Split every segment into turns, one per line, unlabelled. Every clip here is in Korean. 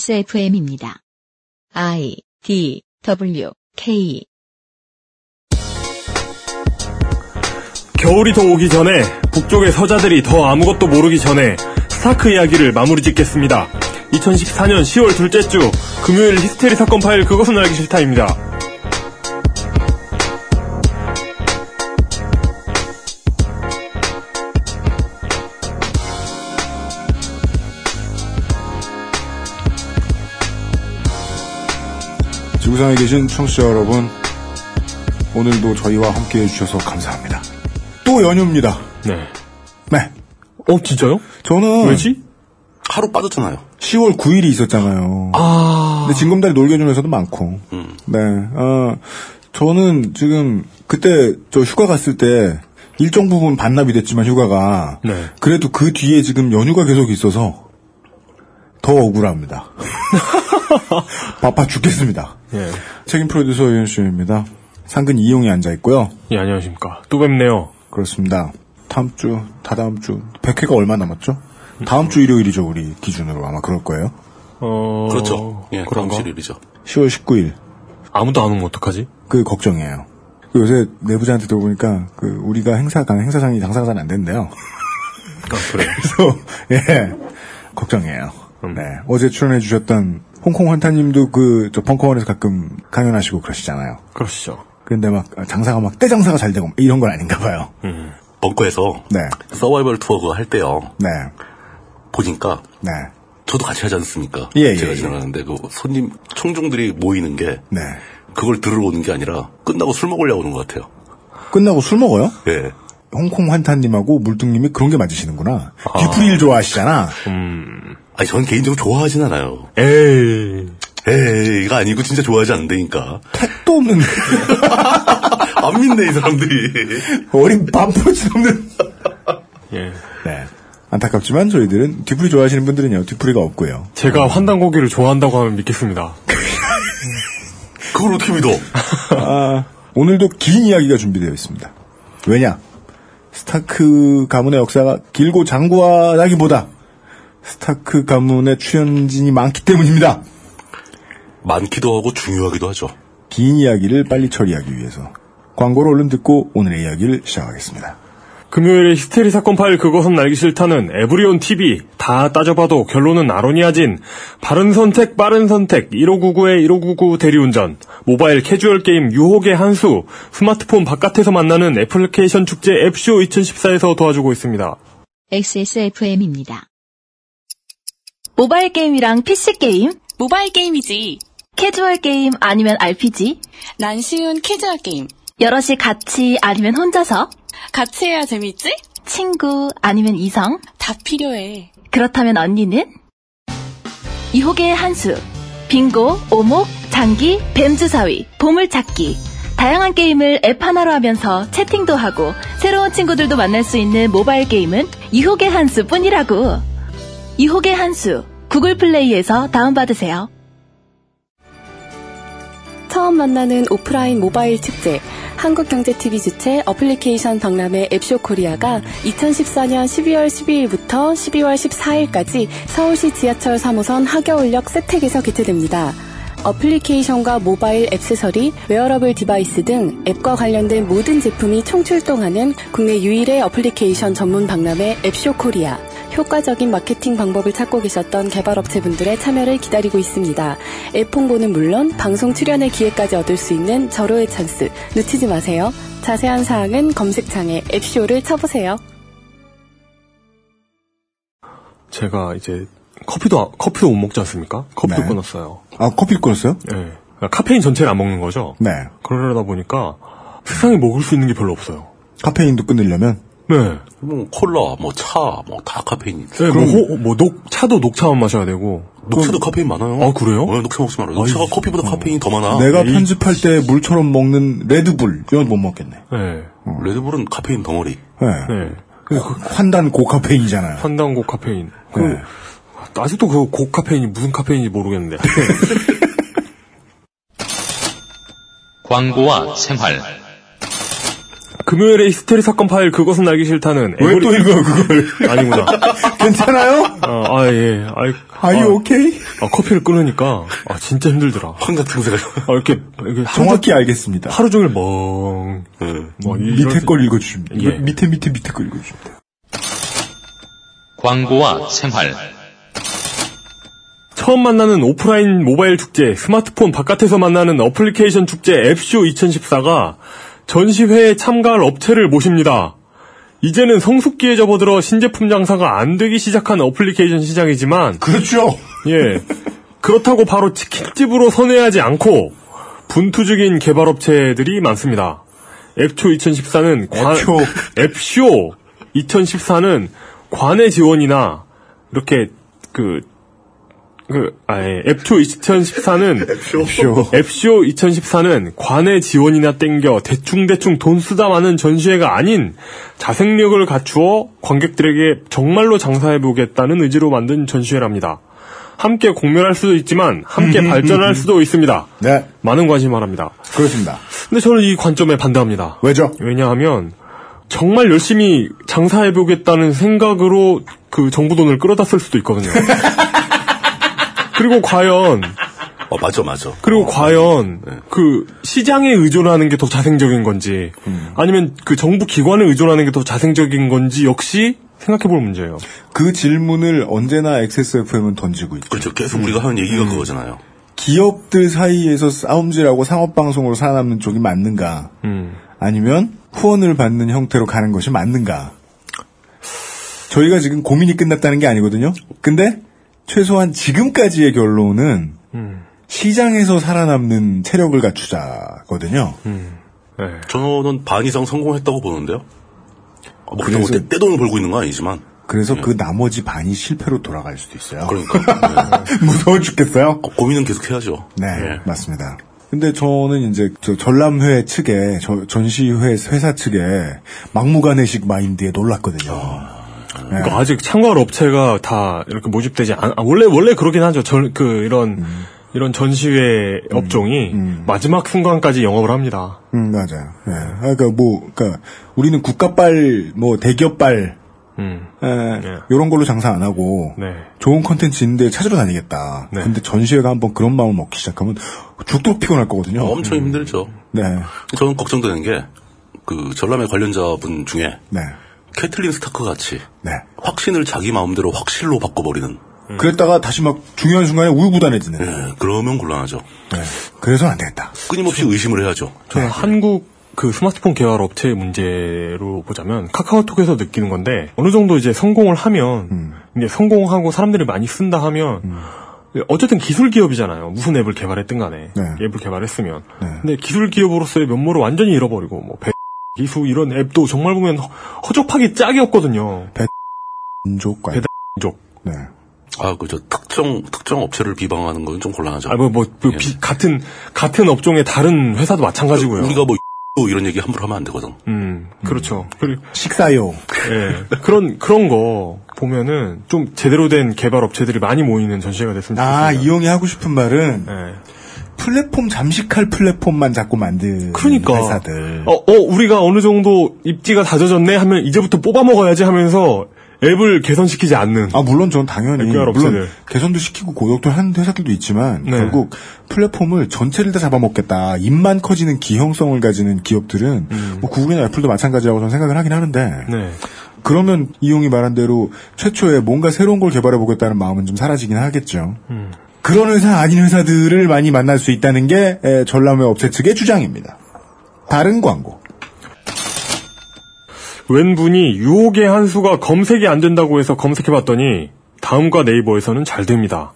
XSFM입니다. I D W K
겨울이 더 오기 전에 북쪽의 서자들이 더 아무것도 모르기 전에 스타크 이야기를 마무리 짓겠습니다. 2014년 10월 둘째 주 금요일 히스테리 사건 파일 그것은 알기 싫다입니다.
지구상에 계신 청취자 여러분, 오늘도 저희와 함께 해주셔서 감사합니다. 또 연휴입니다.
네.
네.
어 진짜요?
저는
왜지?
하루 빠졌잖아요.
10월 9일이 있었잖아요.
아. 음.
근데 징검다리 놀개준에서도 많고. 네. 어, 저는 지금 그때 저 휴가 갔을 때 일정 부분 반납이 됐지만 휴가가
네.
그래도 그 뒤에 지금 연휴가 계속 있어서 더 억울합니다. 바빠 죽겠습니다.
예.
책임 프로듀서 유현수입니다. 상근 이용이 앉아 있고요.
예 안녕하십니까. 또 뵙네요.
그렇습니다. 다음 주, 다다음 주, 100회가 얼마 남았죠? 다음 주 일요일이죠, 우리 기준으로 아마 그럴 거예요.
어.
그렇죠. 예, 그런
그런가?
실일이죠.
10월 19일.
아무도 안 오면 어떡하지?
그 걱정이에요. 그 요새 내부자한테 들어보니까 그 우리가 행사 가 행사장이 장사가 잘 안 된대요.
아, 그래.
그래서 예 걱정이에요.
음.
네 어제 출연해 주셨던 홍콩 환타님도 그저 벙커원에서 가끔 강연하시고 그러시잖아요.
그러시죠.
그런데 막 아, 장사가 막 떼장사가 잘 되고 뭐 이런 건 아닌가 봐요.
예.
벙커에서
네,
서바이벌 투어 그거 할 때요.
네,
보니까
네,
저도 같이 하지 않습니까?
예, 예,
제가
예.
지나가는데 그 손님 총중들이 모이는 게
네.
그걸 들으러 오는 게 아니라 끝나고 술 먹으려고 오는 것 같아요.
끝나고 술 먹어요?
예.
홍콩 환타님하고 물뚱님이 그런 게 맞으시는구나. 뒤풀이를 좋아하시잖아.
아니 전 개인적으로 좋아하진 않아요. 예,
에이.
에이가 아니고 진짜 좋아하지 않는다니까.
택도 없는
안 믿네 이 사람들이.
어린 반포지 없는.
예.
네. 안타깝지만 저희들은 뒤풀이 좋아하시는 분들은요 뒤풀이가 없고요.
제가 환단 고기를 좋아한다고 하면 믿겠습니다.
그걸 어떻게 믿어?
아, 오늘도 긴 이야기가 준비되어 있습니다. 왜냐? 스타크 가문의 역사가 길고 장구하다기보다 스타크 가문의 출연진이 많기 때문입니다.
많기도 하고 중요하기도 하죠.
긴 이야기를 빨리 처리하기 위해서 광고를 얼른 듣고 오늘의 이야기를 시작하겠습니다.
금요일에 히스테리 사건 파일 그것은 알기 싫다는 에브리온 TV 다 따져봐도 결론은 아로니아진 바른 선택 빠른 선택 1599의 1599 대리운전 모바일 캐주얼 게임 유혹의 한수 스마트폰 바깥에서 만나는 애플리케이션 축제 앱쇼 2014에서 도와주고 있습니다.
XSFM입니다.
모바일 게임이랑 PC 게임,
모바일 게임이지.
캐주얼 게임 아니면 RPG,
난 쉬운 캐주얼 게임.
여럿이 같이 아니면 혼자서,
같이 해야 재밌지?
친구 아니면 이성,
다 필요해.
그렇다면 언니는? 이호계의 한수, 빙고, 오목, 장기, 뱀주사위, 보물찾기. 다양한 게임을 앱 하나로 하면서 채팅도 하고 새로운 친구들도 만날 수 있는 모바일 게임은 이호계 한수 뿐이라고. 이호계 한수, 구글 플레이에서 다운받으세요.
처음 만나는 오프라인 모바일 축제 한국경제TV 주최 어플리케이션 박람회 앱쇼 코리아가 2014년 12월 12일부터 12월 14일까지 서울시 지하철 3호선 하겨울역 세택에서 개최됩니다. 어플리케이션과 모바일 액세서리, 웨어러블 디바이스 등 앱과 관련된 모든 제품이 총출동하는 국내 유일의 어플리케이션 전문 박람회 앱쇼 코리아. 효과적인 마케팅 방법을 찾고 계셨던 개발업체분들의 참여를 기다리고 있습니다. 앱 홍보는 물론 방송 출연의 기회까지 얻을 수 있는 절호의 찬스 놓치지 마세요. 자세한 사항은 검색창에 앱쇼를 쳐보세요.
제가 이제 커피도 아- 커피도 못 먹지 않습니까? 커피도
네.
끊었어요.
아 커피를 끊었어요?
예. 그러니까 카페인 전체를 안 먹는 거죠.
네.
그러다 보니까 세상에 먹을 수 있는 게 별로 없어요.
카페인도 끊으려면
네.
뭐 콜라, 뭐 차, 뭐 다 카페인.
네, 뭐, 호- 뭐 녹, 차도 녹차만 마셔야 되고.
녹차도 카페인 많아요.
아, 그래요?
어, 녹차 먹지 말아요. 녹차가 커피보다 카페인이 더 많아.
내가 편집할 때 물처럼 먹는 레드불 이건 못 먹겠네.
네.
음. 레드불은 카페인 덩어리.
네.
네.
환단 고카페인이잖아요.
판단고 카페인. 그,
네.
아직도 그 고카페인이 무슨 카페인인지 모르겠는데.
광고와 생활
금요일에 히스테리 사건 파일 그것은 알기 싫다는
왜 또 읽어 그걸?
아니구나.
괜찮아요? 어.
어, 아, 예. 아이,
아유
아,
오케이?
아, 커피를 끊으니까, 아, 진짜 힘들더라. 아,
환각 증세가.
이렇게, 이렇게
정확히 알겠습니다.
하루 종일 멍.
예.
뭐, 이-
밑에
이럴 수-
걸 읽어주십니다.
예.
밑에 밑에 밑에 걸 읽어주십니다.
광고와 생활.
처음 만나는 오프라인 모바일 축제, 스마트폰 바깥에서 만나는 어플리케이션 축제 앱쇼 2014가 전시회에 참가할 업체를 모십니다. 이제는 성숙기에 접어들어 신제품 장사가 안 되기 시작한 어플리케이션 시장이지만,
그렇죠.
예. 그렇다고 바로 치킨집으로 선회하지 않고, 분투 중인 개발업체들이 많습니다. 앱초 2014는 관,
앱쇼.
앱쇼 2014는 관의 지원이나, 이렇게, 그, 그, 아예, 앱쇼 2014는,
쇼.
앱쇼 2014는 관의 지원이나 땡겨 대충대충 돈 쓰다 마는 전시회가 아닌 자생력을 갖추어 관객들에게 정말로 장사해보겠다는 의지로 만든 전시회랍니다. 함께 공멸할 수도 있지만 함께 발전할 수도 있습니다.
네,
많은 관심 바랍니다.
그렇습니다.
근데 저는 이 관점에 반대합니다.
왜죠?
왜냐하면 정말 열심히 장사해보겠다는 생각으로 그 정부 돈을 끌어다 쓸 수도 있거든요. 그리고 과연
어, 네. 맞아, 맞아.
그리고 과연 그 시장에 의존하는 게 더 자생적인 건지
음.
아니면 그 정부 기관에 의존하는 게 더 자생적인 건지 역시 생각해 볼 문제예요.
그 질문을 언제나 XSFM은 던지고 있죠.
그렇죠. 계속 우리가 하는 얘기가 그거잖아요.
기업들 사이에서 싸움질하고 상업방송으로 살아남는 쪽이 맞는가?
음.
음.
아니면 후원을 받는 형태로 가는 것이 맞는가? 저희가 지금 고민이 끝났다는 게 아니거든요. 근데 최소한 지금까지의 결론은
음.
시장에서 살아남는 체력을 갖추자거든요.
음.
네.
저는 반 이상 성공했다고 보는데요. 아, 뭐, 그때
그래서-
뭐 떼- 떼돈을 벌고 있는 건 아니지만.
그래서 그 나머지 반이 실패로 돌아갈 수도 있어요.
음. 그러니까. 예.
무서워 죽겠어요.
어, 고민은 계속 해야죠.
네,
예.
맞습니다. 근데 저는 이제 저 전람회 측에 저- 전시회 회사 측에 막무가내식 마인드에 놀랐거든요.
아.
그러니까 아직 참가할 업체가 다 이렇게 모집되지 않. 아, 원래 원래 그러긴 하죠. 전 그 이런 이런 전시회 업종이 마지막 순간까지 영업을 합니다.
음, 맞아요. 예. 아, 그러니까 뭐, 그러니까 우리는 국가발, 뭐 대기업발
음. 예.
이런 걸로 장사 안 하고
네.
좋은 컨텐츠인데 찾으러 다니겠다.
네.
근데 전시회가 한번 그런 마음을 먹기 시작하면 죽도록 피곤할 거거든요.
엄청 힘들죠.
네,
저는 걱정되는 게, 그, 전람회 관련자분 중에,
네,
캐틀린 스타크 같이,
네.
확신을 자기 마음대로 확실로 바꿔버리는,
음.
그랬다가 다시 막 중요한 순간에 우유부단해지는.
예, 그러면 곤란하죠.
네. 그래서는 안 되겠다.
끊임없이 의심을 해야죠.
저는 한국 그 스마트폰 개발 업체의 문제로 보자면 카카오톡에서 느끼는 건데 어느 정도 이제 성공을 하면
음.
이제 성공하고 사람들이 많이 쓴다 하면 어쨌든 기술 기업이잖아요. 무슨 앱을 개발했든 간에
네.
앱을 개발했으면
네.
근데 기술 기업으로서의 면모를 완전히 잃어버리고 뭐 배, 기수 이런 앱도 정말 보면 허, 접하기 짝이 없거든요.
민족과.
배달 민족.
네.
아, 그, 저, 특정, 특정 업체를 비방하는 건 좀 곤란하죠.
아뭐뭐 뭐, 그
예.
비- 같은 같은 업종의 다른 회사도 마찬가지고요.
우리가 뭐, 이런 얘기 함부로 하면 안 되거든.
음 그렇죠. 그리고
식사요.
예. 그런, 그런 거 보면은 좀 제대로 된 개발 업체들이 많이 모이는 전시회가 됐으면 좋겠습니다.
아, 이용이 하고 싶은 말은
예.
플랫폼 잠식할 플랫폼만 자꾸 만드는
그러니까.
회사들.
어, 어, 우리가 어느 정도 입지가 다져졌네 하면 이제부터 뽑아 먹어야지 하면서 앱을 개선시키지 않는.
아 물론 전 당연히
LPR 업체들.
물론 개선도 시키고 고역도 하는 회사들도 있지만
네.
결국 플랫폼을 전체를 다 잡아먹겠다 입만 커지는 기형성을 가지는 기업들은 뭐 구글이나 애플도 마찬가지라고 저는 생각을 하긴 하는데
네.
그러면 이용이 말한 대로 최초에 뭔가 새로운 걸 개발해 보겠다는 마음은 좀 사라지긴 하겠죠. 그런 회사 아닌 회사들을 많이 만날 수 있다는 게 에, 전람회 업체 측의 주장입니다. 다른 광고.
웬 분이 유혹의 한수가 검색이 안 된다고 해서 검색해봤더니 다음과 네이버에서는 잘 됩니다.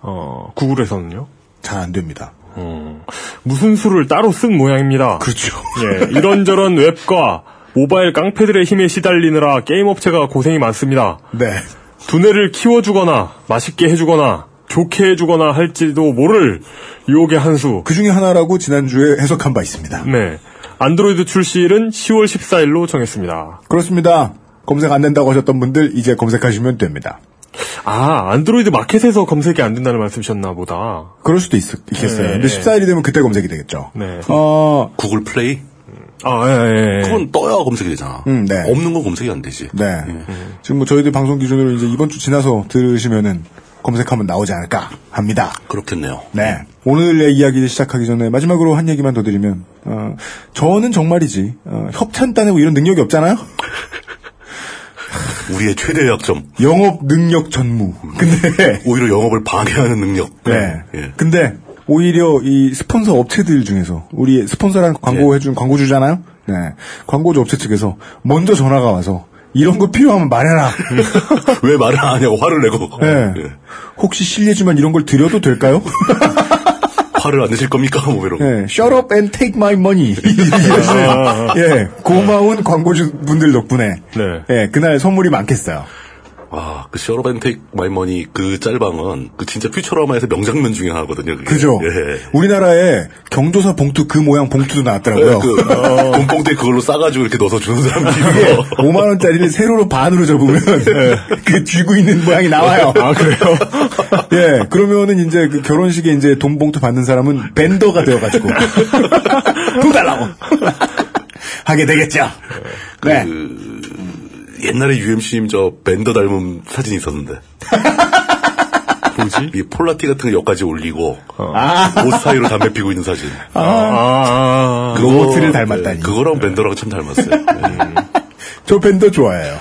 어, 구글에서는요?
잘 안 됩니다.
어, 무슨 수를 따로 쓴 모양입니다.
그렇죠.
예, 이런저런 웹과 모바일 깡패들의 힘에 시달리느라 게임 업체가 고생이 많습니다.
네.
두뇌를 키워주거나 맛있게 해주거나 좋게 해주거나 할지도 모를 유혹의 한수.
그 중에 하나라고 지난주에 해석한 바 있습니다.
네. 안드로이드 출시일은 10월 14일로 정했습니다.
그렇습니다. 검색 안 된다고 하셨던 분들 이제 검색하시면 됩니다.
아, 안드로이드 마켓에서 검색이 안 된다는 말씀이셨나 보다.
그럴 수도 있, 겠어요
네.
근데 14일이 되면 그때 검색이 되겠죠.
네.
어,
구글 플레이?
아, 예, 예, 예.
그건 떠야 검색이 되잖아.
음, 네.
없는 건 검색이 안 되지.
네. 지금 뭐 저희들 방송 기준으로 이제 이번 주 지나서 들으시면은 검색하면 나오지 않을까 합니다.
그렇겠네요.
네. 오늘의 이야기를 시작하기 전에 마지막으로 한 얘기만 더 드리면, 어, 저는 정말이지, 어, 협찬 따내고 이런 능력이 없잖아요?
우리의 최대 약점.
영업 능력 전무. 근데,
오히려 영업을 방해하는 능력.
네.
예.
근데 오히려 이 스폰서 업체들 중에서 우리 스폰서란 광고
예.
해준 광고주잖아요. 네. 광고주 업체 측에서 먼저 전화가 와서 이런 거 필요하면 말해라.
왜 말을 안 하냐고 화를 내고.
네.
예.
혹시 실례지만 이런 걸 드려도 될까요?
화를 안 내실 겁니까? 뭐 이러고.
네. Shut up and take my money.
아,
이것을, 예. 고마운 광고주 분들 덕분에
네.
예. 그날 선물이 많겠어요.
아, 그 Shut Up and Take My Money 그 짤방은 그 진짜 퓨처라마에서 명장면 중에 하나거든요. 그게.
그죠?
예.
우리나라에 경조사 봉투 그 모양 봉투도 나왔더라고요.
그
어.
돈봉투에 그걸로 싸가지고 이렇게 넣어서 주는 사람들이 있고.
5만 원짜리를 세로로 반으로 접으면 그 쥐고 있는 모양이 나와요. 아 그래요? 예, 그러면은 이제 그 결혼식에 이제 돈 봉투 받는 사람은 벤더가 되어가지고 돈 달라고 하게 되겠죠. 네,
옛날에 UMC님 저 밴더 닮은 사진이 있었는데. 뭐지? 이 폴라티 같은 거 여기까지 올리고
어.
아.
아,
옷 사이로 담배 피고 있는 사진. 예,
아, 아, 아.
로봇을 닮았다니. 네. 음.
그거랑 밴더랑 참 닮았어요. 예.
저 벤더 좋아해요.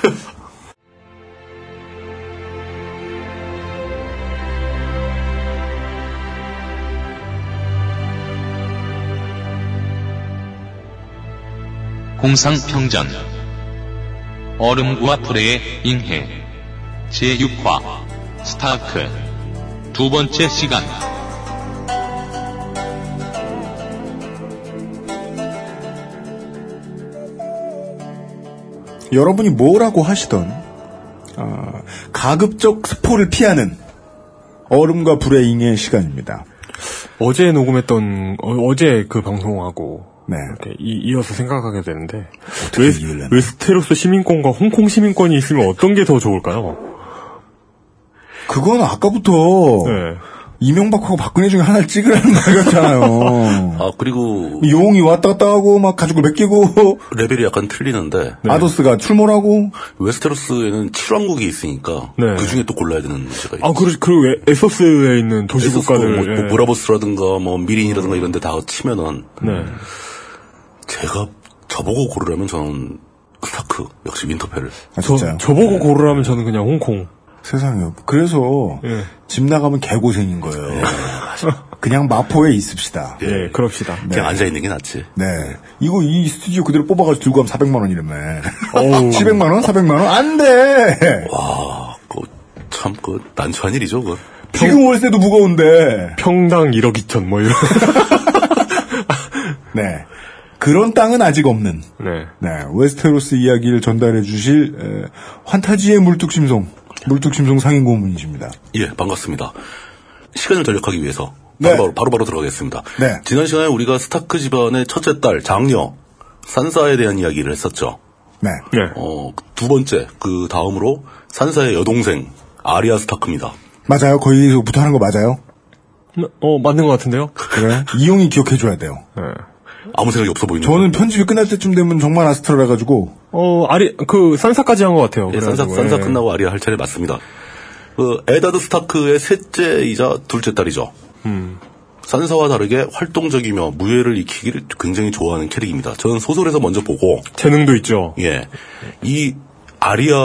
공상평전 얼음과 불의 잉해 제6화 스타크 두 번째 시간
여러분이 뭐라고 하시던 어, 가급적 스포를 피하는 얼음과 불의 잉의 시간입니다.
어제 녹음했던 어, 제그 방송하고
네.
이렇게 이, 어서 생각하게 되는데
어떻게 이유를 내나?
웨, 스테로스 시민권과 홍콩 시민권이 있으면 어떤 게 더 좋을까요?
그건 아까부터 어.
네.
이명박하고 박근혜 중에 하나를 찍으라는 말이었잖아요.
아 그리고
용이 왔다 갔다 하고 막 가죽을 맡기고
레벨이 약간 틀리는데
네. 아도스가 출몰하고
웨스테로스에는 7왕국이 있으니까
네.
그 중에 또 골라야 되는 문제가 있어요.
아 그리고 그리고 에- 에소스에 있는 도시 국가들
뭐, 뭐
예.
브라보스라든가 뭐 미린이라든가 이런 데 다 치면은
네.
제가 저보고 고르라면 저는 스타크 역시
네.
윈터펠을
아,
저
진짜요.
저보고 고르라면 저는 그냥 홍콩.
세상에 그래서
예.
집 나가면 개고생인 거예요. 그냥 마포에 있읍시다.
예, 그럽시다.
그냥 앉아 있는 게 낫지.
네. 이거 이 스튜디오 그대로 뽑아가지고 들고 가면 400만 원이라며.
어우.
700만 원? 400만 원? 안 돼!
와, 아, 그참그 난처한 일이죠, 그.
지금 월세도 무거운데.
평당 1억 2천 뭐 이런.
네. 그런 땅은 아직 없는.
네.
네. 웨스테로스 이야기를 전달해 주실 에, 환타지의 물뚝심송. 물뚝심송 상인 고문이십니다.
예, 반갑습니다. 시간을 전력하기 위해서
네.
바로바로 바로바로 들어가겠습니다.
네.
지난 시간에 우리가 스타크 집안의 첫째 딸 장녀 산사에 대한 이야기를 했었죠.
네.
예.
어, 두 번째 그 다음으로 산사의 여동생 아리아 스타크입니다.
맞아요. 거기서부터 하는 거 맞아요?
어 맞는 것 같은데요.
그래? 이용이 기억해줘야 돼요.
예.
아무 생각이 없어 보이는.
저는 편집이 끝날 때쯤 되면 정말 아스트로라 가지고
어 아리 그 산사까지 한 것 같아요.
예, 산사
그래가지고,
산사
예.
끝나고 아리아 할 차례 맞습니다. 그 에다드 스타크의 셋째이자 둘째 딸이죠.
음.
산사와 다르게 활동적이며 무예를 익히기를 굉장히 좋아하는 캐릭입니다. 저는 소설에서 먼저 보고
재능도 있죠.
예. 이 아리아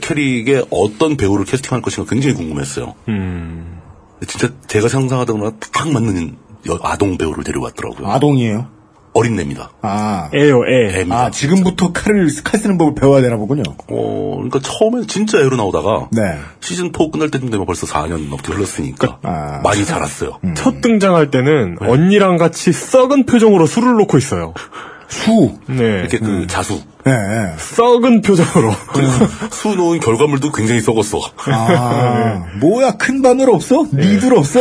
캐릭의 어떤 배우를 캐스팅할 것인가 굉장히 궁금했어요.
음.
진짜 제가 상상하던 거랑 딱 맞는 여- 아동 배우를 데려왔더라고요.
아동이에요.
어린 애입니다.
아,
애요 애.
애입니다.
아 지금부터 칼을 칼 쓰는 법을 배워야 되나 보군요.
어, 그러니까 처음엔 진짜 애로 나오다가
네.
시즌 4 끝날 때쯤 되면 벌써 4년 넘게 흘렀으니까
아.
많이 자랐어요.
첫 등장할 때는
네.
언니랑 같이 썩은 표정으로 술을 놓고 있어요.
수.
네.
이렇게 그 자수
네. 네.
썩은 표정으로.
수 놓은 결과물도 굉장히 썩었어.
아, 뭐야 큰 바늘 없어? 니들 없어?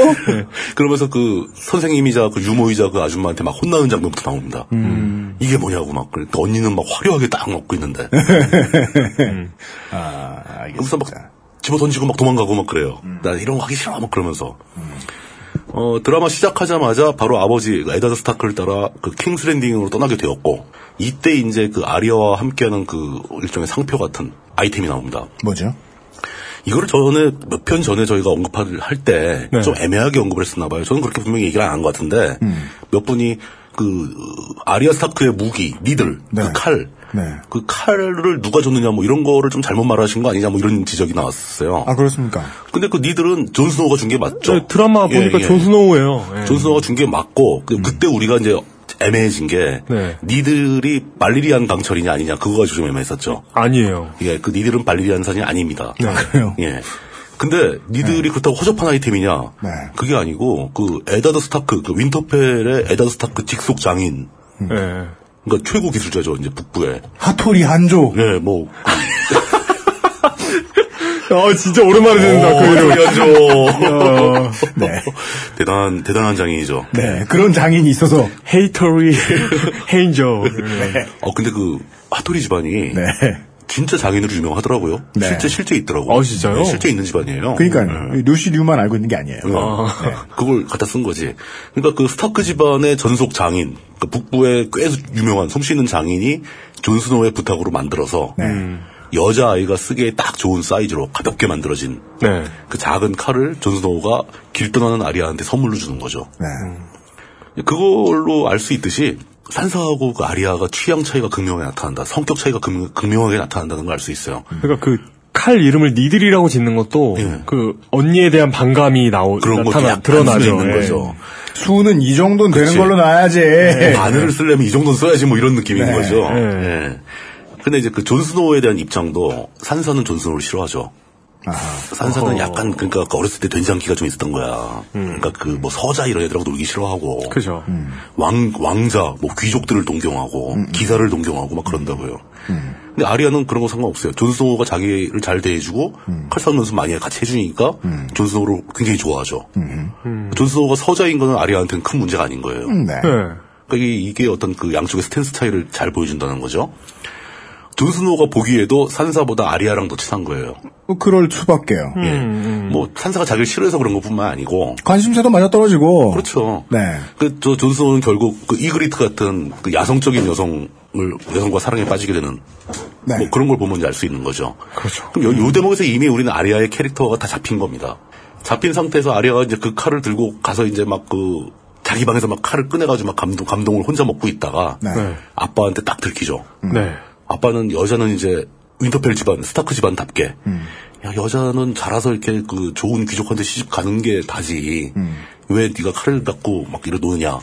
그러면서 그 선생님이자 그 유모이자 그 아줌마한테 막 혼나는 장면부터 나옵니다.
음.
이게 뭐냐고 막 그래. 언니는 막 화려하게 딱 먹고 있는데
아, 알겠습니다. 음.
여기서 막 집어 던지고 막 도망가고 막 그래요. 나 이런 거 하기 싫어 막 그러면서 어, 드라마 시작하자마자 바로 아버지 에다드 스타크를 따라 그 킹스랜딩으로 떠나게 되었고 이때 이제 그 아리아와 함께하는 그 일종의 상표 같은 아이템이 나옵니다.
뭐죠?
이거를 전에 몇 편 전에 저희가 언급할 때 좀
네.
애매하게 언급을 했었나 봐요. 저는 그렇게 분명히 얘기를 안 한 것 같은데
음.
몇 분이 그 아리아 스타크의 무기, 니들,
네.
그 칼,
네.
그 칼을 누가 줬느냐 뭐 이런 거를 좀 잘못 말하신 거 아니냐 뭐 이런 지적이 나왔었어요.
아 그렇습니까?
근데 그 니들은 존 스노우가 준 게 맞죠?
저 네, 드라마
예,
보니까
예.
존스노우예요. 예.
존 스노우가 준 게 맞고 그, 그때 우리가 이제 애매해진 게
네.
니들이 발리리안 강철이냐 아니냐 그거 가지고 좀 애매했었죠.
아니에요.
예, 그 니들은 발리리안산이 아닙니다.
네.
그래요?
예. 근데 니들이 그렇다고 허접한 아이템이냐?
네.
그게 아니고 그 에다드 스타크, 그 윈터펠의 에다드 스타크 직속 장인,
예.
그러니까 최고 기술자죠 이제 북부에.
하토리 한조.
예, 뭐.
아 진짜 오랜만에 듣는다 그 이름.
그래요. 대단한 대단한 장인이죠.
네 그런 장인이 있어서
헤이터리 헤인저.
어 근데 그 하토리 집안이
네
진짜 장인으로 유명하더라고요.
네.
실제 실제 있더라고요.
아, 진짜요?
네, 실제 있는 집안이에요. 음,
그러니까 루시 류만 알고 있는 게 아니에요.
어, 네. 그걸 갖다 쓴 거지. 그러니까 그 스타크 집안의 전속 장인, 그 북부의 꽤 유명한 솜씨는 장인이 존스노의 부탁으로 만들어서
네.
음. 여자 아이가 쓰기에 딱 좋은 사이즈로 가볍게 만들어진
네.
그 작은 칼을 존스노가 길 떠나는 아리아한테 선물로 주는 거죠.
네.
음. 그걸로 알 수 있듯이 산사하고 그 아리아가 취향 차이가 극명하게 나타난다, 성격 차이가 극- 극명하게 나타난다는 걸 알 수 있어요.
그러니까 그 칼 이름을 니들이라고 짓는 것도
예.
그 언니에 대한 반감이 나오
그런 것도
나타나
약간
드러나죠.
있는
예.
거죠.
수는 이 정도는
그치. 네.
되는 걸로 놔야지.
바늘을 쓰려면 이 정도는 써야지 뭐 이런 느낌인 거죠.
네.
예. 근데 이제 그 존스노우에 대한 입장도 산사는 존스노우를 싫어하죠. 산사는 약간 그러니까 아까 어렸을 때 된장기가 좀 있었던 거야. 그러니까 그 뭐 서자 이런 애들하고 놀기 싫어하고
음. 그죠.
음. 왕 왕자 뭐 귀족들을
음,
동경하고 기사를 동경하고 막 그런다고요. 근데 아리아는 그런 거 상관없어요. 존스노우가 자기를 잘 대해주고
음.
칼싸움 연습 많이 같이 해주니까 존스노우를 굉장히 좋아하죠.
음.
존스노우가 서자인 거는 아리아한테는 큰 문제가 아닌 거예요.
네.
예.
그러니까 이게- 이게 어떤 그 양쪽의 스탠스 차이를 잘 보여준다는 거죠. 존스노가 보기에도 산사보다 아리아랑 더 친한 거예요.
뭐 그럴 수밖에요.
예. 뭐 산사가 자기를 싫어해서 그런 것뿐만 아니고
관심사도 맞아 떨어지고.
그렇죠.
네.
그저 존스노는 결국 그 이그리트 같은 그 야성적인 여성을 여성과 사랑에 빠지게 되는
네.
뭐 그런 걸 보면 알 수 있는 거죠.
그렇죠.
그럼 요, 요 대목에서 이미 우리는 아리아의 캐릭터가 다 잡힌 겁니다. 잡힌 상태에서 아리아가 이제 그 칼을 들고 가서 이제 막 그 자기 방에서 막 칼을 꺼내가지고 막 감동 감동을 혼자 먹고 있다가
네. 네.
아빠한테 딱 들키죠.
네.
아빠는 여자는 이제 윈터펠 집안, 스타크 집안답게
음.
야, 여자는 자라서 이렇게 그 좋은 귀족한테 시집 가는 게 다지.
음.
왜 네가 칼을 갖고 막 이러 노느냐.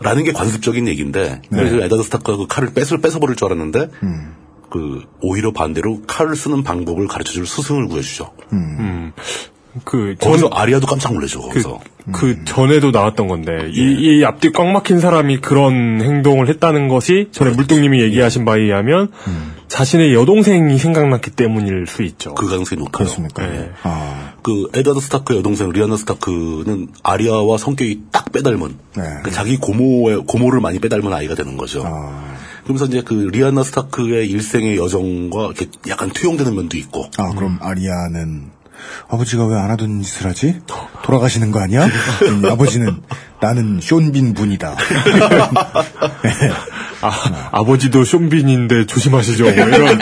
라는 게 관습적인
네.
얘기인데 그래서 에다드 스타크가 그 칼을 뺏을 뺏어버릴 줄 알았는데
음.
그 오히려 반대로 칼을 쓰는 방법을 가르쳐줄 스승을 구해주죠.
음.
그
거기서 아리아도 깜짝 놀라죠.
그,
거기서 음. 예.
그 전에도 나왔던 건데 이, 이 앞뒤 꽉 막힌 사람이 그런 행동을 했다는 것이 전에
예.
물동님이 얘기하신 바에 의하면 자신의 여동생이 생각났기 때문일 수 있죠.
음. 그 가능성이 높아요.
그렇습니까?
예.
아,
그 에다드 스타크 여동생 리아나 스타크는 아리아와 성격이 딱 빼닮은 그러니까 자기 고모의 고모를 많이 빼닮은 아이가 되는 거죠. 그러면서 이제 그 리아나 스타크의 일생의 여정과 이렇게 약간 투영되는 면도 있고
아, 그럼 아리아는 아버지가 왜 안 하던 짓을 하지?
어.
돌아가시는 거 아니야?
그러니까.
음, 아버지는 나는 쇼빈 분이다.
네.
아, 아버지도 쇼빈인데 조심하시죠. 뭐 이런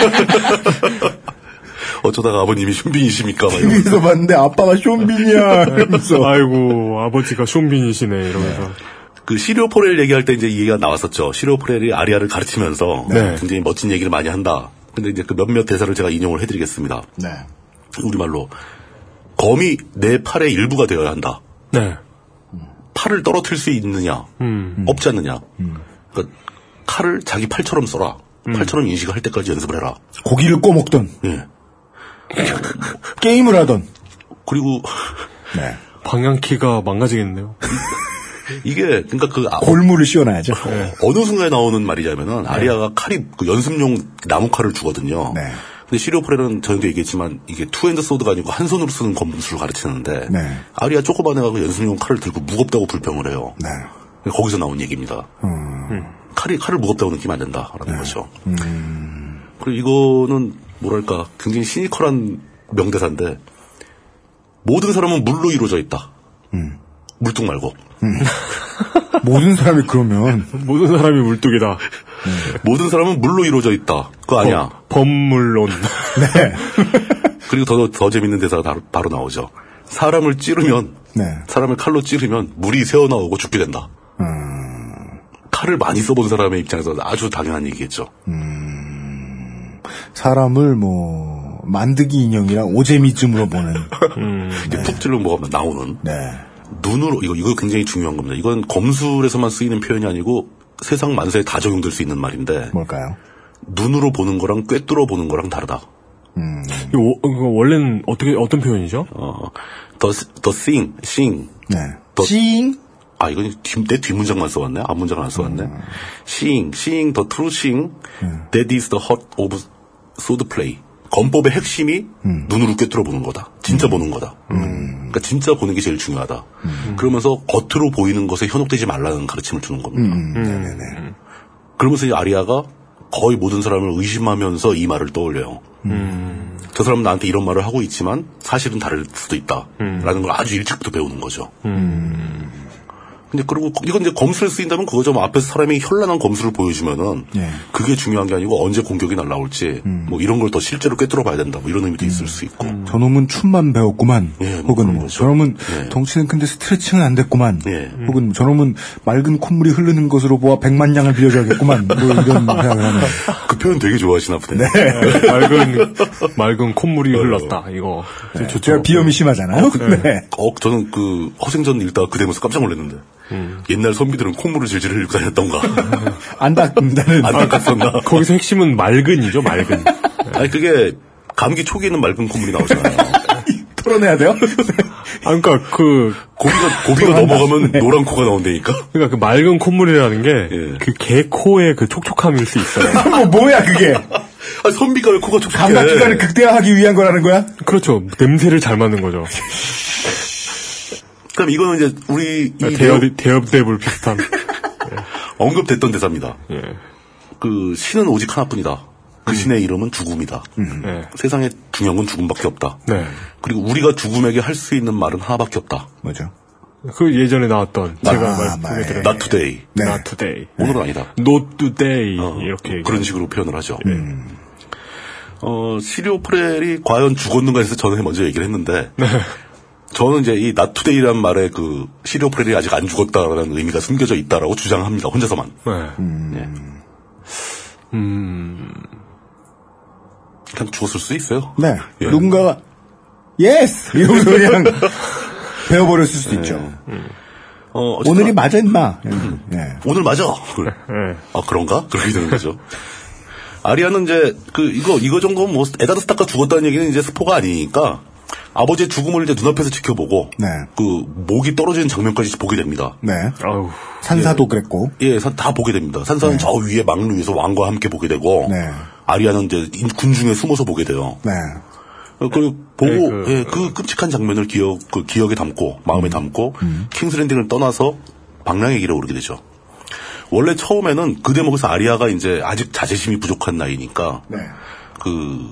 어쩌다가 아버님이 흉빈이십니까? 막 이러면서.
TV에서 봤는데 아빠가 쇼빈이야. 이러면서.
아이고 아버지가 쇼빈이시네 이러면서
그 시리오포렐 얘기할 때 이제 이 얘기가 나왔었죠. 시리오포렐이 아리아를 가르치면서
네.
굉장히 멋진 얘기를 많이 한다. 근데 이제 그 몇몇 대사를 제가 인용을 해드리겠습니다.
네.
우리말로 검이 내 팔의 일부가 되어야 한다.
네.
팔을 떨어뜨릴 수 있느냐
음.
음.
없지 않느냐 그러니까 칼을 자기 팔처럼 써라
음.
팔처럼 인식할 때까지 연습을 해라
고기를 꼬먹던,
예.
게임을 하던.
그리고
네.
방향키가 망가지겠네요.
이게 그러니까 그 아-
골무를 씌워놔야죠.
어느 순간에 나오는 말이냐면은 아리아가 칼이 그 연습용 나무 칼을 주거든요
네.
근데 시리오프레는 저희도 얘기했지만 이게 투핸드 소드가 아니고 한 손으로 쓰는 검술을 가르치는데
네.
아리아 조그만 애가 그 연습용 칼을 들고 무겁다고 불평을 해요
네.
거기서 나온 얘기입니다. 칼이 칼을 무겁다고 느끼면 안 된다라는 거죠. 그리고 이거는 뭐랄까 굉장히 시니컬한 명대사인데 모든 사람은 물로 이루어져 있다. 물뚝 말고.
모든 사람이 그러면
모든 사람이 물뚝이다.
모든 사람은 물로 이루어져 있다. 그거 아니야.
범- 법물론.
그리고 더, 더 재밌는 대사가 바로, 바로 나오죠. 사람을 찌르면,
네.
사람을 칼로 찌르면 물이 새어나오고 죽게 된다. 칼을 많이 써본 사람의 입장에서 아주 당연한 얘기겠죠.
사람을 뭐 만드기 인형이랑 오재미쯤으로 보는
이렇게 푹 찌르면 뭐가 나오는.
네.
눈으로, 이거, 이거 굉장히 중요한 겁니다. 이건 검술에서만 쓰이는 표현이 아니고 세상 만세에 다 적용될 수 있는 말인데,
뭘까요?
눈으로 보는 거랑 꿰뚫어 보는 거랑 다르다.
음,
이거 워- 이거 어, 그 원래는 어떻게, 어떤 표현이죠?
어, the, the thing, sing.
네.
더-
찡
아, 이건 뒷, 내 뒷문장만 써왔네? 앞문장은 안 써왔네? seeing, seeing the true seeing, that is the heart of sword play. 건법의 핵심이 눈으로 꿰뚫어 보는 거다. 진짜 보는 거다. 그러니까 진짜 보는 게 제일 중요하다. 그러면서 겉으로 보이는 것에 현혹되지 말라는 가르침을 주는 겁니다. 그러면서 이 아리아가 거의 모든 사람을 의심하면서 이 말을 떠올려요. 저 사람은 나한테 이런 말을 하고 있지만 사실은 다를 수도 있다. 라는 걸 아주 일찍부터 배우는 거죠. 근데 그리고 이건 이제 검술을 쓰인다면 그거죠. 뭐 앞에서 사람이 현란한 검술을 보여주면은
예.
그게 중요한 게 아니고 언제 공격이 날라올지 뭐 이런 걸 더 실제로 꿰뚫어 봐야 된다. 뭐 이런 의미도 있을 수 있고.
음. 저놈은 춤만 배웠구만.
예, 뭐
혹은
그런
뭐
거죠.
저놈은
예.
덩치는 큰데 스트레칭은 안 됐구만.
예.
혹은 뭐 저놈은 맑은 콧물이 흐르는 것으로 보아 백만 양을 빌려줘야겠구만. 뭐 이런 생각을 하는.
그 표현 되게 좋아하시나 보네.
네, 맑은, 맑은 콧물이
어.
흘렀다, 이거.
저, 제가
예.
비염이 심하잖아요. 네.
어, 저는 그 허생전 읽다가 그 대목에서 깜짝 놀랐는데 옛날 선비들은 콧물을 질질 흘리고 다녔던가.
안 닦는다는.
안 닦았었나.
거기서 핵심은 맑은이죠, 맑은.
아니 그게 감기 초기에는 맑은 콧물이 나오잖아요.
털어내야 돼요?
아, 그러니까 그,
고비가 고비가 넘어가면
네.
노란 코가 나온다니까.
그러니까 그 맑은 콧물이라는 게,
예.
그 개코의 그 촉촉함일 수 있어요.
뭐, 뭐야 그게.
아 선비가 왜 코가 촉촉해?
감각 기관을 극대화하기 위한 거라는 거야?
그렇죠. 냄새를 잘 맡는 거죠.
그럼 이거는 이제 우리 이
아,
대엽, 대엽대불 비슷한.
언급됐던 대사입니다. 그 신은 오직 하나뿐이다.
음.
그 신의 이름은 죽음이다.
네.
세상에 중요한 건 죽음밖에 없다.
네.
그리고 우리가 죽음에게 할 수 있는 말은 하나밖에 없다.
뭐죠?
그 예전에 나왔던, 제가
아,
말씀해
네.
드렸던.
Not today.
네. 어,
Not today.
오늘은 아니다.
Not today. 이렇게.
어,
예.
그런
얘기하죠.
식으로 표현을 하죠. 음. 어, 시리오 프렐이 과연 죽었는가 해서 전에 먼저 얘기를 했는데
네.
저는 이제 이 Not today라는 말에 그 시리오 프렐이 아직 안 죽었다라는 의미가 숨겨져 있다라고 주장합니다. 혼자서만.
네.
음.
그냥 죽었을 수 있어요.
네.
예.
누군가가 예스 이러면서 그냥 배워버렸을 수도
예.
있죠.
어, 어쨌거나-
오늘이 맞아 임마. 네.
오늘 맞아. 그걸.
예. 네.
아 그런가? 그렇게 되는 거죠. 아리아는 이제 그 이거 이거 정도면 뭐 에다드 스타가 죽었다는 얘기는 이제 스포가 아니니까 아버지의 죽음을 이제 눈앞에서 지켜보고
네.
그 목이 떨어지는 장면까지 보게 됩니다.
네.
아우.
산사도 그랬고.
예, 사- 다 보게 됩니다. 산사는 저 위에 망루 위에서 왕과 함께 보게 되고
네.
아리아는 이제 인- 군중에 숨어서 보게 돼요.
네.
어, 그리고 보고
그-
그, 예, 그 끔찍한 장면을 기억 그 기억에 담고 마음에 담고 킹스랜딩을 떠나서 방랑의 길에 오르게 되죠. 원래 처음에는 그 대목에서 아리아가 이제 아직 자제심이 부족한 나이니까
네.
그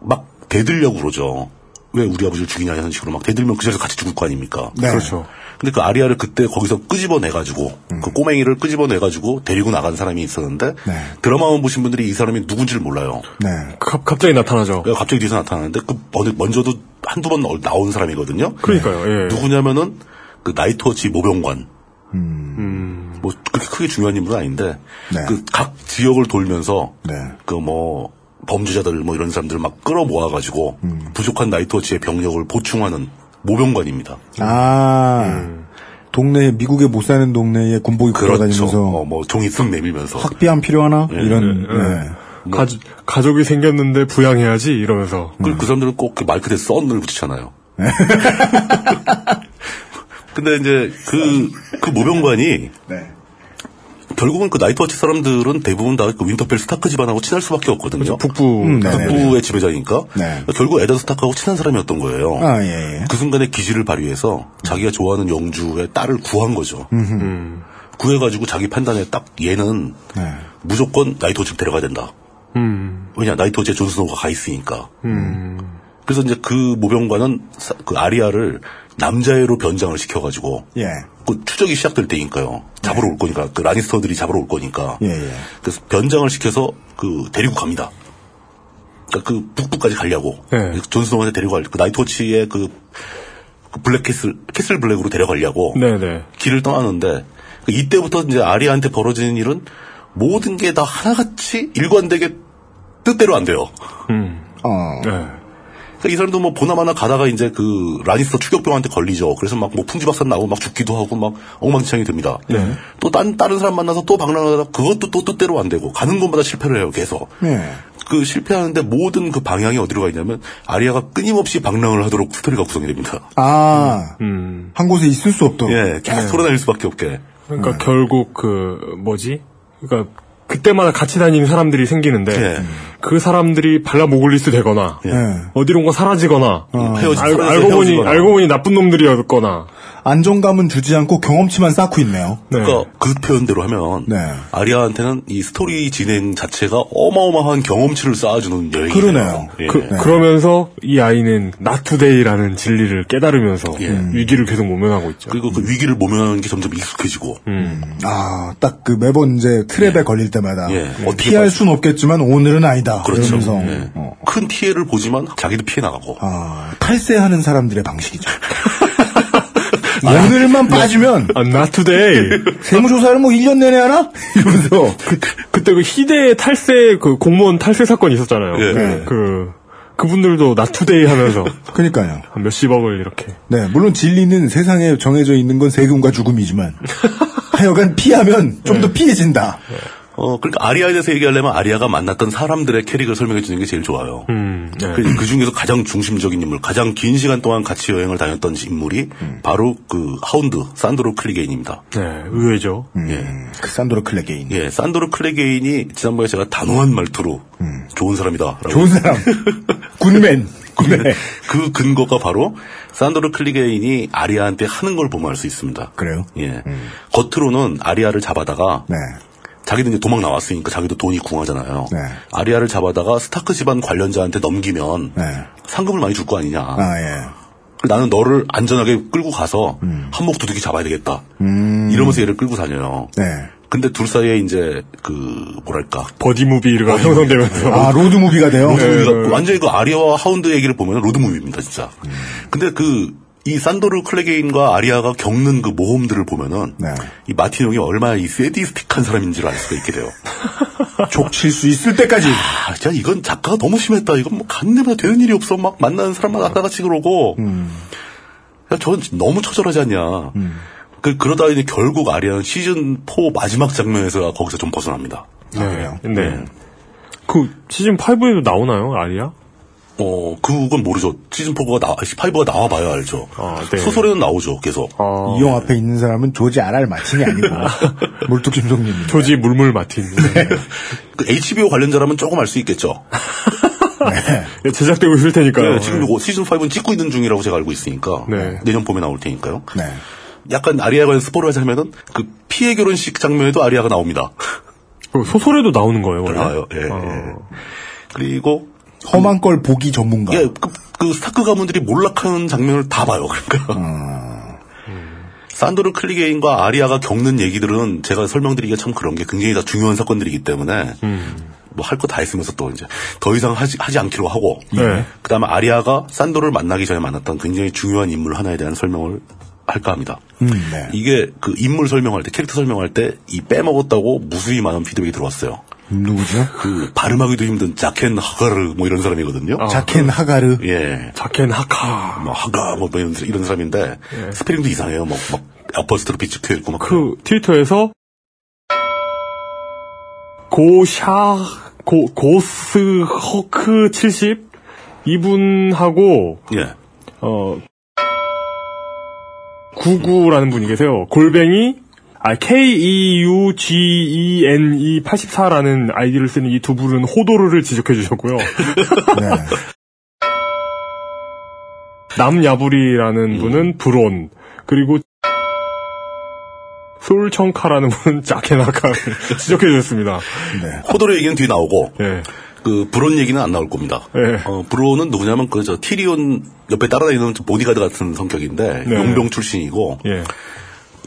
막 대들려고 그러죠. 왜 우리 아버지를 죽이냐 이런 식으로 막 대들면 그 자리에서 같이 죽을 거 아닙니까?
네.
그렇죠.
근데 그 아리아를 그때 거기서 끄집어내가지고
음.
그 꼬맹이를 끄집어내가지고 데리고 나간 사람이 있었는데
네.
드라마만 보신 분들이 이 사람이 누군지를 몰라요.
네.
그 갑- 갑자기 나타나죠.
그러니까 갑자기 뒤에서 나타나는데 그 어느 먼저도 한두 번 나- 나온 사람이거든요. 네.
그러니까요, 예.
누구냐면은 그 나이트워치 모병관.
음.
뭐 그렇게 크게 중요한 인물은 아닌데
네.
그 각 지역을 돌면서
네.
그 뭐 범죄자들 뭐 이런 사람들을 막 끌어 모아가지고
음.
부족한 나이트워치의 병력을 보충하는 모병관입니다.
아. 동네에 미국에 못 사는 동네에 군복이 걸어
예. 그렇죠.
다니면서
어, 예. 뭐 종이 쓱 내밀면서
학비 안 필요하나 이런. 네.
가족, 가족이 생겼는데 부양해야지 이러면서.
음.
그, 그 사람들은 꼭 그 마이크에 썬을 붙이잖아요. 근데 이제 그, 그 모병관이
네.
결국은 그 나이트워치 사람들은 대부분 다 그 윈터펠 스타크 집안하고 친할 수밖에 없거든요.
북부
음, 네.
북부의 지배자니까 그러니까
네.
결국 에더 스타크하고 친한 사람이었던 거예요.
아 예. 예.
그 순간에 기지를 발휘해서 자기가 좋아하는 영주의 딸을 구한 거죠. 구해가지고 자기 판단에 딱 얘는
네.
무조건 나이트워치 데려가야 된다.
음.
왜냐 나이트워치에 존스노가 가 있으니까. 그래서 이제 그 모병관은 사- 그 아리아를 남자애로 변장을 시켜가지고
예.
그 추적이 시작될 때니까요. 잡으러 올 거니까 그 라니스터들이 잡으러 올 거니까.
예, 예.
그래서 변장을 시켜서 그 데리고 갑니다. 그러니까 그 북부까지 가려고
예.
존스노한테 데리고 갈, 그 나이트워치의 그, 그 블랙 캐슬 캐슬 블랙으로 데려가려고
네네.
길을 떠나는데 그 이때부터 이제 아리한테 벌어지는 일은 모든 게 다 하나같이 일관되게 뜻대로 안 돼요.
어.
네.
그러니까 이 사람도 뭐 보나마나 가다가 이제 그 라니스터 추격병한테 걸리죠. 그래서 막 뭐 풍지박산 나고 막 죽기도 하고 막 엉망진창이 됩니다.
네.
또 딴, 다른 사람 만나서 또 방랑하다가 그것도 또 뜻대로 안 되고 가는 곳마다 실패를 해요. 계속.
예.
그 실패하는데 모든 그 방향이 어디로 가 있냐면 아리아가 끊임없이 방랑을 하도록 스토리가 구성이 됩니다.
아. 한 곳에 있을 수
어.
없도록.
음. 예, 계속
네.
돌아다닐 수밖에 없게.
그러니까 결국 그 뭐지? 그러니까 그때마다 같이 다니는 사람들이 생기는데
예.
그 사람들이 발라모글리스 되거나
예.
예.
어디론가 사라지거나
헤어지-
알,
사라져서
알고 보니
헤어지거나.
알고 보니 나쁜 놈들이었거나
안정감은 주지 않고 경험치만 쌓고 있네요.
네.
그러니까 그 표현대로 하면
네.
아리아한테는 이 스토리 진행 자체가 어마어마한 경험치를 쌓아주는 여행이에요.
그러네요.
예.
그, 러면서이 아이는 나투데이라는 진리를 깨달으면서
예.
음.
위기를 계속 모면하고 있죠.
그리고 그 위기를 모면하는 게 점점 익숙해지고
아, 딱 그 매번 이제 트랩에 걸릴 때마다 뭐
예. 어떻게
피할
빠지-
순 없겠지만 오늘은 아니다.
그렇죠.
이러면서
예.
어.
큰 피해를 보지만 자기도 피해 나가고
아, 탈세하는 사람들의 방식이죠.
아.
오늘만 빠지면
아, 나투데이.
예.
세무조사를 뭐 1년 내내 하나? 이러면서
그때 그 희대의 탈세 그 공무원 탈세 사건 이 있었잖아요.
예.
네.
그 그분들도 나투데이 하면서
그러니까요.
한 몇십억을 이렇게
네, 물론 진리는 세상에 정해져 있는 건 세금과 죽음이지만 하여간 피하면 좀
예.
더 피해진다.
어 그러니까 아리아에 대해서 얘기하려면 아리아가 만났던 사람들의 캐릭을 설명해 주는 게 제일 좋아요.
음, 네.
그, 그 중에서 가장 중심적인 인물, 가장 긴 시간 동안 같이 여행을 다녔던 인물이
음.
바로 그 하운드 산드로 클리게인입니다.
네, 의외죠.
예.
그 산도르 클레게인.
예, 산드로 클리게인이 지난번에 제가 단호한 말투로 좋은 사람이다라고
음. 좋은 사람. 굿맨.
예.
네.
그 근거가 바로 산드로 클리게인이 아리아한테 하는 걸 보면 알 수 있습니다.
그래요? 음.
예. 겉으로는 아리아를 잡아다가
네.
자기도 이제 도망 나왔으니까 자기도 돈이 궁하잖아요.
네.
아리아를 잡아다가 스타크 집안 관련자한테 넘기면
네.
상금을 많이 줄 거 아니냐.
아, 예.
그리고 나는 너를 안전하게 끌고 가서
음.
한몫 두둑이 잡아야 되겠다. 이러면서 얘를 끌고 다녀요.
네.
근데 둘 사이에 이제 그 뭐랄까
버디 무비가 어, 형성되면서
아, 로드무비가 돼요?
네,
로드무비가 완전히 그 아리아와 하운드 얘기를 보면 로드무비입니다, 진짜.
음.
근데 그, 이 산도르 클레게인과 아리아가 겪는 그 모험들을 보면은,
네.
이 마틴 형이 얼마나 이 세디스틱한 사람인지를 알 수가 있게 돼요.
족칠 수 있을 때까지.
아, 진짜 이건 작가가 너무 심했다. 이건 뭐 간내보다 되는 일이 없어. 막 만나는 사람마다 아까같이 그러고,
음.
야, 저는 진짜 너무 처절하지 않냐. 그, 그러다 이제 결국 아리아는 시즌4 마지막 장면에서 거기서 좀 벗어납니다.
아, 그래요?
네. 그 시즌 5에도 나오나요, 아리아?
어, 그건 모르죠. 시즌4가 나, 5가 나와봐야 알죠.
아, 네.
소설에는 나오죠, 계속.
아,
이영 앞에 있는 사람은 조지 아랄 마틴이 아니고 물뚝 김성님.
조지 물물 마틴.
그 HBO 관련자라면 조금 알 수 있겠죠.
네, 제작되고 있을 테니까요.
네, 지금 요거 시즌5는 찍고 있는 중이라고 제가 알고 있으니까.
네.
내년 봄에 나올 테니까요.
네.
약간 아리아 관련 스포를 하자면은 그 피해 결혼식 장면에도 아리아가 나옵니다.
그 소설에도 나오는 거예요, 어. 원래.
나와요. 예, 예. 그리고
험한 걸 보기 전문가. 음,
예, 그, 그 스타크 가문들이 몰락하는 장면을 다 봐요. 그러니까. 산도르 클리게인과 아리아가 겪는 얘기들은 제가 설명드리기가 참 그런 게 굉장히 다 중요한 사건들이기 때문에 뭐 할 거 다 했으면서 또 이제 더 이상 하지, 하지 않기로 하고
네.
그다음에 아리아가 산도를 만나기 전에 만났던 굉장히 중요한 인물 하나에 대한 설명을 할까 합니다.
음, 네.
이게 그 인물 설명할 때 캐릭터 설명할 때 이 빼먹었다고 무수히 많은 피드백이 들어왔어요.
음, 누구죠?
그 발음하기도 힘든 자켄 하가르 뭐 이런 사람이거든요.
자켄 하가르.
예.
자켄 하카.
뭐 하가 뭐 이런, 이런 사람인데
예.
스페링도 이상해요. 막, 막 아퍼스트로 비축혀 있고 막
그 트위터에서 고샤 고 고스 허크 70 이분하고
예.
어 구구라는 분이 계세요. 골뱅이 아 K E U G E N E 84라는 아이디를 쓰는 이 두 분은 호도르를 지적해 주셨고요.
네.
남야부리라는
음.
분은 브론 그리고 솔청카라는 분은 자케나카를 지적해 주셨습니다.
호도르 얘기는 뒤에 나오고
예.
그 브론 얘기는 안 나올 겁니다.
예.
어, 브론은 누구냐면 그 저 티리온 옆에 따라다니는 저 보디가드 같은 성격인데
네.
용병 출신이고
예.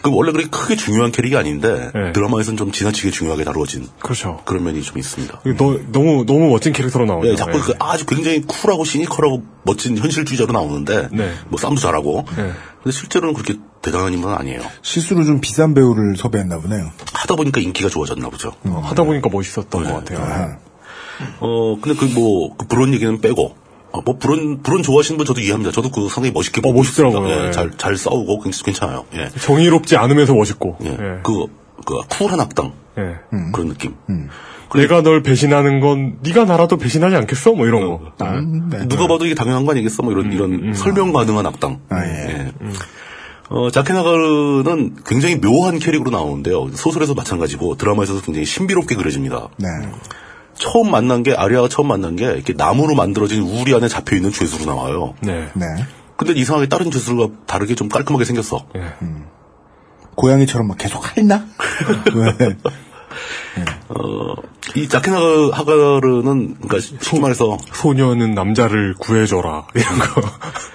그 원래 그렇게 크게 중요한 캐릭이 아닌데
예.
드라마에서는 좀 지나치게 중요하게 다루어진
그렇죠.
그런 면이 좀 있습니다.
이거 너, 너무 너무 멋진 캐릭터로 나오죠.
예, 자꾸 그 아주 굉장히 쿨하고 시니컬하고 멋진 현실주의자로 나오는데
네.
뭐 싸움도 잘하고
예.
근데 실제로는 그렇게 대단한 인물은 아니에요.
실수로 좀 비싼 배우를 섭외했나 보네요.
하다 보니까 인기가 좋아졌나 보죠.
하다 보니까 멋있었던 것
네.
같아요.
아,
어 근데 그 뭐 그 브론 얘기는 빼고 어, 뭐 브론 브론 좋아하시는 분 저도 이해합니다. 저도 그 상당히 멋있게 보고
멋있더라고요.
있습니다.
예.
예, 잘, 잘 싸우고 굉장히 괜찮아요. 예.
정의롭지 않으면서 멋있고.
예.
예.
그, 그 쿨한 악당
예.
그런 느낌.
내가 널 배신하는 건 네가 나라도 배신하지 않겠어? 뭐 이런 거.
음, 네.
누가 봐도 이게 당연한 거 아니겠어? 뭐 이런 이런 설명 가능한 악당.
아, 예.
어, 자케나가르는 굉장히 묘한 캐릭으로 나오는데요. 소설에서 마찬가지고 드라마에서도 굉장히 신비롭게 그려집니다.
네.
처음 만난 게 아리아가 처음 만난 게 이렇게 나무로 만들어진 우리 안에 잡혀 있는 죄수로 나와요.
네.
네.
근데 이상하게 다른 죄수가 다르게 좀 깔끔하게 생겼어.
예.
고양이처럼 막 계속 할나? 왜?
어, 이 자케나가르는 그러니까 쉽게 말해서
소녀는 남자를 구해줘라 이런 거.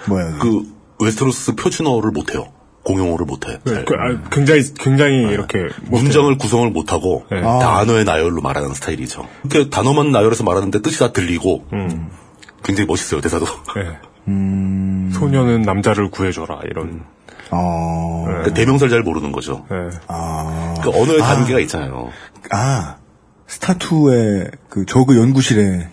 뭐야. 그,
그 웨스테로스 표준어를 못해요. 공용어를 못해.
네. 그, 아, 굉장히 굉장히 이렇게 뭐-
문장을 구성을 못하고
네.
아.
단어의 나열로 말하는 스타일이죠. 그 단어만 나열해서 말하는데 뜻이 다 들리고
음.
굉장히 멋있어요 대사도.
예. 소녀는 남자를 구해줘라 이런.
음, 어,
그러니까 대명사를 잘 모르는 거죠.
예.
아,
그 언어의 단계가 있잖아요.
아, 스타투의 그 저그 연구실에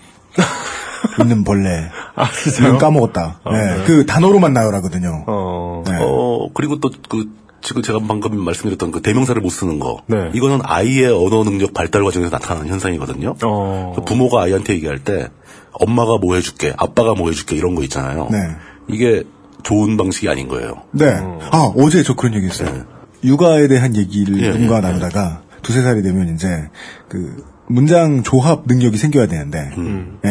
있는 벌레.
아
이름
진짜요?
까먹었다. 네. 그 단어로만 나열하거든요.
어.
네.
아, 어 그리고 또 그 지금 제가 방금 말씀드렸던 그 대명사를 못 쓰는 거.
네.
이거는 아이의 언어 능력 발달 과정에서 나타나는 현상이거든요.
어.
그 부모가 아이한테 얘기할 때 엄마가 뭐 해줄게, 아빠가 뭐 해줄게 이런 거 있잖아요.
네.
이게 좋은 방식이 아닌 거예요.
네. 아, 어제 저 그런 얘기 했어요. 육아에 대한 얘기를
예,
누군가
예,
나누다가 두세 살이 되면 이제 그 문장 조합 능력이 생겨야 되는데,
음.
예.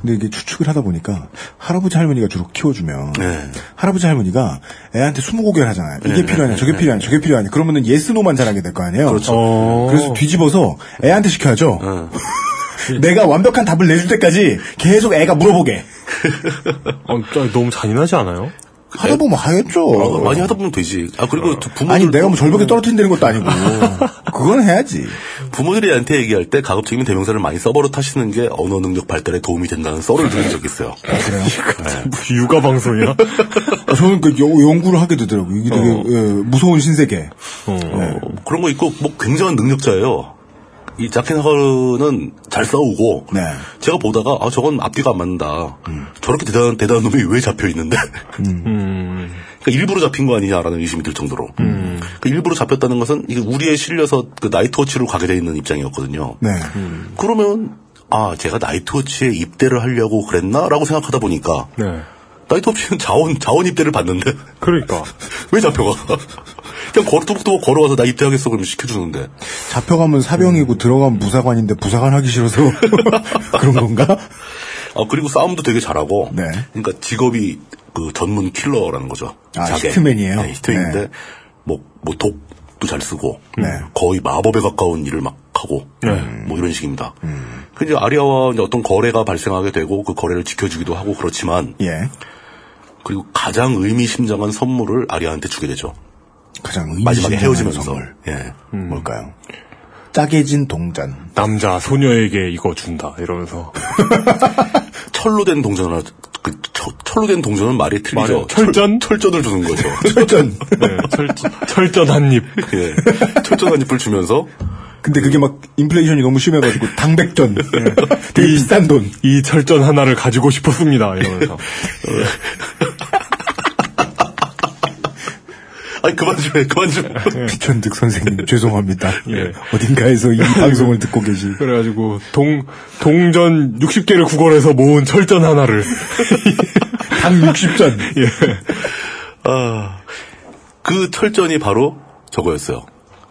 근데 이게 추측을 하다 보니까 할아버지 할머니가 주로 키워주면
네.
할아버지 할머니가 애한테 스무고개를 하잖아요. 이게
예,
필요하냐,
예,
저게
예,
필요하냐, 저게 필요하냐. 그러면은 예스노만 잘하게 될 거 아니에요.
그렇죠.
어.
그래서 뒤집어서 애한테 시켜야죠.
어.
내가 완벽한 답을 내줄 때까지 계속 애가 물어보게.
어, 저- 너무 잔인하지 않아요?
하다 보면 하겠죠.
어, 많이 하다 보면 되지. 아 그리고 저 부모들
아니 내가 뭐
음.
절벽에 떨어뜨린다는 것도 아니고 그건 해야지.
부모들이 한테 얘기할 때 가급적이면 대명사를 많이 써버릇 하시는 게 언어 능력 발달에 도움이 된다는 썰을 들은 적이 있어요.
육아 방송이야?
저는 그 여- 연구를 하게 되더라고요. 이게 되게 예, 무서운 신세계. 네.
어, 그런 거 있고 뭐 굉장한 능력자예요. 이 자켄하가는 잘 싸우고
네. 음.
제가 보다가 아 저건 앞뒤가 안 맞는다. 저렇게 대단한 대단한 놈이 왜 잡혀 있는데?
음.
그러니까 일부러 잡힌 거 아니냐라는 의심이 들 정도로. 그 일부러 잡혔다는 것은 이게 우리에 실려서 그 나이트워치로 가게 돼 있는 입장이었거든요.
네.
음. 그러면 아 제가 나이트워치에 입대를 하려고 그랬나라고 생각하다 보니까
네.
나이트워치는 자원 자원 입대를 받는데
그러니까.
왜 잡혀가? 그냥 걸어 뚜벅뚜벅 걸어와서 나 입대하겠어 그러면 시켜주는데
잡혀가면
음.
사병이고 들어가면 부사관인데 부사관 하기 싫어서 그런 건가?
아 그리고 싸움도 되게 잘하고
네.
그러니까 직업이 그 전문 킬러라는 거죠.
아, 히트맨이에요?
네, 히트맨인데
네.
뭐 뭐 독도 잘 쓰고
네.
거의 마법에 가까운 일을 막 하고 뭐 이런 식입니다.
음.
그 이제 아리아와 이제 어떤 거래가 발생하게 되고 그 거래를 지켜주기도 하고 그렇지만
예.
그리고 가장 의미심장한 선물을 아리아한테 주게 되죠.
가장
마지막에
의미심장한
헤어지면서
선물. 음.
예.
뭘까요? 짜게진 동전.
남자 소녀에게 이거 준다 이러면서
철로 된 동전을 하나- 그 철, 철로 된 동전은 말이
맞아요.
틀리죠.
철전?
철, 전을 주는 거죠.
철전.
네, 철, 철전 한입
예. 철전 한 입을 주면서
근데 그게 막 인플레이션이 너무 심해가지고 당백전. 예. 되게 비싼 돈.
이 철전 하나를 가지고 싶었습니다 이러면서
아니 그만 좀 해, 그만 좀.
예. 피천득 선생님 죄송합니다.
예.
어딘가에서 이 방송을 듣고 계시.
그래가지고 동 동전 60개를 구걸해서 모은 철전 하나를 예.
당 60전.
그 철전이 바로 저거였어요.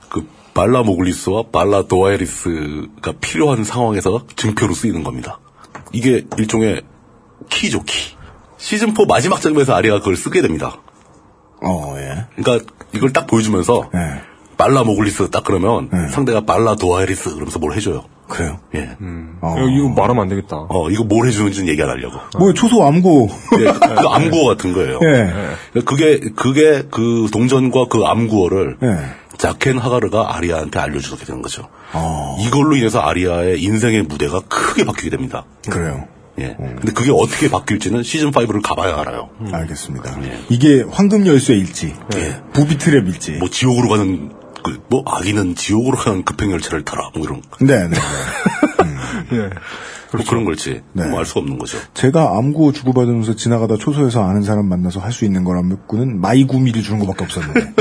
그 발라 모글리스와 발라 도아에리스가 필요한 상황에서 증표로 쓰이는 겁니다. 이게 일종의 키죠 키. 시즌 4 마지막 장면에서 아리아가 그걸 쓰게 됩니다.
어, 예.
그러니까 이걸 딱 보여주면서
네.
발라 모글리스 딱 그러면 상대가 발라 도아에리스 그러면서 뭘 해줘요.
그래요?
예.
어.
야, 이거 말하면 안 되겠다.
어, 이거 뭘 해주는지는 얘기 안 하려고.
뭐 초소 암고.
예, 그 암구어 같은 거예요.
예.
그게, 그게 그 동전과 그 암구어를
예.
자켄 하가르가 아리아한테 알려주게 되는 거죠.
어,
이걸로 인해서 아리아의 인생의 무대가 크게 바뀌게 됩니다.
그래요.
예. 근데 그게 어떻게 바뀔지는 시즌5를 가봐야 알아요.
음. 알겠습니다.
예.
이게 황금 열쇠일지,
예.
부비트랩일지.
뭐 지옥으로 가는, 그, 뭐 아기는 지옥으로 가는 급행열차를 타라. 뭐 이런,
네, 네.
예.
뭐 그런 걸지.
네.
뭐 알 수가 없는 거죠.
제가 암구 주고받으면서 지나가다 초소에서 아는 사람 만나서 할 수 있는 거라면 그는 마이구미를 주는 것밖에 없었는데.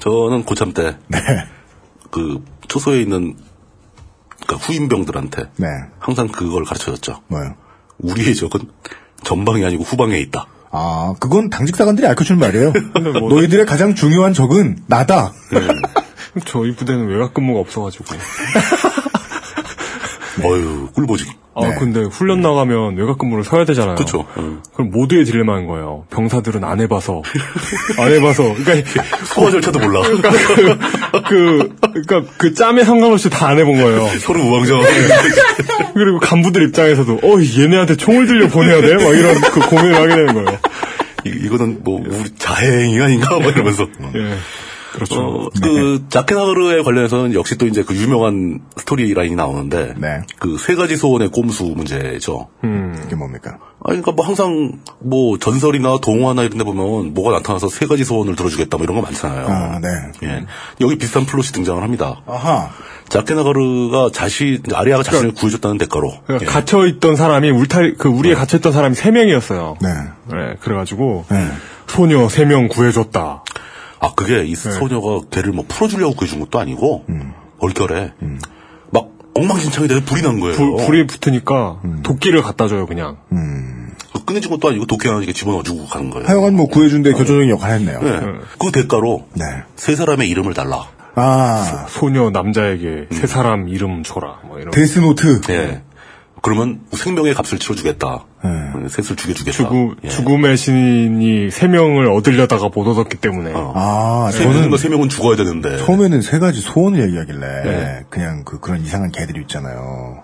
저는 고참 때,
네.
그, 초소에 있는, 그니까 후임병들한테
네.
항상 그걸 가르쳐줬죠.
뭐요?
우리의 적은 전방이 아니고 후방에 있다.
아, 그건 당직사관들이 알려준 말이에요. 너희들의 가장 중요한 적은 나다.
저희 부대는 외곽 근무가 없어가지고. 네.
어휴, 꿀보직.
아, 근데 훈련 나가면 외곽 근무를 서야 되잖아요.
그쵸. 음.
그럼 모두의 딜레마인 거예요. 병사들은 안 해봐서. 안 해봐서. 그러니까
소화 절차도 몰라.
그, 그니까 그 짬에 상관없이 다 안 해본 거예요.
서로 우왕좌왕.
그리고 간부들 입장에서도, 어, 얘네한테 총을 들려 보내야 돼? 막 이런 그 고민을 하게 되는 거예요.
이- 이거는 뭐, 우리 자해행위 아닌가? 막 이러면서.
예. 그렇죠.
어, 그, 자케나그르에 관련해서는 역시 또 이제 그 유명한 스토리 라인이 나오는데.
네.
그 세 가지 소원의 꼼수 문제죠.
음.
이게 뭡니까?
아니, 그러니까 뭐 항상 뭐 전설이나 동화나 이런 데 보면 뭐가 나타나서 세 가지 소원을 들어주겠다 뭐 이런 거 많잖아요.
아, 네.
예. 여기 비슷한 플롯이 등장을 합니다.
아하.
자케나가르가 자신, 아리아가 자신을 구해줬다는 대가로.
그러니까
예.
갇혀있던 사람이, 울탈, 그, 우리에 갇혀있던 사람이 세명이었어요
네.
네, 그래가지고,
네.
소녀 세 명 구해줬다.
아, 그게 이 소녀가 걔를 뭐 풀어주려고 구해준 것도 아니고, 얼결에, 막 엉망진창이 돼서 불이 난 거예요.
불, 불이 붙으니까, 도끼를 갖다 줘요, 그냥.
그 끊어진 것도 아니고 도끼 하나 이렇게 집어넣어주고 가는 거예요.
하여간 뭐 구해준데 교조적인 역할을 했네요.
예. 그 대가로,
네.
세 사람의 이름을 달라.
아,
소녀 남자에게 세 사람 이름 줘라. 뭐 이런.
데스노트.
예. 그러면 생명의 값을 치러주겠다. 네,
예.
셋을 죽여주겠다.
죽음,
예.
죽음의 신이 세 명을 얻으려다가 못 얻었기 때문에.
아,
세 명인
저는
거세 명은 죽어야 되는데.
처음에는 세 가지 소원을 얘기하길래 그냥 그 그런 이상한 개들이 있잖아요.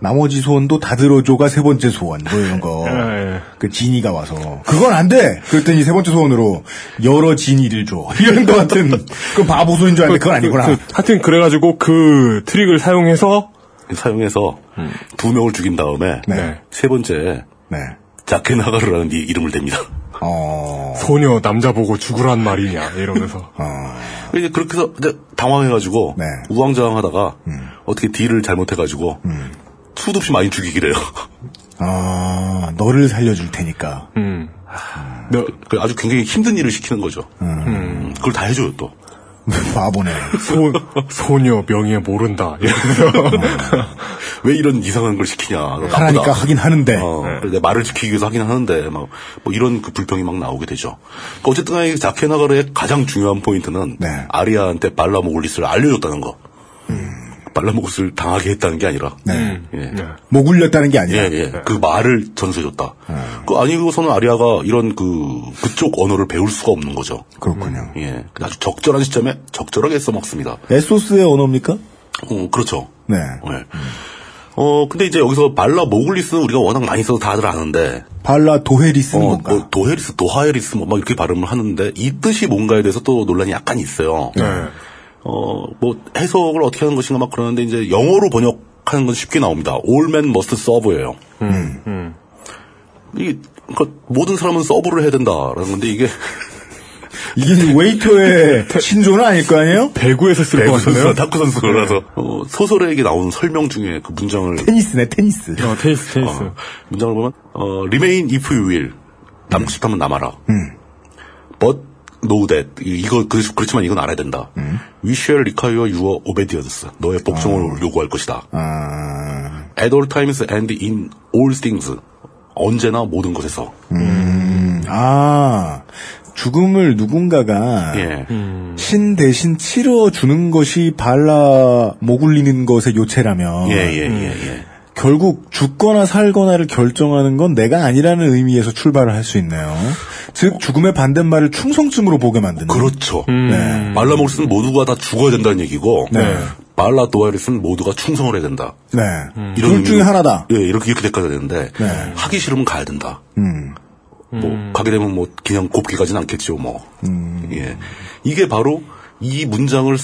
나머지 소원도 다 들어줘가 세 번째 소원 뭐 이런 거.
예, 예.
그 지니가 와서 그건 안 돼. 그랬더니 세 번째 소원으로 여러 지니를 줘 이런 것 같은 그 바보 소인 줄 알았는데 그건 아니구나.
그, 그, 하여튼 그래가지고 그 트릭을 사용해서
사용해서 두 명을 죽인 다음에,
네.
세 번째,
네.
자케나가르라는 이- 이름을 댑니다.
어.
소녀 남자 보고 죽으란 말이냐 이러면서
어,
이제 그렇게 해서 이제 당황해가지고
네. 음.
우왕좌왕 하다가 어떻게 딜을 잘못해가지고 수도 없이 많이 죽이기래요.
아, 너를 살려줄 테니까. 네.
너,
그 아주 굉장히 힘든 일을 시키는 거죠. 음, 그걸 다 해줘요 또.
바보네.
소, 소녀 명예 모른다 이러면서
왜 이런 이상한 걸 시키냐.
하라니까 네.
나쁘다.
하긴 하는데.
어, 내 말을 지키기 위해서 하긴 하는데 막 뭐 이런 그 불평이 막 나오게 되죠. 그 어쨌든 간에 자케나가르의 가장 중요한 포인트는
네.
아리아한테 발라모글리스를 알려줬다는 거.
음.
발라모글리스를 당하게 했다는 게 아니라.
네.
예.
못 굴렸다는 게
예,
아니라.
예. 그 말을 전수해줬다. 그, 아니, 그서는 아리아가 이런 그, 그쪽 언어를 배울 수가 없는 거죠.
그렇군요.
예. 근데 아주 적절한 시점에 적절하게 써먹습니다.
에소스의 언어입니까?
어, 그렇죠.
네.
예. 어, 근데 이제 여기서 발라 모글리스는 우리가 워낙 많이 써서 다들 아는데,
발라 도헤리 쓰는
어,
건가?
뭐 도헤리스, 도하헤리스, 뭐, 막 이렇게 발음을 하는데, 이 뜻이 뭔가에 대해서 또 논란이 약간 있어요. 어, 뭐, 해석을 어떻게 하는 것인가 막 그러는데, 이제 영어로 번역하는 건 쉽게 나옵니다. All men must serve예요. 음. 이게, 그러니까 모든 사람은 서브를 해야 된다라는 건데, 이게,
이게 웨이터의 신조는 아닐 거 아니에요?
배구에서 쓸 것 같은데요?
어, 선수가 탁구 선수라서, 어, 소설에게 나오는 설명 중에 그 문장을,
테니스네, 테니스.
어, 테니스 테니스
어, 문장을 보면, 어, remain if you will. 남고 싶다면 남아라. but know that. 이- 이거, 그, 그렇지만 이건 알아야 된다. we shall require your obedience. 너의 복종을 요구할 것이다.
아,
at all times and in all things. 언제나 모든 곳에서.
음, 아, 죽음을 누군가가
예.
신 대신 치러주는 것이 발라 목 울리는 것의 요체라면
예, 예, 예, 예.
결국 죽거나 살거나를 결정하는 건 내가 아니라는 의미에서 출발을 할 수 있네요. 즉 죽음의 반대말을 충성쯤으로 보게 만드는
그렇죠. 말라모스는 모두가 다 죽어야 된다는 얘기고, 말라 도와리스는 모두가 충성을 해야 된다.
네.
이런
둘 중에
의미로-
하나다.
예, 이렇게 이렇게 될까지 되는데
네.
하기 싫으면 가야 된다.
음.
뭐 가게 되면 뭐 그냥 곱게 가진 않겠죠, 뭐. 예, 이게 바로 이 문장을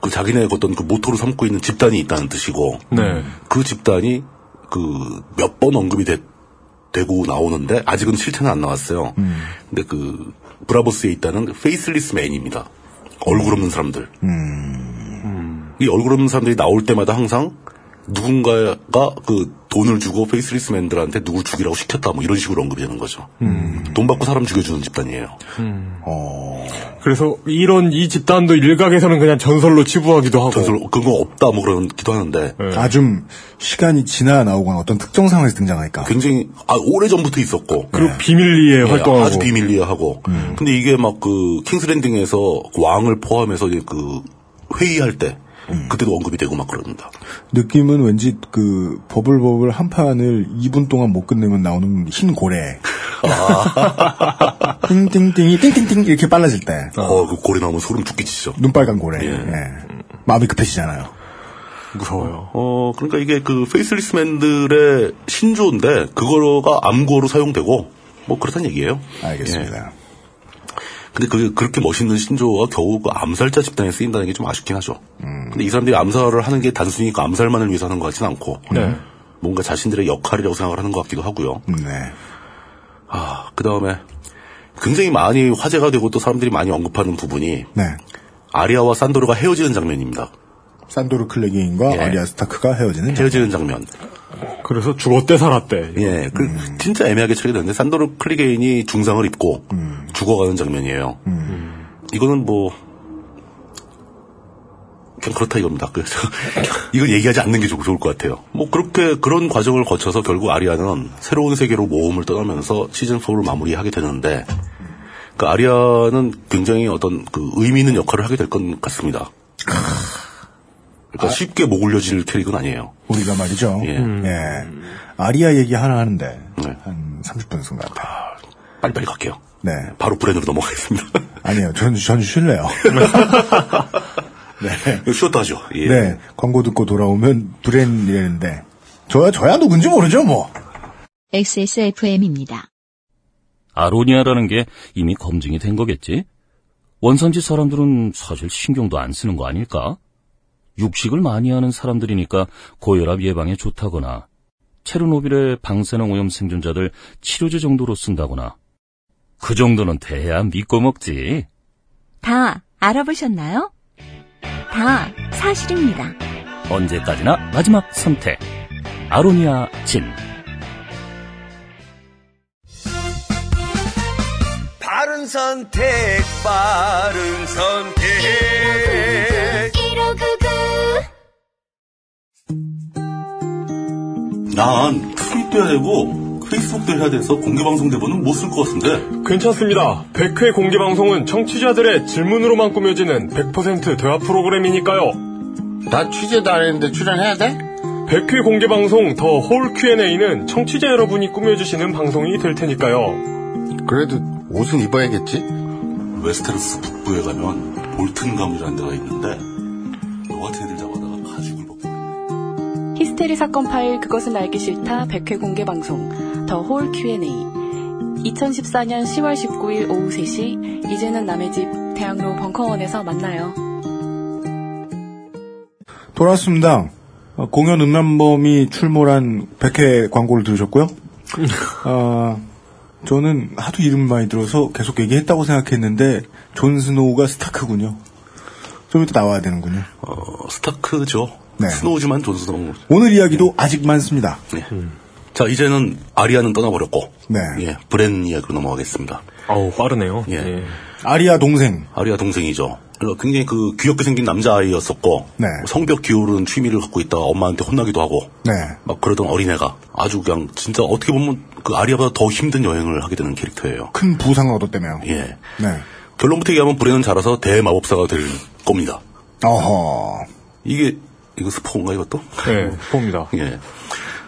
그 자기네 어떤 그 모토로 삼고 있는 집단이 있다는 뜻이고,
네.
그 집단이 그 몇 번 언급이 되, 고 나오는데 아직은 실체는 안 나왔어요. 근데 그 브라보스에 있다는 페이스리스 맨입니다. 얼굴 없는 사람들. 이 얼굴 없는 사람들이 나올 때마다 항상 누군가가 그 돈을 주고 페이스리스 맨들한테 누굴 죽이라고 시켰다 뭐 이런 식으로 언급이 되는 거죠.
음.
돈 받고 사람 죽여주는 집단이에요.
그래서 이런 이 집단도 일각에서는 그냥 전설로 치부하기도 하고.
전설 그거 없다 뭐 그런기도 하는데
네.
아, 좀, 시간이 지나 나오거나 어떤 특정 상황에서 등장하니까.
굉장히 아, 오래 전부터 있었고
그리고 비밀리에
예,
활동하고. 음.
아주 비밀리하고. 근데 이게 막 그 킹스랜딩에서 그 왕을 포함해서 이제 그 회의할 때
음.
그때도 언급이 되고 막 그럽니다.
느낌은 왠지 그, 버블버블 한 판을 2분 동안 못 끝내면 나오는 흰 고래. 아. 띵띵띵이, 띵띵띵 이렇게 빨라질 때.
아.
어, 그 고래 나오면 소름 돋끼치죠.
눈빨간 고래. 예. 마음이 급해지잖아요.
무서워요.
어, 그러니까 이게 그 페이스리스맨들의 신조인데 그거가 암고로 사용되고 뭐 그렇다는 얘기예요.
알겠습니다.
근데 그게 그렇게 멋있는 신조어가 겨우 그 암살자 집단에 쓰인다는 게 좀 아쉽긴 하죠.
음.
근데 이 사람들이 암살을 하는 게 단순히 그 암살만을 위해서 하는 것 같진 않고 뭔가 자신들의 역할이라고 생각을 하는 것 같기도 하고요.
네.
아, 그 다음에 굉장히 많이 화제가 되고 또 사람들이 많이 언급하는 부분이
네.
아리아와 산도르가 헤어지는 장면입니다.
산도르 클레게인과
예.
아리아 스타크가 헤어지는
헤어지는 장면.
그래서 죽었대 살았대.
예, 그 진짜 애매하게 처리되는데 산도르 클리게인이 중상을 입고 죽어가는 장면이에요. 이거는 뭐 그냥 그렇다 이겁니다. 그래서 이걸 얘기하지 않는 게 좋- 좋을 것 같아요. 뭐 그렇게 그런 과정을 거쳐서 결국 아리아는 새로운 세계로 모험을 떠나면서 시즌 4를 마무리하게 되는데 그 아리아는 굉장히 어떤 그 의미 있는 역할을 하게 될 것 같습니다. 그러니까 쉽게 목 올려질 캐릭은 아니에요.
우리가 말이죠.
예.
예. 아리아 얘기 하나 하는데
네.
한 30분 순 같아요.
빨리빨리 갈게요.
네.
바로 브랜으로 넘어가겠습니다.
아니에요. 전, 전 쉴래요. 네.
쉬었다 하죠. 예.
네. 광고 듣고 돌아오면 브랜이라는데 저야 저야 누군지 모르죠 뭐.
XSFM입니다.
아로니아라는 게 이미 검증이 된 거겠지? 원산지 사람들은 사실 신경도 안 쓰는 거 아닐까? 육식을 많이 하는 사람들이니까 고혈압 예방에 좋다거나, 체르노빌의 방사능 오염 생존자들 치료제 정도로 쓴다거나, 그 정도는 돼야 믿고 먹지.
다 알아보셨나요? 다 사실입니다.
언제까지나 마지막 선택. 아로니아 진.
바른 선택, 바른 선택.
난 트윗도 해야 되고 페이스북도 해야 돼서 공개 방송 대본은 못 쓸 것 같은데.
괜찮습니다. 100회 공개 방송은 청취자들의 질문으로만 꾸며지는 100% 대화 프로그램이니까요.
나 취재도 안 했는데 출연해야 돼?
100회 공개 방송 더 홀 Q&A는 청취자 여러분이 꾸며주시는 방송이 될 테니까요.
그래도 옷은 입어야겠지?
웨스테로스 북부에 가면 볼튼 감이라는 데가 있는데 너 같은 애들 잡아다가 가죽을 벗고
어,
있네.
히스테리 사건 파일 그것은 알기 싫다 100회 공개 방송 더 홀 Q&A 2014년 10월 19일 오후 3시 이제는 남의 집 대학로 벙커원에서 만나요.
돌아왔습니다. 어, 공연 음란범이 출몰한 100회 광고를 들으셨고요. 아, 저는 하도 이름 많이 들어서 계속 얘기했다고 생각했는데 존 스노우가 스타크군요. 좀 이따 나와야 되는군요.
어, 스타크죠.
네.
스노우즈만 존스노우.
오늘 이야기도 아직 많습니다.
예.
음.
자 이제는 아리아는 떠나버렸고.
네.
예. 브랜 이야기로 넘어가겠습니다.
아우 빠르네요.
예.
아리아 동생.
아리아 동생이죠. 그래서 굉장히 그 귀엽게 생긴 남자아이였었고
네.
성벽 기울은 취미를 갖고 있다 엄마한테 혼나기도 하고
네.
막 그러던 어린애가 아주 그냥 진짜 어떻게 보면 그 아리아보다 더 힘든 여행을 하게 되는 캐릭터예요.
큰 부상을 얻었다며요.
예.
네.
결론부터 얘기하면 브레는 자라서 대마법사가 될 겁니다.
어허.
이게, 이거 스포인가 이것도?
네, 봅니다.
예.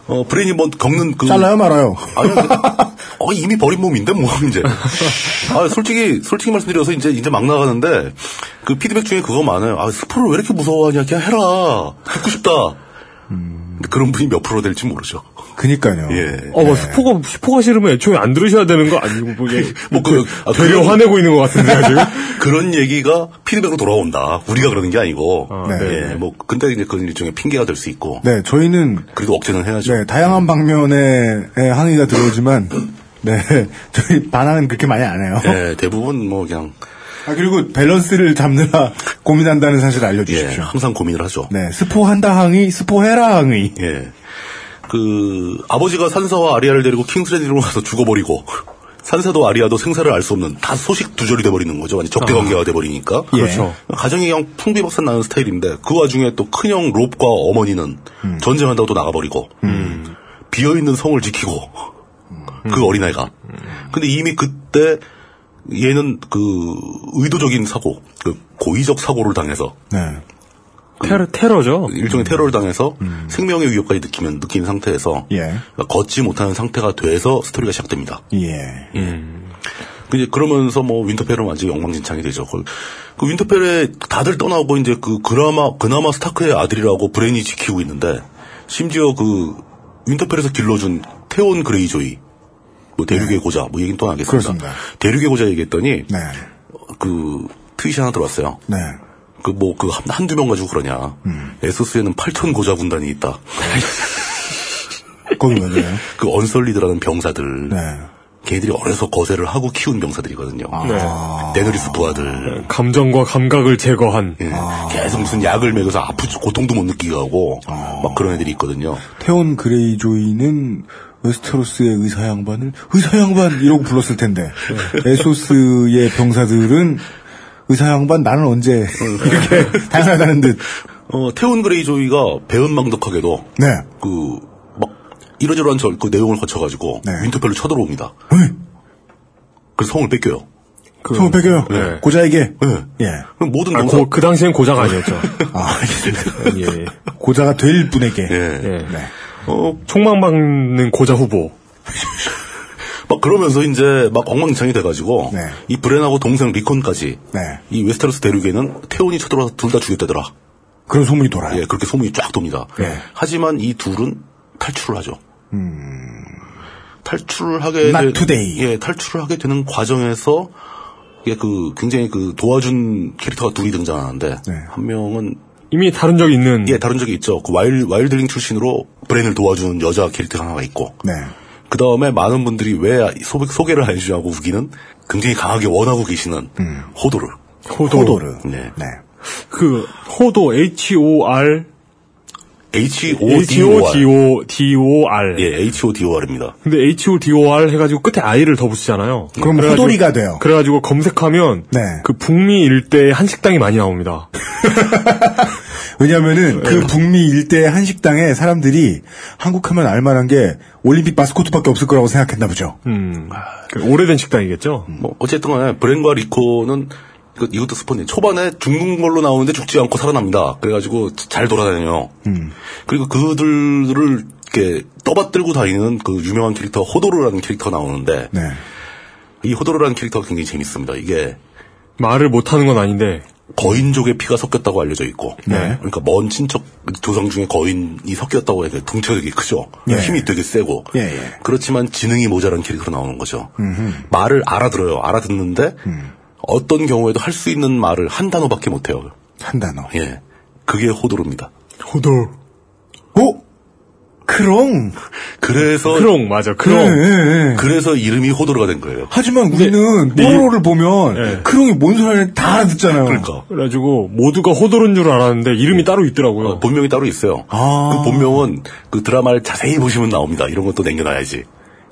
어, 브레인이 뭐 겪는 그.
잘라요 말아요.
아니, 어, 이미 버린 몸인데, 뭐, 이제. 아, 솔직히, 솔직히 말씀드려서 이제, 이제 막 나가는데, 그 피드백 중에 그거 많아요. 아, 스프를 왜 이렇게 무서워하냐. 그냥 해라. 듣고 싶다. 근데 그런 분이 몇 프로 될지 모르죠.
그니까요.
예.
어, 뭐 스포가 스포가 싫으면 애초에 안 들으셔야 되는 거 아니고 뭐 이게
뭐 그- 아,
되려
그런-
화내고 있는 것 같은데 지금.
그런 얘기가 피드백으로 돌아온다. 우리가 그러는 게 아니고.
네.
예, 뭐, 근데 이제 그건 일종의 핑계가 될 수 있고.
네, 저희는
그래도 억제는 해야죠.
네, 다양한 방면에 예, 항의가 들어오지만 네, 저희 반항은 그렇게 많이 안 해요.
예, 대부분 뭐 그냥,
아, 그리고 밸런스를 잡느라 고민한다는 사실
예,
알려주십시오.
항상 고민을 하죠.
네, 스포한다 항의, 스포해라 항의.
예. 그, 아버지가 산사와 아리아를 데리고 킹스레디로 가서 죽어버리고, 산사도 아리아도 생사를 알 수 없는 다 소식 두절이 돼버리는 거죠. 완전 적대 관계가 돼버리니까.
아. 그렇죠.
가정이 그냥 풍비박산 나는 스타일인데, 그 와중에 또 큰형 롭과 어머니는
음.
전쟁한다고 또 나가버리고, 비어있는 성을 지키고,
음.
그 어린아이가. 근데 이미 그때, 얘는 그, 의도적인 사고, 그 고의적 사고를 당해서,
네.
테러 테러죠.
음.
일종의 테러를 당해서 생명의 위협까지 느끼면 느낀 상태에서
예.
걷지 못하는 상태가 돼서 스토리가 시작됩니다.
예.
이제 그러면서 뭐 윈터펠은 완전히 엉망진창이 되죠. 그, 그 윈터펠에 다들 떠나고 이제 그 그나마 그나마 스타크의 아들이라고 브레인이 지키고 있는데 심지어 그 윈터펠에서 길러준 태온 그레이조이 뭐 대륙의 고자 뭐 얘기는 또 하겠습니다.
네. 그렇습니다.
대륙의 고자 얘기했더니
네.
그 트윗이 하나 들어왔어요.
네.
그 뭐 그 한두 명 가지고 그러냐.
음.
에소스에는 8천 고자 군단이 있다.
거기 왜 그래요?
그 언설리드라는 병사들.
네.
걔들이 어려서 거세를 하고 키운 병사들이거든요. 데너리스 부하들.
감정과 감각을 제거한
예. 계속 무슨 약을 먹여서 아프고 고통도 못 느끼게 하고 막 그런 애들이 있거든요.
태온 그레이조이는 웨스테로스의 의사 양반을 의사 양반 이러고 불렀을 텐데
예.
에소스의 병사들은 의사 양반 나는 언제
예.
이렇게 다양하다는 듯.
어, 태온 그레이조이가 배은망덕하게도
네.
그 막 이러저러한 저 그 내용을 거쳐가지고
네.
윈터펠로 쳐들어옵니다. 그래서 성을 뺏겨요.
그
성우 뺏겨요.
네.
고자에게.
네.
예.
그럼 모든
아,
병사
고, 그 당시엔 고작 아니었죠.
아,
예.
고자가 될 분에게.
예.
예.
네.
어,
총망 받는 고자 후보.
막 그러면서 이제 막 엉망진창이 돼가지고
네.
이 브렌하고 동생 리콘까지
네.
이 웨스테로스 대륙에는 태온이 쳐들어와서 둘 다 죽였다더라.
그런 소문이 돌아요.
예, 그렇게 소문이 쫙 돕니다.
예.
하지만 이 둘은 탈출을 하죠. 탈출을 하게
음. Not
된-
today.
예, 탈출을 하게 되는 과정에서 이게 그 굉장히 그 도와준 캐릭터가 둘이 등장하는데
네.
한 명은
이미 다른 적이 있는
예, 다른 적이 있죠. 그 와일 와일드링 출신으로 브렌을 도와준 여자 캐릭터가 하나가 있고
네.
그 다음에 많은 분들이 왜 소, 소개를 안 해주냐고 우기는 굉장히 강하게 원하고 계시는 호도를.
호도.
호도르.
네.
네.
그 호도 H O R
H O
H
D
O
O
D
R.
O D O R.
예, H O D O R입니다.
근데 H O D O R 해가지고 끝에 I를 더 붙이잖아요.
예, 그럼
그래가지고-
호돌이가 돼요.
그래가지고 검색하면
네.
그 북미 일대의 한식당이 많이 나옵니다.
왜냐면은 그 북미 일대 한식당에 사람들이 한국 하면 알만한 게 올림픽 마스코트밖에 없을 거라고 생각했나 보죠.
음, 그 오래된 식당이겠죠.
음.
뭐 어쨌든 간에 브렌과 리코는 그 이거- 이것도 스폰이 초반에 죽는 걸로 나오는데 죽지 않고 살아납니다. 그래가지고 잘 돌아다녀요.
음.
그리고 그들을 이렇게 떠받들고 다니는 그 유명한 캐릭터 호도르라는 캐릭터가 나오는데
네.
이 호도르라는 캐릭터가 굉장히 재밌습니다. 이게
말을 못하는 건 아닌데
거인족의 피가 섞였다고 알려져 있고,
네.
그러니까 먼 친척 조상 중에 거인이 섞였다고 해서 덩치가 되게 크죠.
예.
힘이 되게 세고,
예, 예.
그렇지만 지능이 모자란 캐릭터로 나오는 거죠. 말을 알아들어요. 알아듣는데
음.
어떤 경우에도 할 수 있는 말을 한 단어밖에 못해요.
한 단어.
예, 그게 호도로입니다.
호도
오! 어? 크롱!
그래서
어.
크롱 맞아 크롱.
예, 예, 예.
그래서 이름이 호도로가 된 거예요.
하지만 우리는
네.
뽀로로를 보면 크롱이 뭔 소리를 다 알아듣잖아요.
그러니까
그래가지고 모두가 호돌인 줄 알았는데
음.
이름이 따로 있더라고요.
뭐.
본명이 따로 있어요.
아.
그 본명은 그 드라마를 자세히 보시면 나옵니다. 이런 것도 남겨놔야지.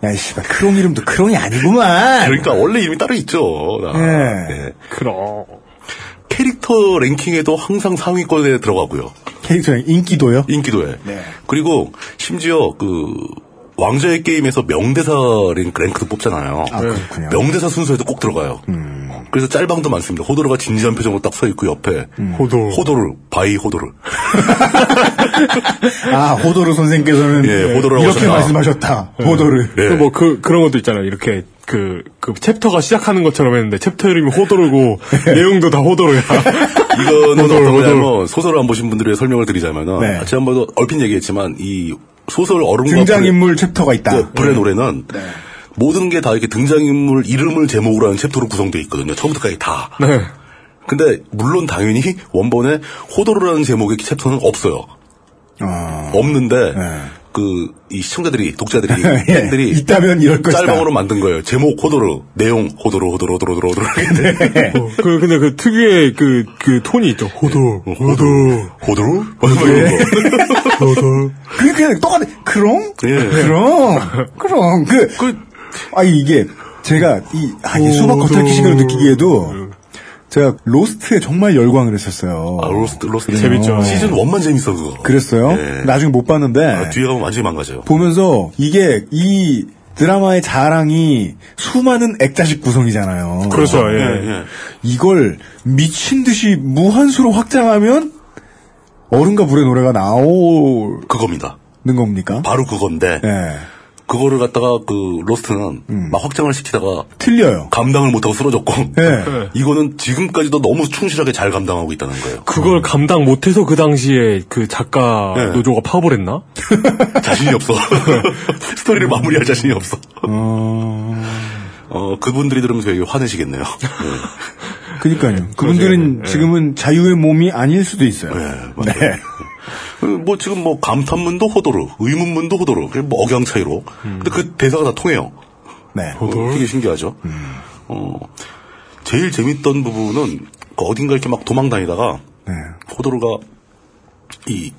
야, 씨발, 크롱 이름도 크롱이 아니구만!
그러니까 원래 이름이 따로 있죠. 나.
네. 예.
예.
크롱.
캐릭터 랭킹에도 항상 상위권에 들어가고요.
캐릭터 인기도요?
인기도에.
네.
그리고 심지어 그 왕자의 게임에서 명대사 랭- 랭크도 뽑잖아요.
네.
아, 그렇군요. 음.
명대사 순서에도 꼭 들어가요. 그래서 짤방도 많습니다. 호도르가 진지한 표정으로 딱 서 있고 옆에
음.
호도.
호도르 바이 호도르.
아, 호도르 선생께서는
예, 호도르라고
이렇게
하셨다.
말씀하셨다. 호도르.
예.
그 뭐 그 그런 것도 있잖아요. 이렇게 그, 그 챕터가 시작하는 것처럼 했는데 챕터 이름이 호도르고 내용도 다 호도르야.
이거는
호돌,
어떠냐면 소설을 안 보신 분들의 설명을 드리자면은
네.
지난번도 얼핏 얘기했지만 이 소설 얼음과
등장인물 챕터가 있다.
불의, 네, 불의 노래는 모든 게 다 이렇게 등장인물 이름을 제목으로 하는 챕터로 구성되어 있거든요. 처음부터까지 다.
네.
근데 물론 당연히 원본에 호도르라는 제목의 챕터는 없어요.
아.
없는데 그 이 시청자들이 독자들이
네. 예,
팬들이
있다면 이럴 것이다.
짤방으로 만든 거예요. 제목 호도르, 내용 호도르 호도르 호도르 호도르 호도르
네. 어, 그, 근데 그 특유의 그, 그 톤이 있죠. 호도, 호도,
호도르
예.
호도르
호도.
그게 그냥 똑같아. 그럼?
예.
그럼? 그럼? 그, 아 이게 제가 이 아, 이게 수박 겉핥기식으로 느끼기에도 제가 로스트에 정말 열광을 했었어요.
아, 로스트 로스트
재밌죠.
시즌 1만 재밌어 그거.
그랬어요.
예.
나중에 못 봤는데
아, 뒤에 가면 완전히 망가져요.
보면서 이게 이 드라마의 자랑이 수많은 액자식 구성이잖아요.
그렇죠, 예.
이걸 미친 듯이 무한수로 확장하면 어른과 불의 노래가 나오는
그겁니다.
겁니까?
바로 그건데
예.
그거를 갖다가 그 로스트는 막 확장을 시키다가
틀려요.
감당을 못하고 쓰러졌고
예.
이거는 지금까지도 너무 충실하게 잘 감당하고 있다는 거예요.
그걸 감당 못해서 그 당시에 그 작가
네.
노조가 파업을 했나?
자신이 없어. 스토리를 마무리할 자신이 없어. 어, 그분들이 들으면 되게 화내시겠네요. 네.
그니까요. 그분들은 지금은 자유의 몸이 아닐 수도 있어요.
네, 맞아요. 어, 뭐 지금 뭐 감탄문도 호도르, 의문문도 호도르, 그게 뭐 억양 차이로. 근데 그 대사가 다 통해요.
네.
어, 되게 신기하죠. 어, 제일 재밌던 부분은 그 어딘가 이렇게 막 도망다니다가
네.
호도르가 이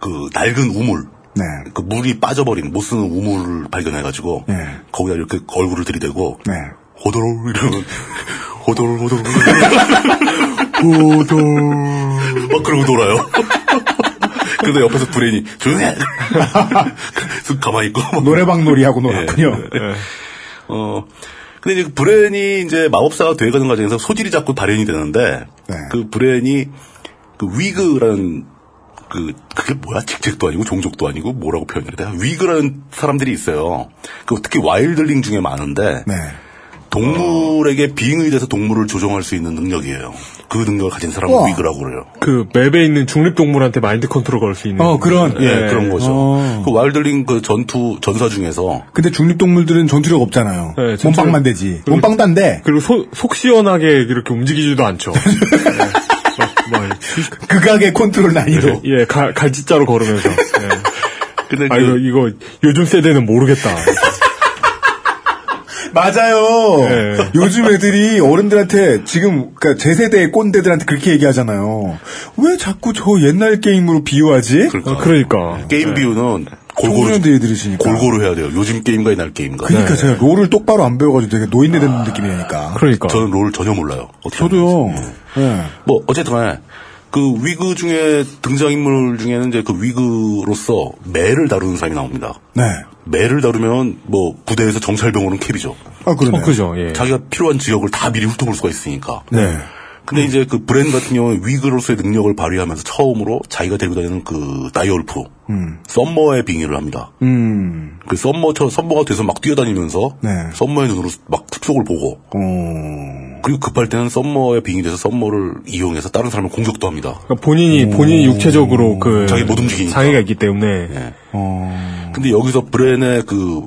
그 낡은 우물,
네.
그 물이 빠져버린 못 쓰는 우물을 발견해가지고
네.
거기다 이렇게 얼굴을 들이대고
네.
호도르 이러면 호도르 호도르
호도.
막 그러고 돌아요. 그래서 옆에서 브레인이 조용해. 해 가만히 있고 막
노래방 놀이하고
네.
놀았군요.
어, 근데 이제 브랜이 이제 마법사가 돼가는 과정에서 소질이 자꾸 발현이 되는데,
네.
그 브랜이 그 위그라는 그, 그게 뭐야? 직책도 아니고 종족도 아니고 뭐라고 표현해야 되나? 위그라는 사람들이 있어요. 그 특히 와일드링 중에 많은데,
네.
동물에게 비응이 돼서 동물을 조종할 수 있는 능력이에요. 그 능력을 가진 사람을
우와.
위그라고 그래요.
그 맵에 있는 중립동물한테 마인드 컨트롤 걸 수 있는.
어, 그런.
네.
예,
예.
그런 거죠.
어.
그 와일드링 그 전투, 전사 중에서
근데 중립동물들은 전투력 없잖아요.
네, 전투력-
몸빵만 되지.
그렇죠.
그리고-
몸빵도 안 돼.
그리고 소- 속 시원하게 이렇게 움직이지도 않죠. 예. 막- 막
그
극악의 컨트롤 난이도.
뭐, 예, 가- 갈짓자로 걸으면서. 예.
근데
아,
그-
이거, 이거, 요즘 세대는 모르겠다.
맞아요.
네.
예.
요즘 애들이 어른들한테 지금 그러니까 제 세대의 꼰대들한테 그렇게 얘기하잖아요. 왜 자꾸 저 옛날 게임으로 비유하지?
그러니까.
어, 그러니까.
게임 비유는 골고루
청소년들이 들으시니까.
골고루 네. 해야 돼요. 요즘 게임과 옛날 게임과.
그러니까 제가 롤을 똑바로 안 배워가지고 되게 노인네 되는 느낌이니까.
그러니까. 네.
저는 롤 전혀 몰라요. 어떻게
저도요.
하는지.
예.
뭐 어쨌든 간에 그 위그 중에 등장인물 중에는 이제 그 위그로서 매를 다루는 사람이 나옵니다.
네.
매를 다루면 뭐 부대에서 정찰병으로는 캡이죠.
아, 그러네요.
어, 그죠, 예.
자기가 필요한 지역을 다 미리 훑어볼 수가 있으니까.
네.
근데
음.
이제 그 브랜 같은 경우에 위그로서의 능력을 발휘하면서 처음으로 자기가 데리고 다니는 그 나이올프
음.
썸머의 빙의를 합니다.
음.
그 썸머처럼 썸머가 돼서 막 뛰어다니면서
네.
썸머의 눈으로 막 숲속을 보고
어.
그리고 급할 때는 썸머의 빙이 돼서 썸머를 이용해서 다른 사람을 공격도 합니다.
그러니까 본인이, 본인이 육체적으로 그.
자기 못 움직이니까.
장애가 있기 때문에.
근데 여기서 브랜의 그,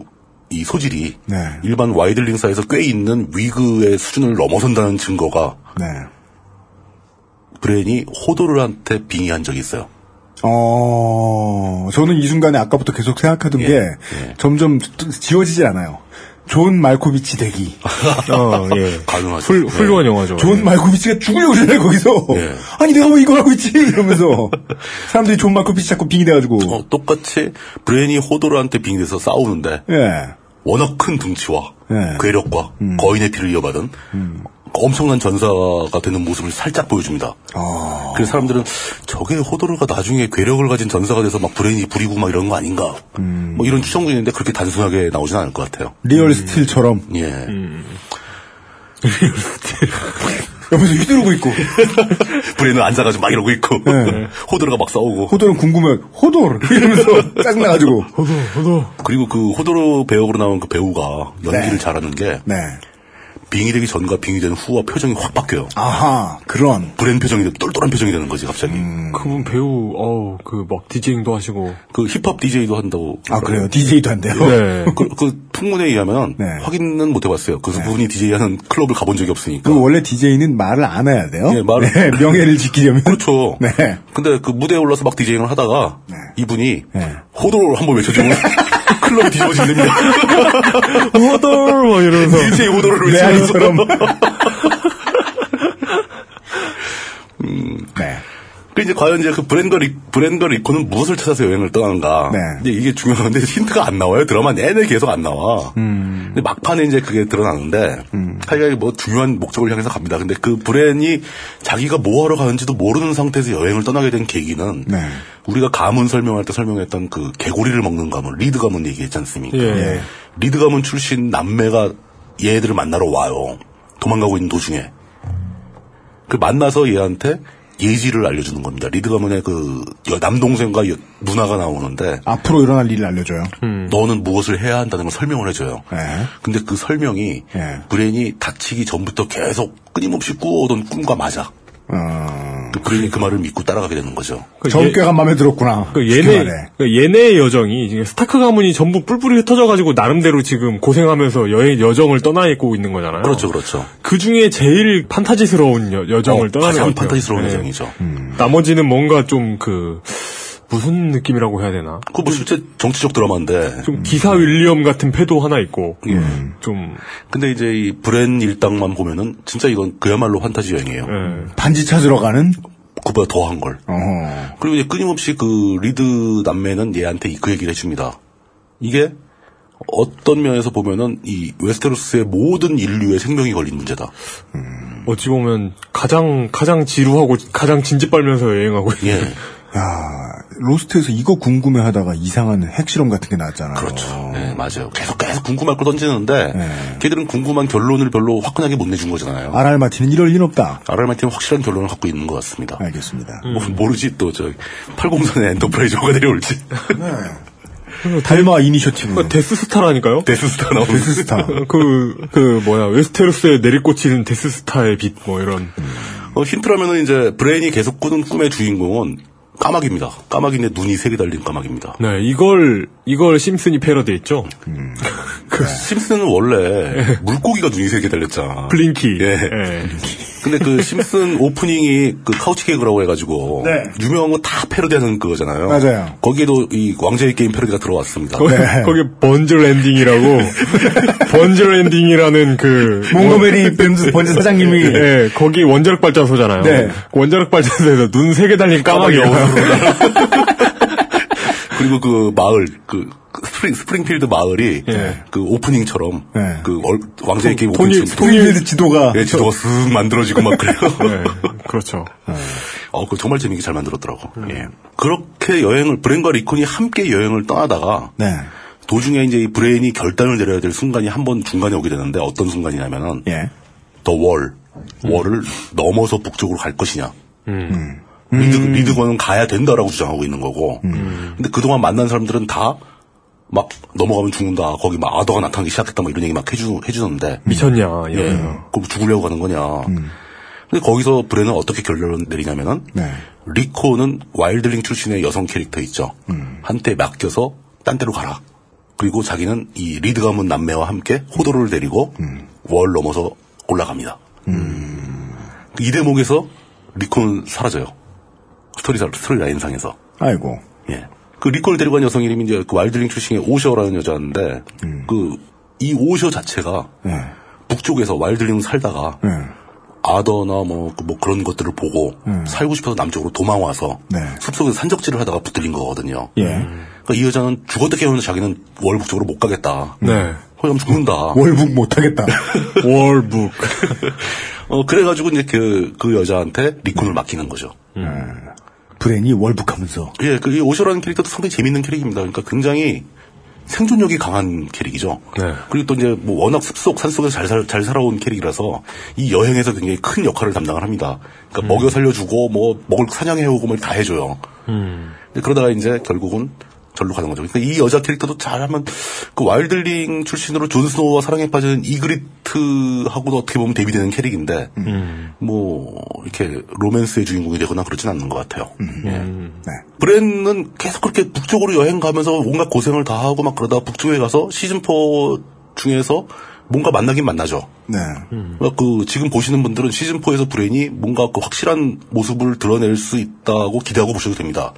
이 소질이
네.
일반 와이들링사에서 꽤 있는 위그의 수준을 넘어선다는 증거가
네.
브랜이 호도르한테 빙의한 적이 있어요.
어. 저는 이 순간에 아까부터 계속 생각하던 게
예.
점점 지워지질 않아요. 존 말코비치 대기.
어, 예.
가능하죠.
훌, 훌륭한 영화죠.
존 말코비치가 죽으려고 그러잖아요, 거기서.
예.
아니, 내가 왜 이걸 하고 있지? 이러면서. 사람들이 존 말코비치 자꾸 빙이 돼가지고.
어, 똑같이 브랜이 호도르한테 빙의돼서 싸우는데
예.
워낙 큰 덩치와
네.
괴력과 거인의 피를 이어받은
음.
엄청난 전사가 되는 모습을 살짝 보여줍니다.
아,
그래서 사람들은 저게 호도르가 나중에 괴력을 가진 전사가 돼서 막 브레인이 부리고 막 이런 거 아닌가.
음.
뭐 이런 추정도 있는데 그렇게 단순하게 나오진 않을
음.
예. 것 같아요.
리얼 스틸처럼.
예.
옆에서 휘두르고 있고.
브레는 앉아가지고 막 이러고 있고 호도르가 막 싸우고
예. 호도르 궁금해 호도르 이러면서 짜증나가지고 호도 호도
그리고 그 호도르 배역으로 나온 그 배우가 연기를 잘하는 게
네.
빙이 되기 전과 빙이 된 후와 표정이 확 바뀌어요.
아하 그런
브랜 표정이 돼- 똘똘한 표정이 되는 거지 갑자기.
음.
그분 배우 어우 그막 디제잉도 하시고
그 힙합 DJ도 한다고.
아 그래요 DJ도 한대요
네.
그, 그 풍문에 의하면
네.
확인은 못 해봤어요. 그 부분이 DJ하는 클럽을 가본 적이 없으니까.
그 원래 DJ는 말을 안 해야 돼요
예, 말을-
네, 명예를 지키려면
그렇죠.
네.
근데 그 무대에 올라서 막 디제잉을 하다가 이분이
네.
호도를 한번 외쳐주면 클럽이 뒤집어진답니다.
호돌 막 이러면서
DJ 호도를
내
외치면서
뭐 아이처럼 네.
그 이제 과연 이제 그 브랜드 리, 브랜드 리코는 무엇을 찾아서 여행을 떠나는가.
네.
이제 이게 중요한데 힌트가 안 나와요. 드라마 내내 계속 안 나와. 근데 막판에 이제 그게 드러나는데 하여간 뭐 중요한 목적을 향해서 갑니다. 근데 그 브랜이 자기가 뭐하러 가는지도 모르는 상태에서 여행을 떠나게 된 계기는
네.
우리가 가문 설명할 때 설명했던 그 개구리를 먹는 가문 리드 가문 얘기했지 않습니까? 네.
예.
예.
리드 가문 출신 남매가 얘들을 만나러 와요. 도망가고 있는 도중에. 그 만나서 얘한테 예지를 알려주는 겁니다. 리드 가문의 그 여- 남동생과 여- 누나가 나오는데
앞으로 일어날 일을 알려줘요
음.
너는 무엇을 해야 한다는 걸 설명을 해줘요.
네.
예.
근데 그 설명이
예.
브레인이 다치기 전부터 계속 끊임없이 꾸어오던 꿈과 맞아.
어,
음.
그 브레인이 그 말을 믿고 따라가게 되는 거죠.
그 예-
정교가 마음에 들었구나
그
쉽게
얘네,
말해.
그 얘네의 여정이 지금 스타크 가문이 전부 뿔뿔이 흩어져가지고 나름대로 지금 고생하면서 여행 여정을 떠나 있고 있는 거잖아요.
그렇죠, 그렇죠.
그 중에 제일 판타지스러운 여, 여정을
어,
그 떠나는
가장
것 같아요.
판타지스러운
네.
여정이죠.
나머지는 뭔가 좀 그 무슨 느낌이라고 해야 되나?
그거 뭐 실제 정치적 드라마인데
좀 기사 윌리엄 같은 패도 하나 있고
예.
좀
근데 이제 이 브랜 일당만 보면은 진짜 이건 그야말로 판타지 여행이에요.
예.
반지 찾으러 가는
그보다 더한 걸.
어허.
그리고 이제 끊임없이 그 리드 남매는 얘한테 이- 그 얘기를 해줍니다. 이게 어떤 면에서 보면은 이 웨스테로스의 모든 인류의 생명이 걸린 문제다.
어찌 보면 가장 가장 지루하고 가장 진지 빨면서 여행하고 있는
예,
야 로스트에서 이거 궁금해하다가 이상한 핵실험 같은 게 나왔잖아요
어.
그렇죠. 예, 맞아요. 계속 계속 궁금할 걸 던지는데
네.
걔들은 궁금한 결론을 별로 화끈하게 못 내준 거잖아요.
r r 마틴은 이럴 리는 없다
아랄마틴은 확실한 결론을 갖고 있는 것 같습니다.
네.
알겠습니다
뭐 모르지 또 저 80선의 엔터프라이저가 내려올지
달마 이니셔티브
어, 데스스타라니까요.
데스스타 나오는
데스스타
그, 그, 뭐야, 웨스테로스에 내리꽂히는 데스스타의 빛, 뭐, 이런.
어, 힌트라면은 이제 브레인이 계속 꾸는 꿈의 주인공은 까마귀입니다. 까마귀인데 눈이 세 개 달린 까마귀입니다.
네, 이걸, 이걸 심슨이 패러디했죠? 네.
심슨은 원래 물고기가 눈이 세 개 달렸잖아.
블링키.
예.
예.
근데 그 심슨 오프닝이 그 카우치 개그라고 해가지고 유명한 거 다 패러디하는 그거잖아요.
맞아요.
거기에도 이 왕자의 게임 패러디가 들어왔습니다.
거기,
네.
거기 번즐 엔딩이라고, 번즐 엔딩이라는 그,
몽고메리 뱀즈 번지 사장님이
예, 거기 원자력 발전소잖아요.
네.
그 원자력 발전소에서 눈 세 개 달린 까마귀가.
그리고 그 마을 그 스프링 스프링필드 마을이
예.
그 오프닝처럼
예.
그 얼- 왕자의 게임
토니-
오프닝처럼
통일드 지도가
예, 지도가 쓱 만들어지고 막 그래요.
네, 그렇죠.
어, 그거 정말 재밌게 잘 만들었더라고. 예. 그렇게 여행을, 브레인과 리콘이 함께 여행을 떠나다가,
네.
도중에 이제 이 브레인이 결단을 내려야 될 순간이 한 번 중간에 오게 되는데, 어떤 순간이냐면은,
예.
더 월, 월을 넘어서 북쪽으로 갈 것이냐. 리드, 리드건은 가야 된다라고 주장하고 있는 거고, 근데 그동안 만난 사람들은 다, 막, 넘어가면 죽는다. 거기 막 아더가 나타나기 시작했다. 막 이런 얘기 막 해주, 해주는데.
미쳤냐,
예.
이런.
그럼 죽으려고 가는 거냐. 근데 거기서 브레는 어떻게 결론을 내리냐면은
네.
리코는 와일드링 출신의 여성 캐릭터 있죠. 한때 맡겨서 딴 데로 가라. 그리고 자기는 이 리드 가문 남매와 함께 호도를 데리고 월 넘어서 올라갑니다. 이 대목에서 리코는 사라져요. 스토리 스토리 라인상에서.
아이고.
예. 그 리콜 데리고 간 여성 이름이 이제 그 와일드링 출신의 오셔라는 여자인데, 그 이 오셔 자체가 북쪽에서 와일드링 살다가
네.
아더나 뭐, 그 뭐 그런 것들을 보고 살고 싶어서 남쪽으로 도망 와서
음. 네.
숲속에서 산적질을 하다가 붙들린 거거든요.
예.
그러니까 이 여자는 죽었다 깨어나서 자기는 월북 쪽으로 못 가겠다.
네.
그럼 죽는다.
월북 못하겠다.
월북.
어 그래가지고 이제 그, 그 여자한테
음.
리콘을 맡기는 거죠.
브랜이 월북하면서.
예, 그, 이 오셔라는 캐릭터도 상당히 재밌는 캐릭입니다. 그러니까 굉장히 생존력이 강한 캐릭이죠. 그리고 또 이제 뭐 워낙 숲속 산속에서 잘, 살, 잘 살아온 캐릭이라서 이 여행에서 굉장히 큰 역할을 담당을 합니다. 그러니까 먹여 살려주고 뭐 먹을 거 사냥해오고 뭘 다 해줘요.
음.
근데 그러다가 이제 결국은 절로 가는 거죠. 그러니까 이 여자 캐릭터도 잘하면 그 와일드링 출신으로 존 스노우와 사랑에 빠진 이그리트하고도 어떻게 보면 대비되는 캐릭인데 뭐 이렇게 로맨스의 주인공이 되거나 그러진 않는 것 같아요.
네.
브랜는 계속 그렇게 북쪽으로 여행 가면서 온갖 고생을 다 하고 막 그러다가 북쪽에 가서 시즌 4 중에서 뭔가 만나긴 만나죠.
네.
그러니까 그 지금 보시는 분들은 시즌 4에서 브레인이 뭔가 그 확실한 모습을 드러낼 수 있다고 기대하고 보셔도 됩니다.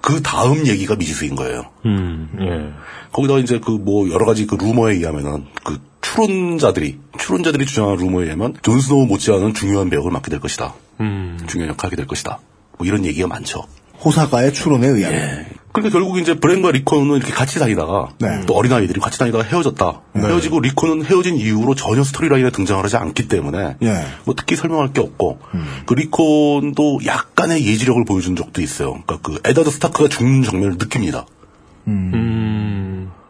그 다음 얘기가 미지수인 거예요.
음,
거기다 이제 그 뭐 여러 가지 그 루머에 의하면은 그 추론자들이 추론자들이 주장하는 루머에 의하면 존 스노우 못지않은 중요한 배역을 맡게 될 것이다.
음.
중요한 역할을 하게 될 것이다. 뭐 이런 얘기가 많죠.
호사가의 추론에 의하면.
그러니까 결국 이제 브랜과 리콘은 이렇게 같이 다니다가 또 어린아이들이 같이 다니다가 헤어졌다. 헤어지고 리콘은 헤어진 이후로 전혀 스토리라인에 등장을 하지 않기 때문에
예.
뭐 특히 설명할 게 없고 그 리콘도 약간의 예지력을 보여준 적도 있어요. 그러니까 그 에다드 스타크가 죽는 장면을 느낍니다.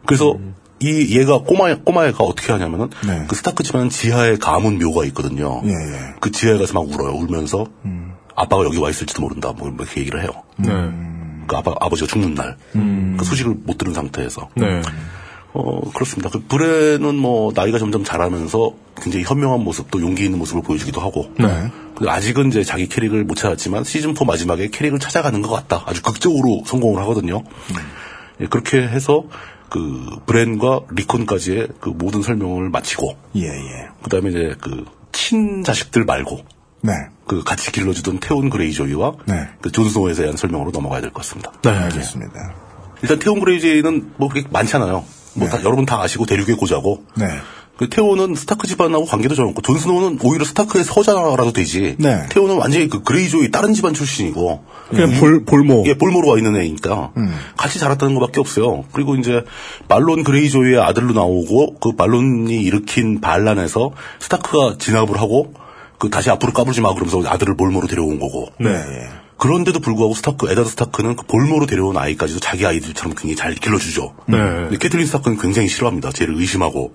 그래서 이 얘가 꼬마 꼬마애가 어떻게 하냐면은 그 스타크 집안 지하에 가문 묘가 있거든요.
예,
그 지하에 가서 막 울어요. 울면서 아빠가 여기 와 있을지도 모른다. 뭐 이렇게 얘기를 해요. 그 아빠 아버지가 죽는 날. 그 소식을 못 들은 상태에서.
네.
어 그렇습니다. 그 브레는 뭐 나이가 점점 자라면서 굉장히 현명한 모습도 용기 있는 모습을 보여주기도 하고.
네.
근데 아직은 이제 자기 캐릭을 못 찾았지만 시즌 4 마지막에 캐릭을 찾아가는 것 같다. 아주 극적으로 성공을 하거든요. 예, 그렇게 해서 그 브랜과 리콘까지의 그 모든 설명을 마치고
예, 예.
그다음에 이제 그 친자식들 말고
네.
그 같이 길러주던 태온 그레이조이와
네.
그 존스노에 대한 설명으로 넘어가야 될 것 같습니다.
네,
알겠습니다.
일단 태온 그레이조이는 뭐 그렇게 많지 않아요. 뭐 다, 여러분 다 아시고 대륙의 고자고
네.
그 태오는 스타크 집안하고 관계도 잘 없고 존스노우는 오히려 스타크의 서자라도 되지.
네.
태오는 완전히 그 그레이조이 다른 집안 출신이고
그냥 볼, 볼모.
예, 볼모로 와 있는 애니까
음.
같이 자랐다는 것밖에 없어요. 그리고 이제 말론 그레이조이의 아들로 나오고 그 말론이 일으킨 반란에서 스타크가 진압을 하고 그 다시 앞으로 까불지 마 그러면서 아들을 볼모로 데려온 거고.
네.
예.
그런데도 불구하고 스타크 에다드 스타크는 그 볼모로 데려온 아이까지도 자기 아이들처럼 굉장히 잘 길러주죠.
네.
근데 캐틀린 스타크는 굉장히 싫어합니다. 쟤를 의심하고.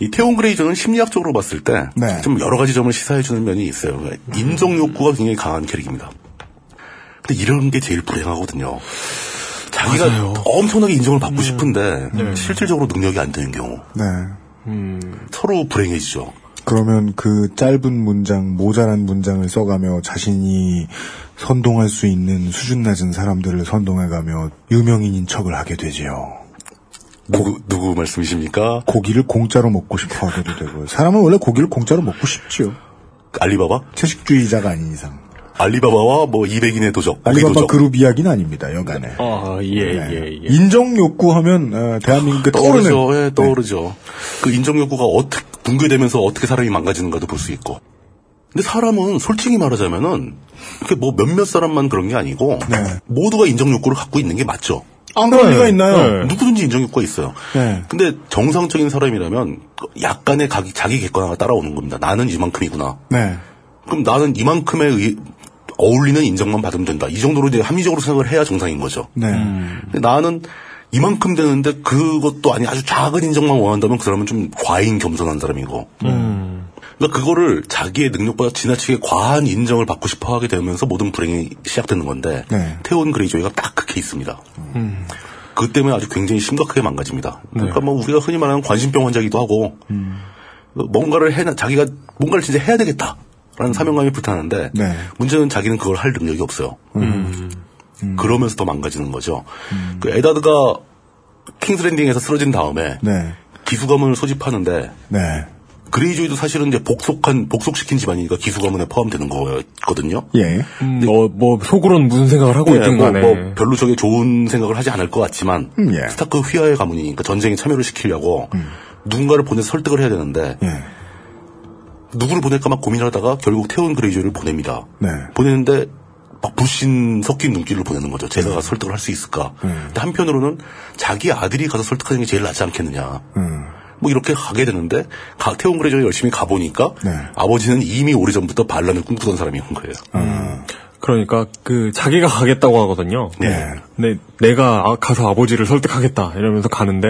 이 태온 그레이저는 심리학적으로 봤을 때
음. 네.
좀 여러 가지 점을 시사해주는 면이 있어요. 그러니까 인정 욕구가 굉장히 강한 캐릭입니다. 근데 이런 게 제일 불행하거든요. 자기가
맞아요.
엄청나게 인정을
음.
받고 싶은데 실질적으로 능력이 안 되는 경우
네.
서로 불행해지죠.
그러면 그 짧은 문장, 모자란 문장을 써가며 자신이 선동할 수 있는 수준 낮은 사람들을 선동해가며 유명인인 척을 하게 되지요.
누구 누구 말씀이십니까?
고기를 공짜로 먹고 싶어 하게도 되고요. 사람은 원래 고기를 공짜로 먹고 싶지요.
알리바바?
채식주의자가 아닌 이상.
알리바바와 뭐 200인의 도적, 고기
알리바바
도적.
그룹 이야기는 아닙니다, 여간에.
아, 예, 예, 예.
인정 욕구하면, 어, 대한민국에 떠오르는.
떠오르죠. 예, 떠오르죠. 그 인정 욕구가 어떻게 붕괴되면서 어떻게 사람이 망가지는가도 볼 수 있고. 근데 사람은 솔직히 말하자면은 이렇게 뭐 몇몇 사람만 그런 게 아니고
네.
모두가 인정 욕구를 갖고 있는 게 맞죠. 어,
안 그럴 리가 있나요?
네.
누구든지 인정 욕구가 있어요.
네.
근데 정상적인 사람이라면 약간의 가- 자기 객관화가 따라오는 겁니다. 나는 이만큼이구나.
네.
그럼 나는 이만큼의 의- 어울리는 인정만 받으면 된다. 이 정도로 이제 합리적으로 생각을 해야 정상인 거죠.
네.
근데 나는 이만큼 되는데 그것도 아니 아주 작은 인정만 원한다면 그 사람은 좀 과잉 겸손한 사람이고. 그러니까 그거를 자기의 능력보다 지나치게 과한 인정을 받고 싶어 하게 되면서 모든 불행이 시작되는 건데
네.
태온 그레이조이가 딱 그 케이스입니다. 그 때문에 아주 굉장히 심각하게 망가집니다. 그러니까
네.
뭐 우리가 흔히 말하는 관심병 환자기도 하고 뭐 뭔가를 해 자기가 뭔가를 진짜 해야 되겠다라는 사명감이 불타는데
네. 음.
문제는 자기는 그걸 할 능력이 없어요. 음. 그러면서 더 망가지는 거죠. 그 에다드가 킹스랜딩에서 쓰러진 다음에
네.
기수감을 소집하는데
네.
그레이조이도 사실은 이제 복속한 복속시킨 집안이니까 기수가문에 포함되는 거였거든요.
예.
음, 어, 뭐, 속으론 무슨 생각을 하고
예,
있든
뭐,
간에.
뭐 별로 저게 좋은 생각을 하지 않을 것 같지만
음, 예.
스타크 휘하의 가문이니까 전쟁에 참여를 시키려고 누군가를 보내서 설득을 해야 되는데
예.
누구를 보낼까 막 고민하다가 결국 태온 그레이조이를 보냅니다.
네.
보내는데 막 불신 섞인 눈길을 보내는 거죠. 제가 가서 설득을 할 수 있을까. 근데 한편으로는 자기 아들이 가서 설득하는 게 제일 낫지 않겠느냐.
음.
뭐 이렇게 가게 되는데 가- 태온 그레이조이 열심히 가보니까
네. 음.
아버지는 이미 오래전부터 반란을 꿈꾸던 사람이었던 거예요.
그러니까 그 자기가 가겠다고 하거든요. 근데 내가 아- 가서 아버지를 설득하겠다 이러면서 가는데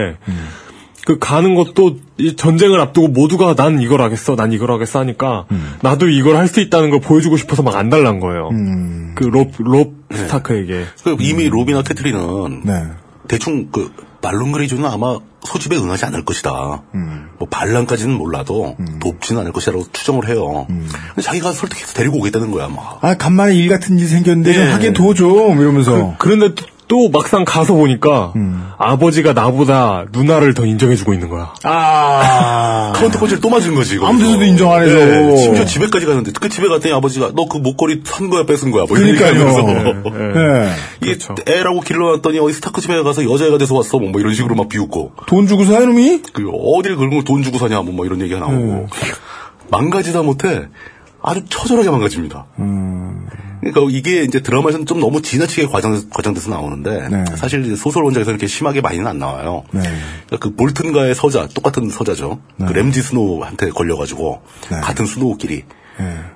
그 가는 것도 이 전쟁을 앞두고 모두가 난 이걸 하겠어, 난 이걸 하겠어 하니까 나도 이걸 할 수 있다는 걸 보여주고 싶어서 막 안달난 거예요.
음.
그 롭 롭 스타크에게.
그 이미 로비나 캐트리는
네.
대충 그 말론그레이즈는 아마 소집에 응하지 않을 것이다.
음.
뭐 반란까지는 몰라도 돕지는 않을 것이라고 추정을 해요.
음.
근데 자기가 설득해서 데리고 오겠다는 거야, 막.
아 간만에 일 같은 일 생겼는데 좀
예.
하게 도좀 뭐 이러면서
그런데 또- 또 막상 가서 보니까 아버지가 나보다 누나를 더 인정해주고 있는 거야.
아
카운터 펀치를 또 맞은 거지. 거기서.
아무 데서도 인정 안 해서.
예, 심지어 집에까지 갔는데 그 집에 갔더니 아버지가 너 그 목걸이 산 거야 뺏은 거야. 뭐 이런
그러니까요.
얘기하면서.
예.
이게 애라고 길러놨더니 어디 스타크 집에 가서 여자애가 돼서 왔어 뭐, 뭐 이런 식으로 막 비웃고
돈 주고 사요 놈이?
그 어딜 그런 걸 돈 주고 사냐 뭐, 뭐 이런 얘기가 나오고 망가지다 못해 아주 처절하게 망가집니다. 그러니까 이게 이제 드라마에서는 좀 너무 지나치게 과장, 과장돼서 나오는데 사실 이제 소설 원작에서는 이렇게 심하게 많이는 안 나와요. 그러니까 그 볼튼과의 서자 똑같은 서자죠. 그 램지 스노우한테 걸려가지고 같은 스노우끼리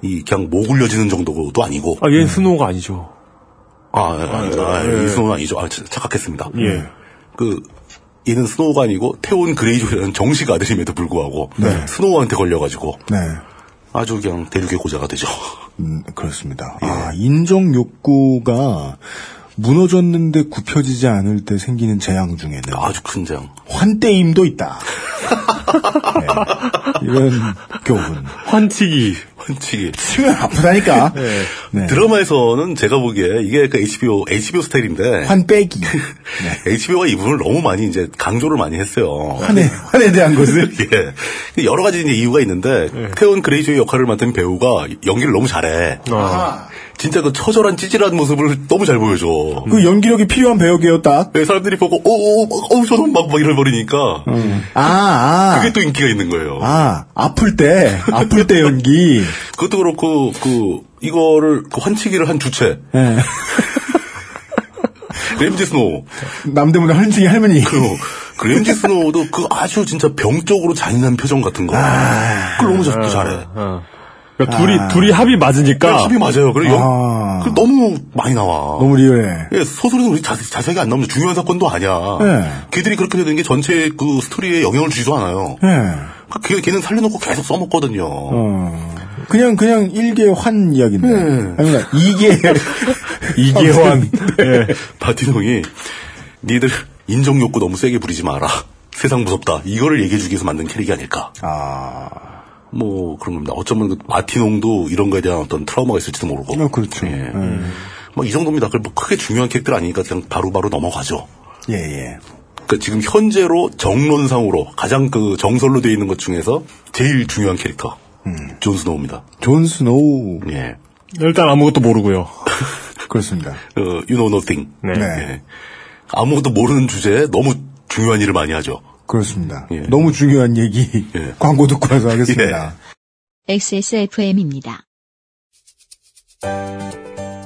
이 그냥 목 울려지는 정도도 아니고
아, 얘는 스노우가 아니죠.
아, 아, 아, 이 스노우는 아니죠. 아, 자- 착각했습니다.
예.
그, 얘는 스노우가 아니고 태온 그레이조라는 정식 아들임에도 불구하고 스노우한테 걸려가지고
네.
아주 그냥 대륙의 고자가 되죠.
음, 그렇습니다. 아, 인정 욕구가 무너졌는데 굽혀지지 않을 때 생기는 재앙 중에는
아주 큰 장.
환대임도 있다. 네, 이런 교훈.
환치기.
환치기.
치면 아프다니까. 네.
드라마에서는 제가 보기에 이게 그 HBO, HBO 스타일인데
환빼기. 네.
HBO가 이 부분을 너무 많이 이제 강조를 많이 했어요.
환에, 환에 대한 것을.
예. 근데 여러 가지 이제 이유가 있는데
네.
태온 그레이조의 역할을 맡은 배우가 연기를 너무 잘해.
어.
어.
아.
진짜 그 처절한 찌질한 모습을 너무 잘 보여줘.
그 연기력이 필요한 배역이에요, 딱.
네, 사람들이 보고 오오오 어, 저놈 막, 막 이럴버리니까
아, 아.
그게 또 인기가 있는 거예요.
아, 아플 때, 아플 때 연기.
그것도 그렇고 그 이거를 그 환치기를 한 주체
예.
램지 스노우
남대문의 할머니, 할머니.
그리고 그 램지 스노우도 그 아주 진짜 병적으로 잔인한 표정 같은 거
아.
그걸 너무 잘, 잘해.
어. 그러니까 둘이 둘이 합이 맞으니까
힙이 맞아요. 그리고 연-
그러니까 아.
그 너무 많이 나와.
너무 리얼해.
예, 소설에는 우리 자세, 자세하게 안 나오면 중요한 사건도 아니야.
네.
걔들이 그렇게 되는 게 전체 그 스토리에 영향을 주지도 않아요.
예.
그 걔, 걔는 살려놓고 계속 써먹거든요.
어. 그냥, 그냥 일개환 이야기인데. 아니, 그러니까 2개.
이계환. 예.
바티동이 니들 인정 욕구 너무 세게 부리지 마라. 세상 무섭다. 이거를 얘기해주기 위해서 만든 캐릭이 아닐까.
아.
뭐 그런 겁니다. 어쩌면 그 마티농도 이런 거에 대한 어떤 트라우마가 있을지도 모르고.
어, 그렇죠.
예. 뭐 이 정도입니다. 그뭐 크게 중요한 캐릭터 아니니까 그냥 바로바로 넘어가죠.
예, 예.
그러니까 지금 현재로 정론상으로 가장 그 정설로 되어 있는 것 중에서 제일 중요한 캐릭터 존 스노우입니다.
존 스노우.
예.
일단 아무것도 모르고요.
그렇습니다.
어, you know nothing.
네.
네.
예. 아무것도 모르는 주제에 너무 중요한 일을 많이 하죠.
그렇습니다.
예.
너무 중요한 얘기.
예.
광고 듣고 와서 하겠습니다.
XSFM입니다.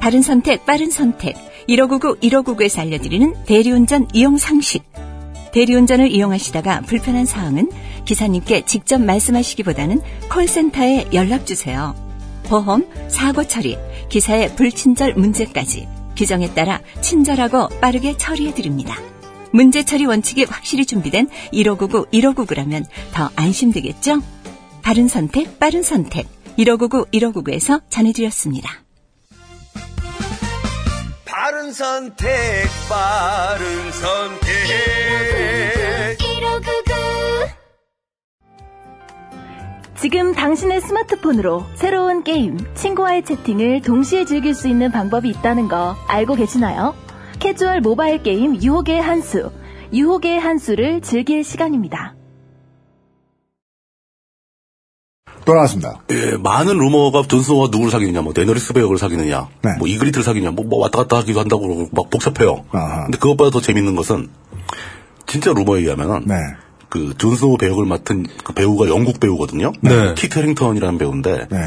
바른 선택, 빠른 선택. 1599, 1599에서 알려드리는 대리운전 이용 상식. 대리운전을 이용하시다가 불편한 사항은 기사님께 직접 말씀하시기보다는 콜센터에 연락주세요. 보험, 사고 처리, 기사의 불친절 문제까지 규정에 따라 친절하고 빠르게 처리해드립니다. 문제 처리 원칙이 확실히 준비된 1599, 1599라면 더 안심되겠죠? 바른 선택, 빠른 선택. 1599, 1599에서 전해드렸습니다.
바른 선택, 바른 선택.
지금 당신의 스마트폰으로 새로운 게임, 친구와의 채팅을 동시에 즐길 수 있는 방법이 있다는 거 알고 계시나요? 캐주얼 모바일 게임 유혹의 한수, 유혹의 한수를 즐길 시간입니다.
돌아왔습니다.
예, 많은 루머가 존 스노우가 누구를 사귀느냐, 뭐 데너리스 베역을 사귀느냐,
네.
뭐 이그리트를 사귀느냐, 뭐, 뭐 왔다 갔다 하기도 한다고 그러고 막 복잡해요.
아하.
근데 그것보다 더 재밌는 것은 진짜 루머에 의하면은
네.
그 존 스노우 배역을 맡은 그 배우가 영국 배우거든요.
네.
키트 해링턴이라는 배우인데
네.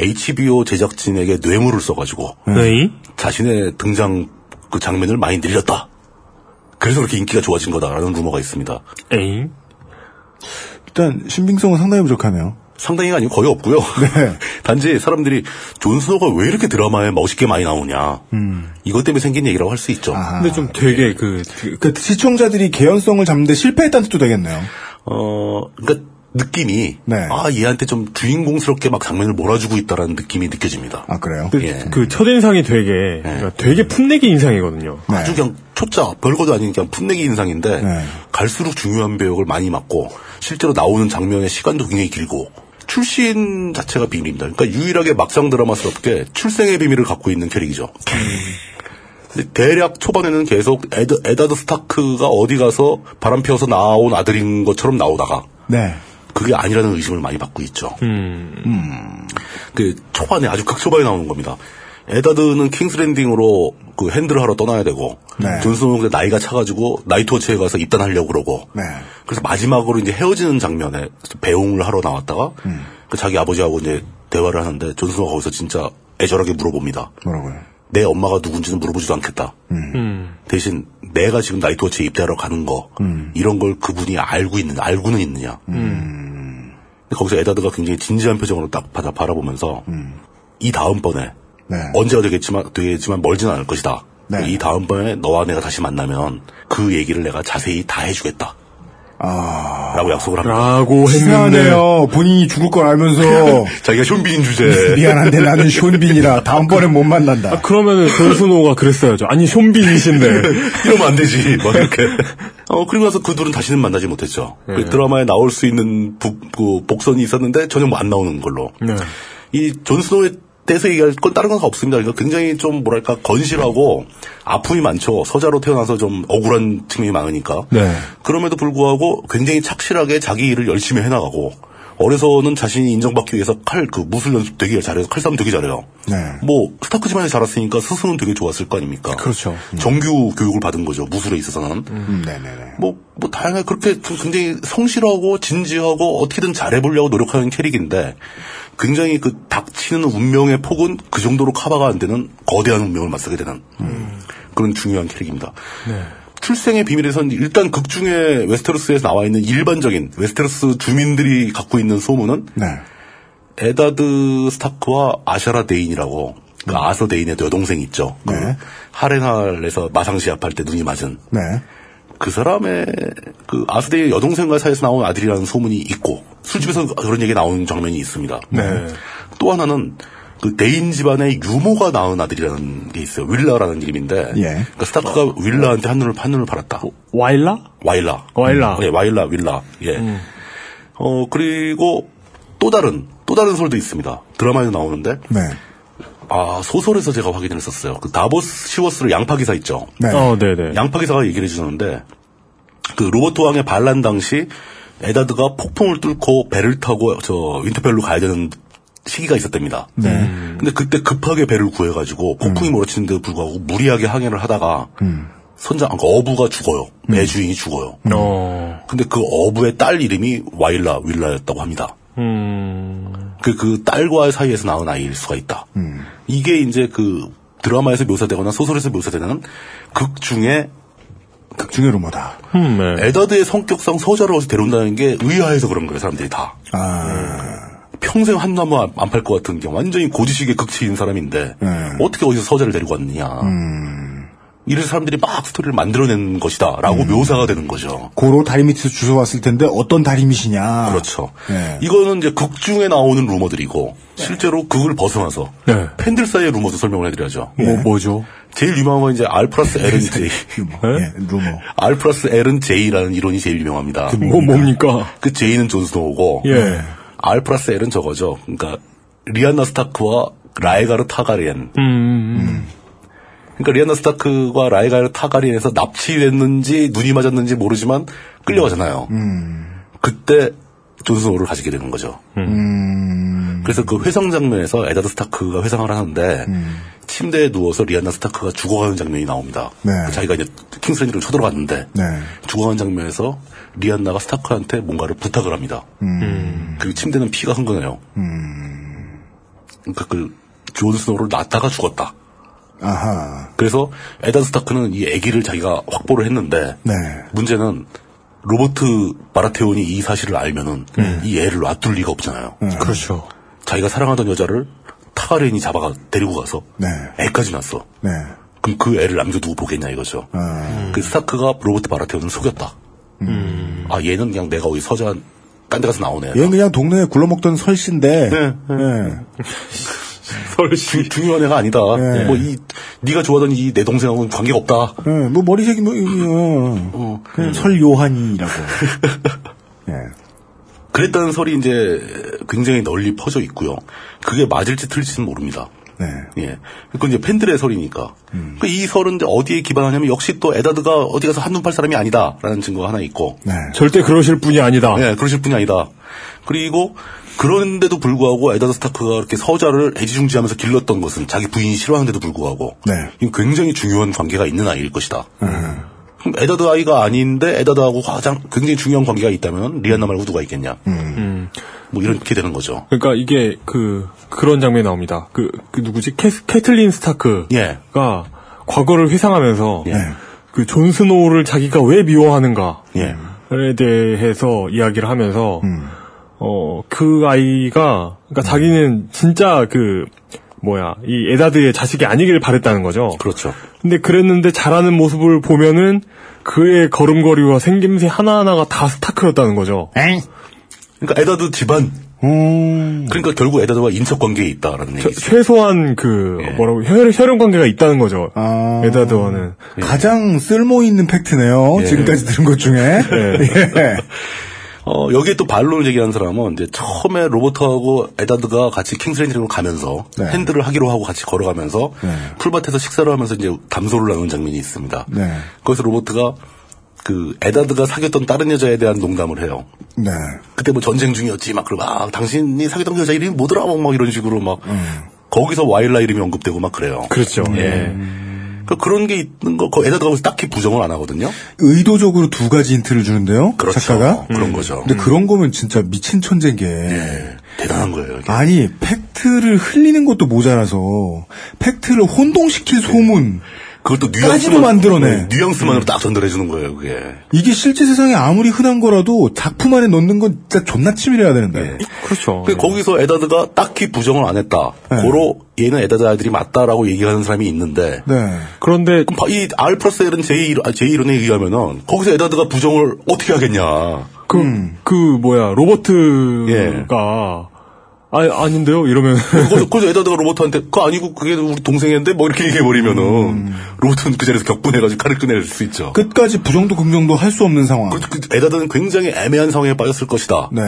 HBO 제작진에게 뇌물을 써가지고
네.
자신의 등장 그 장면을 많이 늘렸다. 그래서 그렇게 인기가 좋아진 거다라는 루머가 있습니다.
에잉.
일단 신빙성은 상당히 부족하네요.
상당히가 아니고 거의 없고요. 단지 사람들이 존스노가 왜 이렇게 드라마에 멋있게 많이 나오냐.
음.
이것 때문에 생긴 얘기라고 할 수 있죠.
근데 좀 되게 그,
그 시청자들이 개연성을 잡는데 실패했다는 뜻도 되겠네요.
어, 그러니까 느낌이 아 얘한테 좀 주인공스럽게 막 장면을 몰아주고 있다라는 느낌이 느껴집니다.
아 그래요?
그, 그 첫인상이 되게 그러니까 되게 풋내기 인상이거든요.
아주 그냥 초짜 별거도 아닌 그냥 풋내기 인상인데 갈수록 중요한 배역을 많이 맡고 실제로 나오는 장면의 시간도 굉장히 길고 출신 자체가 비밀입니다. 그러니까 유일하게 막상 드라마스럽게 출생의 비밀을 갖고 있는 캐릭이죠. 근데 대략 초반에는 계속 에드, 에다드 스타크가 어디 가서 바람 피워서 나온 아들인 것처럼 나오다가
네.
그게 아니라는 의심을 많이 받고 있죠. 음. 그 초반에 아주 극초반에 나오는 겁니다. 에다드는 킹스랜딩으로 그 핸들을 하러 떠나야 되고
네.
존스노우가 나이가 차가지고 나이트워치에 가서 입단하려고 그러고
네.
그래서 마지막으로 이제 헤어지는 장면에 배웅을 하러 나왔다가
음.
그 자기 아버지하고 이제 대화를 하는데 존스노우가 거기서 진짜 애절하게 물어봅니다.
뭐라고요?
내 엄마가 누군지는 물어보지도 않겠다.
음.
대신 내가 지금 나이트워치에 입대하러 가는 거 이런 걸 그분이 알고 있는 알고는 있느냐.
음.
근데 거기서 에다드가 굉장히 진지한 표정으로 딱 받아 바라보면서
음.
이 다음번에 언제가 되겠지만 되겠지만 멀진 않을 것이다.
네.
이 다음번에 너와 내가 다시 만나면 그 얘기를 내가 자세히 다 해주겠다.
아.
라고 약속을 합니다.
라고
미안해요. 본인이 죽을 걸 알면서
자기가 쇼빈 주제.
미안한데 나는 쇼빈이라 다음번엔 못 만난다.
그러면은 존스노우가 그랬어야죠. 아니 숀빈이신데
이러면 안 되지. 막 이렇게. 어, 그리고 나서 그 둘은 다시는 만나지 못했죠. 그 드라마에 나올 수 있는 부- 그 복선이 있었는데 전혀 뭐안 나오는 걸로. 이 존스노에 대해서 얘기할 건 다른 건 없습니다. 그러니까 굉장히 좀 뭐랄까 건실하고 아픔이 많죠. 서자로 태어나서 좀 억울한 측면이 많으니까.
네.
그럼에도 불구하고 굉장히 착실하게 자기 일을 열심히 해나가고 어려서는 자신이 인정받기 위해서 칼 그 무술 연습 되게 잘해서 칼싸움 되게 잘해요. 뭐 스타크 집안에 자랐으니까 스스로는 되게 좋았을 거 아닙니까?
네. 그렇죠. 음.
정규 교육을 받은 거죠. 무술에 있어서는.
네네네.
뭐, 뭐, 다양하게 그렇게 좀 굉장히 성실하고 진지하고 어떻게든 잘해보려고 노력하는 캐릭인데, 굉장히 그 닥치는 운명의 폭은 그 정도로 커버가 안 되는 거대한 운명을 맞서게 되는 음,
음.
그런 중요한 캐릭입니다.
네.
출생의 비밀에선 일단 극중에 웨스테로스에서 나와 있는 일반적인 웨스테로스 주민들이 갖고 있는 소문은
네,
에다드 스타크와 아샤라 데인이라고 그 아서 데인의 여동생 있죠. 그 하레날에서 마상시합할 때 눈이 맞은
네.
그 사람의 그 아스데의 여동생과 사이에서 나온 아들이라는 소문이 있고 술집에서 그런 얘기 나오는 장면이 있습니다. 또 하나는 그 데인 집안의 유모가 낳은 아들이라는 게 있어요. 윌라라는 이름인데 그러니까 스타크가 윌라한테 한눈을 한눈을 팔았다.
와일라?
와일라.
와일라.
음, 예, 와일라, 윌라. 예. 어 그리고 또 다른 또 다른 설도 있습니다. 드라마에도 나오는데
네.
아 소설에서 제가 확인을 했었어요. 그 다보스 시워스를 양파 기사 있죠.
네.
어, 네네.
양파 기사가 얘기를 해주는데 그 로버트 왕의 반란 당시 에다드가 폭풍을 뚫고 배를 타고 저 윈터펠로 가야 되는 시기가 있었답니다. 음. 근데 그때 급하게 배를 구해가지고 폭풍이 몰아치는데도 불구하고 무리하게 항해를 하다가 선장 그러니까 어부가 죽어요. 배 주인이 죽어요.
어.
근데 그 어부의 딸 이름이 와일라 윌라였다고 합니다.
음.
그, 그 딸과 사이에서 낳은 아이일 수가 있다. 이게 이제 그 드라마에서 묘사되거나 소설에서 묘사되는 극 중에
극 중의 루머다.
음, 네.
에더드의 성격상 서자를 어디서 데려온다는 게 의아해서 그런 거예요, 사람들이 다. 음. 평생 한 나무 안 팔 것 같은 게 완전히 고지식의 극치인 사람인데 어떻게 어디서 서자를 데리고 왔느냐. 이래서 사람들이 막 스토리를 만들어낸 것이다라고 묘사가 되는 거죠.
고로 다리밑에서 주워 왔을 텐데 어떤 다리밑이냐.
그렇죠.
예.
이거는 이제 극 중에 나오는 루머들이고 실제로 극을 벗어나서 팬들 사이의 루머도 설명을 해드려야죠.
예.
예.
뭐 뭐죠?
제일 유명한 건 이제 R 플러스 L은 J.
뭐, 예, 루머.
R 플러스 L은 J라는 이론이 제일 유명합니다.
그 뭐, 뭡니까?
그 J는 존 스노우고
네,
예.
R 플러스 L은 저거죠. 그러니까 리안나 스타크와 라이가르 타가리엔.
음.
그러니까 리안나 스타크와 라이가르 타가리엔에서 납치됐는지 눈이 맞았는지 모르지만
음.
끌려가잖아요. 그때 존 스노우를 가지게 되는 거죠.
음.
그래서 그 회상 장면에서 에다드 스타크가 회상을 하는데
음.
침대에 누워서 리안나 스타크가 죽어가는 장면이 나옵니다. 그
네.
자기가 이제 킹스랜드를 쳐들어갔는데
네.
죽어가는 장면에서 리안나가 스타크한테 뭔가를 부탁을 합니다.
음,
그리고 침대는 피가 흥건해요. 그러니까 그존 스노우를 낳다가 죽었다.
아하.
그래서 에단 스타크는 이 아기를 자기가 확보를 했는데
네.
문제는 로버트 마라테온이 이 사실을 알면은 이 애를 놔둘 리가 없잖아요.
그렇죠.
자기가 사랑하던 여자를 타가렌이 잡아가 데리고 가서 애까지 낳았어.
네.
그럼 그 애를 남겨두고 보겠냐 이거죠.
아.
그 스타크가 로버트 마라테온을 속였다. 아 얘는 그냥 내가 어디 서자 딴 데 가서 나오네.
얘는 그냥 동네에 굴러먹던 설씨인데. 네.
중, 중요한 애가 아니다.
네.
뭐 이 네가 좋아하던 이 내 동생하고는 관계가 없다.
네, 뭐 머리색이 뭐 어, 그냥 설요한이라고.
그랬다는 설이 이제 굉장히 널리 퍼져 있고요. 그게 맞을지 틀릴지는 모릅니다.
네,
예. 그건 이제 팬들의 설이니까. 그이 설은 이제 어디에 기반하냐면 역시 또 에다드가 어디 가서 한눈 팔 사람이 아니다라는 증거가 하나 있고.
네.
절대 그러실 분이 아니다.
예, 그러실 분이 아니다. 그리고 그런데도 불구하고 에다드 스타크가 이렇게 서자를 애지중지하면서 길렀던 것은 자기 부인이 싫어하는데도 불구하고 이건 굉장히 중요한 관계가 있는 아이일 것이다. 그럼 에다드 아이가 아닌데 에다드하고 가장 굉장히 중요한 관계가 있다면 리안나 말고 누가 있겠냐. 뭐 이렇게 되는 거죠.
그러니까 이게 그 그런 장면이 나옵니다. 그, 그 누구지? 캐, 캐틀린 스타크가 과거를 회상하면서 그 존 스노우를 자기가 왜 미워하는가에
예.
대해서 이야기를 하면서 어 그 아이가 그러니까 자기는 진짜 그 뭐야 이 에다드의 자식이 아니길 바랬다는 거죠.
그렇죠.
근데 그랬는데 자라는 모습을 보면은 그의 걸음걸이와 생김새 하나하나가 다 스타크였다는 거죠.
그러니까 에다드 집안.
음,
그러니까 결국 에다드와 인척 관계에 있다라는
최-
얘기죠.
최소한 그 뭐라고 혈, 혈연 관계가 있다는 거죠.
아.
에다드와는
가장 쓸모 있는 팩트네요.
예.
지금까지 들은 것 중에. 예.
어, 여기에 또 반론을 제기한 사람은 이제 처음에 로버트하고 에다드가 같이 킹스랜딩으로 가면서
네.
핸들을 하기로 하고 같이 걸어가면서 풀밭에서 식사를 하면서 이제 담소를 나눈 장면이 있습니다.
네.
거기서 로버트가 그 에다드가 사귀었던 다른 여자에 대한 농담을 해요.
네.
그때 뭐 전쟁 중이었지 막 그러고 아 당신이 사귀던 그 여자 이름이 뭐더라 막, 막 이런 식으로 막
음.
거기서 와일라 이름이 언급되고 막 그래요.
그렇죠.
예. 그러니까 그런 게 있는 거, 그 에다드가 거기서 딱히 부정을 안 하거든요.
의도적으로 두 가지 힌트를 주는데요. 작가가.
그렇죠. 음.
음.
그런 거죠. 예.
근데 그런 거면 진짜 미친 천재인 게.
대단한 거예요.
아니, 팩트를 흘리는 것도 모자라서, 팩트를 혼동시킬 소문.
그것도
까지도 만들어내.
네, 뉘앙스만으로 딱 전달해 주는 거예요, 그게.
이게 실제 세상에 아무리 흔한 거라도 작품 안에 넣는 건 진짜 존나 치밀해야
예.
되는데.
그렇죠.
어.
근데 거기서 에다드가 딱히 부정을 안 했다.
네.
고로 얘는 에다드 아이들이 맞다라고 얘기하는 사람이 있는데
네.
그런데
이 R 플러스 L은 제, 이론- 아, 제 이론에 의하면은 거기서 에다드가 부정을 어떻게 하겠냐.
그, 그, 뭐야, 로버트가, 아니, 아닌데요? 이러면.
그래서, 그래서 에다드가 로버트한테 그거 아니고 그게 우리 동생인데 뭐 이렇게 얘기해 버리면은
음.
로버트는 그 자리에서 격분해가지고 칼을 끊어낼 수 있죠.
끝까지 부정도 긍정도 할 수 없는 상황.
그 에다드는 굉장히 애매한 상황에 빠졌을 것이다.
네.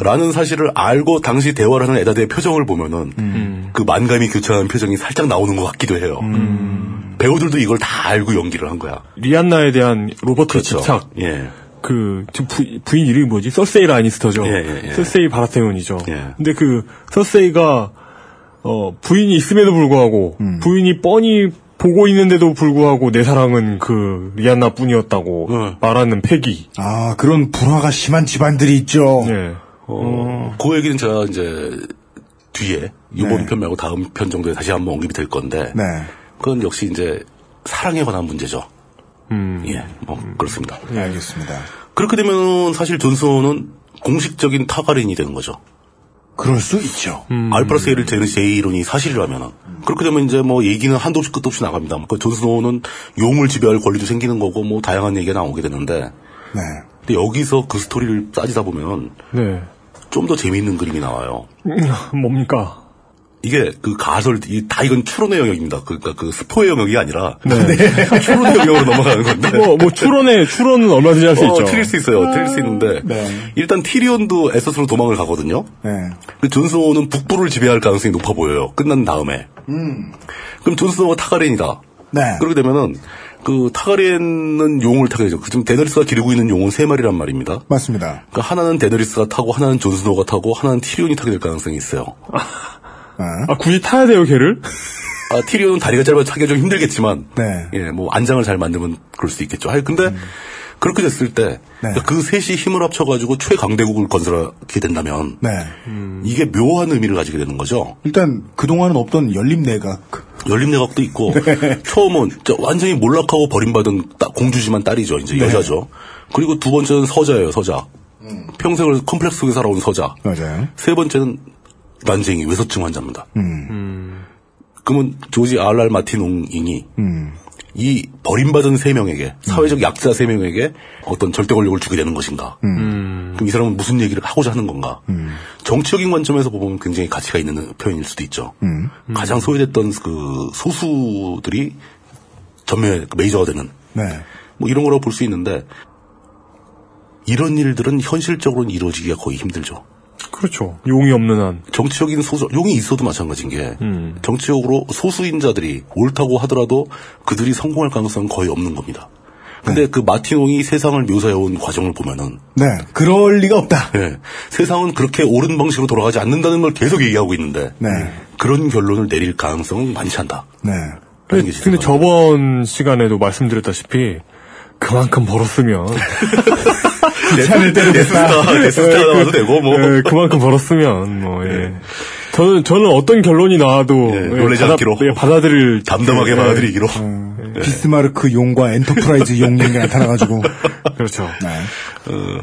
라는 사실을 알고 당시 대화를 하는 에다드의 표정을 보면은
음.
그 만감이 교차하는 표정이 살짝 나오는 것 같기도 해요.
음.
배우들도 이걸 다 알고 연기를 한 거야.
리안나에 대한 로버트
그렇죠.
집착.
예.
그, 지금 부, 인 이름이 뭐지? 서세이 라니스터죠.
예.
서세이 바라테온이죠. 근데 그, 서세이가, 어, 부인이 있음에도 불구하고, 부인이 뻔히 보고 있는데도 불구하고, 내 사랑은 그, 리안나 뿐이었다고
어.
말하는 패기.
아, 그런 불화가 심한 집안들이 있죠.
예.
네.
어, 그 얘기는 제가 이제 뒤에 이번 편 말고 다음 편 정도에 다시 한번 언급이 될 건데
네.
그건 역시 이제 사랑에 관한 문제죠.
음.
예, 뭐 그렇습니다.
네, 알겠습니다.
그렇게 되면 사실 존스는 공식적인 타가린이 되는 거죠.
그럴 수 있죠.
음.
알프라스 L을 재는 제 이론이 사실이라면은. 그렇게 되면 이제 뭐 얘기는 한도 없이 끝도 없이 나갑니다. 그 존스노우는 용을 지배할 권리도 생기는 거고 뭐 다양한 얘기가 나오게 되는데.
네.
근데 여기서 그 스토리를 따지다 보면
네.
좀 더 재미있는 그림이 나와요.
뭡니까?
이게 그 가설 이- 다 이건 추론의 영역입니다. 그러니까 그 스포의 영역이 아니라
네.
추론의 영역으로 넘어가는 건데.
뭐, 뭐, 추론에, 추론은 얼마든지 할 수
네. 어,
있죠. 네.
틀릴 수 있어요. 틀릴 수 있는데 일단 티리온도 에서스로 도망을 가거든요.
네.
그 존스노우는 북부를 지배할 가능성이 높아 보여요. 끝난 다음에.
음.
그럼 존스노우가 타가렌이다.
네.
그렇게 되면은 그 타가리엔은 용을 타게 되죠. 지금 데너리스가 기르고 있는 용은 세 마리란 말입니다.
맞습니다.
그러니까 하나는 데너리스가 타고 하나는 존스노가 타고 하나는 티리온이 타게 될 가능성이 있어요.
아, 굳이 타야 돼요, 걔를?
아, 티리온은 다리가 짧아서 타기가 좀 힘들겠지만
네. 음.
예, 뭐 안장을 잘 만들면 그럴 수 있겠죠. 하여 근데 그렇게 됐을
네.
때 그 셋이 힘을 합쳐가지고 최강대국을 건설하게 된다면
네.
이게 묘한 의미를 가지게 되는 거죠.
일단 그동안은 없던 열림 내각.
열림내각도 있고 처음은 진짜 완전히 몰락하고 버림받은 따- 공주지만 딸이죠. 이제 여자죠. 그리고 두 번째는 서자예요, 서자. 평생을 컴플렉스 속에 살아온 서자.
맞아요.
세 번째는 난쟁이 외소증 환자입니다.
음.
그러면 조지 R.R. 마틴 옹인이
음.
이 버림받은 세 명에게 사회적 약자 세 명에게 어떤 절대 권력을 주게 되는 것인가?
음.
그럼 이 사람은 무슨 얘기를 하고자 하는 건가? 정치적인 관점에서 보면 굉장히 가치가 있는 표현일 수도 있죠.
음.
가장 소외됐던 그 소수들이 전면 메이저가 되는
네.
뭐 이런 거라고 볼 수 있는데 이런 일들은 현실적으로는 이루어지기가 거의 힘들죠.
그렇죠. 용이 없는 한.
정치적인 소수, 용이 있어도 마찬가지인 게,
음.
정치적으로 소수인자들이 옳다고 하더라도 그들이 성공할 가능성은 거의 없는 겁니다. 근데 그 마티농이 세상을 묘사해온 과정을 보면은,
네. 그럴 리가 없다.
예, 세상은 그렇게 옳은 방식으로 돌아가지 않는다는 걸 계속 얘기하고 있는데,
네.
그런 결론을 내릴 가능성은 많지 않다.
네.
근데, 그, 근데 저번 시간에도 말씀드렸다시피 그만큼 벌었으면
귀찮을 때로 됐다.
네. 데스스타 나와도 되고, 뭐.
네.
예, 그만큼 벌었으면 뭐 예. 저는 저는 어떤 결론이 나와도
예,
예,
놀라지
받아-
않기로.
예, 받아들일
담담하게
네.
예,
받아들이기로.
비스마르크 용과 엔터프라이즈 용 얘기 나타나가지고.
그렇죠.
네.
어,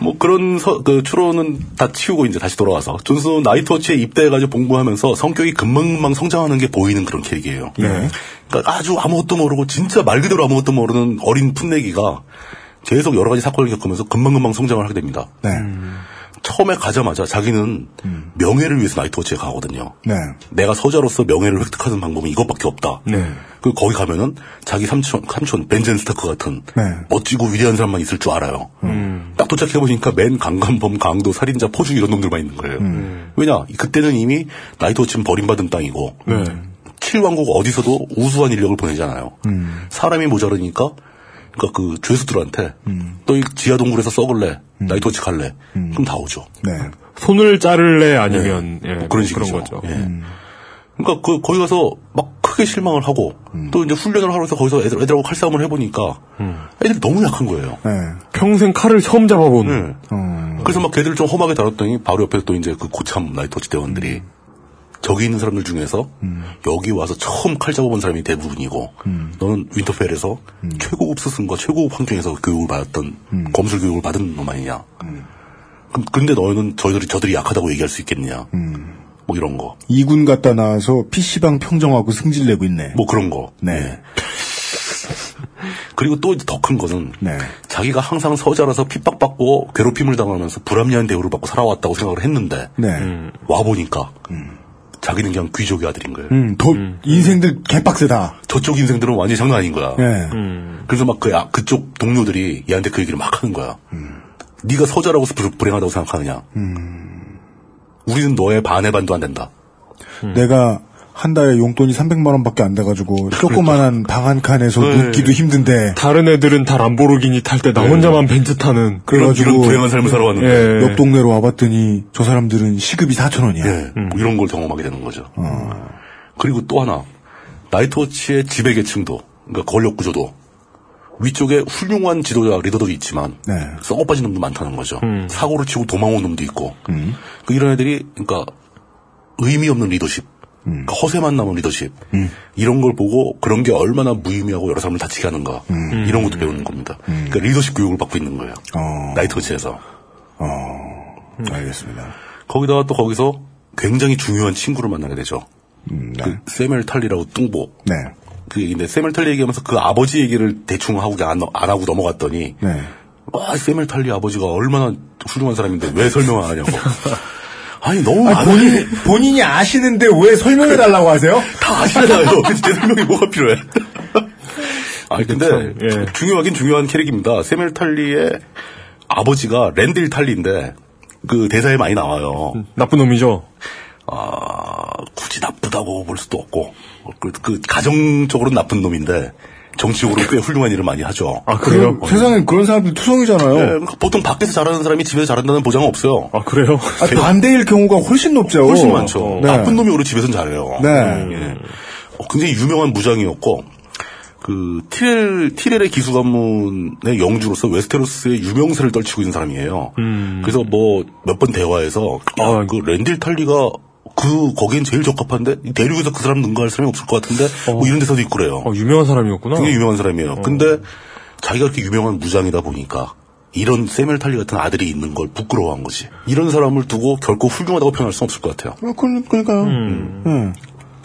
뭐 그런 서- 그 추론은 다 치우고 이제 다시 돌아와서 존슨 나이트워치에 입대해가지고 공부하면서 성격이 금방금방 성장하는 게 보이는 그런 캐릭이에요.
네.
그러니까 아주 아무것도 모르고 진짜 말 그대로 아무것도 모르는 어린 풋내기가 계속 여러 가지 사건을 겪으면서 금방금방 성장을 하게 됩니다.
네. 음.
처음에 가자마자 자기는 명예를 위해서 나이트워치에 가거든요.
네.
내가 서자로서 명예를 획득하는 방법은 이것밖에 없다.
네.
그 거기 가면은 자기 삼촌 삼촌 벤젠 스타크 같은
네.
멋지고 위대한 사람만 있을 줄 알아요.
음.
딱 도착해 보니까 맨 강간범, 강도, 살인자, 포주 이런 놈들만 있는 거예요.
음.
왜냐 그때는 이미 나이트워치는 버림받은 땅이고
네.
칠왕국 어디서도 우수한 인력을 보내잖아요.
음.
사람이 모자르니까 그러니까 그 죄수들한테
음.
너이 지하 동굴에서 썩을래, 나이트워치 갈래, 그럼 다 오죠.
네.
손을 자를래 아니면 예,
네. 그런
그런
식이죠.
거죠.
예.
음,
그러니까 그 거기 가서 막 크게 실망을 하고 또 이제 훈련을 하면서 거기서 애들, 애들하고 칼싸움을 해보니까 애들이 너무 약한 거예요.
네.
평생 칼을 처음 잡아본
예.
어.
그래서 막 걔들을 좀 험하게 다뤘더니 바로 옆에 또 이제 그 고참 나이터치 대원들이 저기 있는 사람들 중에서 여기 와서 처음 칼 잡아본 사람이 대부분이고 너는 윈터펠에서 최고급 스승과 최고급 환경에서 교육을 받았던 검술 교육을 받은 놈 아니냐. 그럼 근데 너희는 저희들이 저들이 약하다고 얘기할 수 있겠느냐. 뭐 이런 거.
이군 갔다 나와서 PC방 평정하고 승질내고 있네.
뭐 그런 거.
네.
그리고 또 더 큰 거는
네.
자기가 항상 서자라서 핍박받고 괴롭힘을 당하면서 불합리한 대우를 받고 살아왔다고 생각을 했는데
네.
와 보니까 자기는 그냥 귀족의 아들인 거예요.
음, 더, 인생들 개빡세다.
저쪽 인생들은 완전 장난 아닌 거야.
예.
그래서 막 그 그쪽 동료들이 얘한테 그 얘기를 막 하는 거야.
음.
네가 서자라고 해서 불- 불행하다고 생각하느냐?
음.
우리는 너의 반의 반도 안 된다.
내가 한 달에 용돈이 300만원 밖에 안 돼가지고, 조그만한 방 한 칸에서
네.
눕기도 힘든데,
다른 애들은 다 람보르기니 탈 때 나 혼자만 벤츠 타는
이런,
그래가지고,
이런 불행한 삶을 살아왔는데
예.
옆 동네로 와봤더니, 저 사람들은 시급이 4천원이야. 음. 어.
예, 뭐 이런 걸 경험하게 되는 거죠. 그리고 또 하나, 나이트워치의 지배계층도, 그러니까 권력 구조도, 위쪽에 훌륭한 지도자 리더들이 있지만,
네. 음.
썩어 빠진 놈도 많다는 거죠. 사고를 치고 도망온 놈도 있고, 그 이런 애들이, 그러니까, 의미 없는 리더십,
음.
그러니까 허세만 남은 리더십, 이런 걸 보고 그런 게 얼마나 무의미하고 여러 사람을 다치게 하는가, 이런 것도 배우는 겁니다. 그러니까 리더십 교육을 받고 있는 거예요.
음. 어.
나이트워치에서.
알겠습니다.
거기다가 또 거기서 굉장히 중요한 친구를 만나게 되죠. 그 세멜 탈리라고 뚱보.
음, 네.
그 근데 세멜 탈리 얘기하면서 그 아버지 얘기를 대충 하고 안, 안 하고 넘어갔더니
네.
와 세멜 탈리 아버지가 얼마나 훌륭한 사람인데 왜 설명 안 하냐고. 아니 너무
아,
안
본인, 본인이 아시는데 왜 설명해달라고 하세요?
다 아시잖아요. 그래서 제 설명이 뭐가 필요해. 아 근데
예.
주- 중요하긴 중요한 캐릭입니다. 세멜 탈리의 아버지가 랜딜 탈리인데 그 대사에 많이 나와요.
음.
나쁜 놈이죠.
아, 굳이 나쁘다고 볼 수도 없고, 그, 그 가정적으로는 나쁜 놈인데, 정치적으로 꽤 훌륭한 일을 많이 하죠.
아 그래요?
그럼 어, 세상엔 그런 사람들
예,
투성이잖아요.
그러니까 보통 밖에서 잘하는 사람이 집에서 잘한다는 보장은 없어요.
아 그래요?
아, 반대일 경우가 훨씬 높죠.
훨씬 많죠.
네.
나쁜 놈이 오히려 집에서는 잘해요.
네.
예. 어, 굉장히 유명한 무장이었고, 그, 티렐, 티렐의 기수관문의 영주로서 웨스테로스의 유명세를 떨치고 있는 사람이에요. 그래서 뭐, 몇 번 대화에서, 아, 그 랜딜 탈리가 그, 거긴 제일 적합한데, 이 대륙에서 그 사람 능가할 사람이 없을 것 같은데, 뭐 이런 데서도 있고 그래요.
어, 유명한 아, 사람이었구나.
굉장히 유명한 사람이에요. 근데 자기가 그렇게 유명한 무장이다 보니까 이런 세멜탈리 같은 아들이 있는 걸 부끄러워한 거지. 이런 사람을 두고 결코 훌륭하다고 표현할 수는 없을 것 같아요.
어, 그, 그러니까요.
음.
네.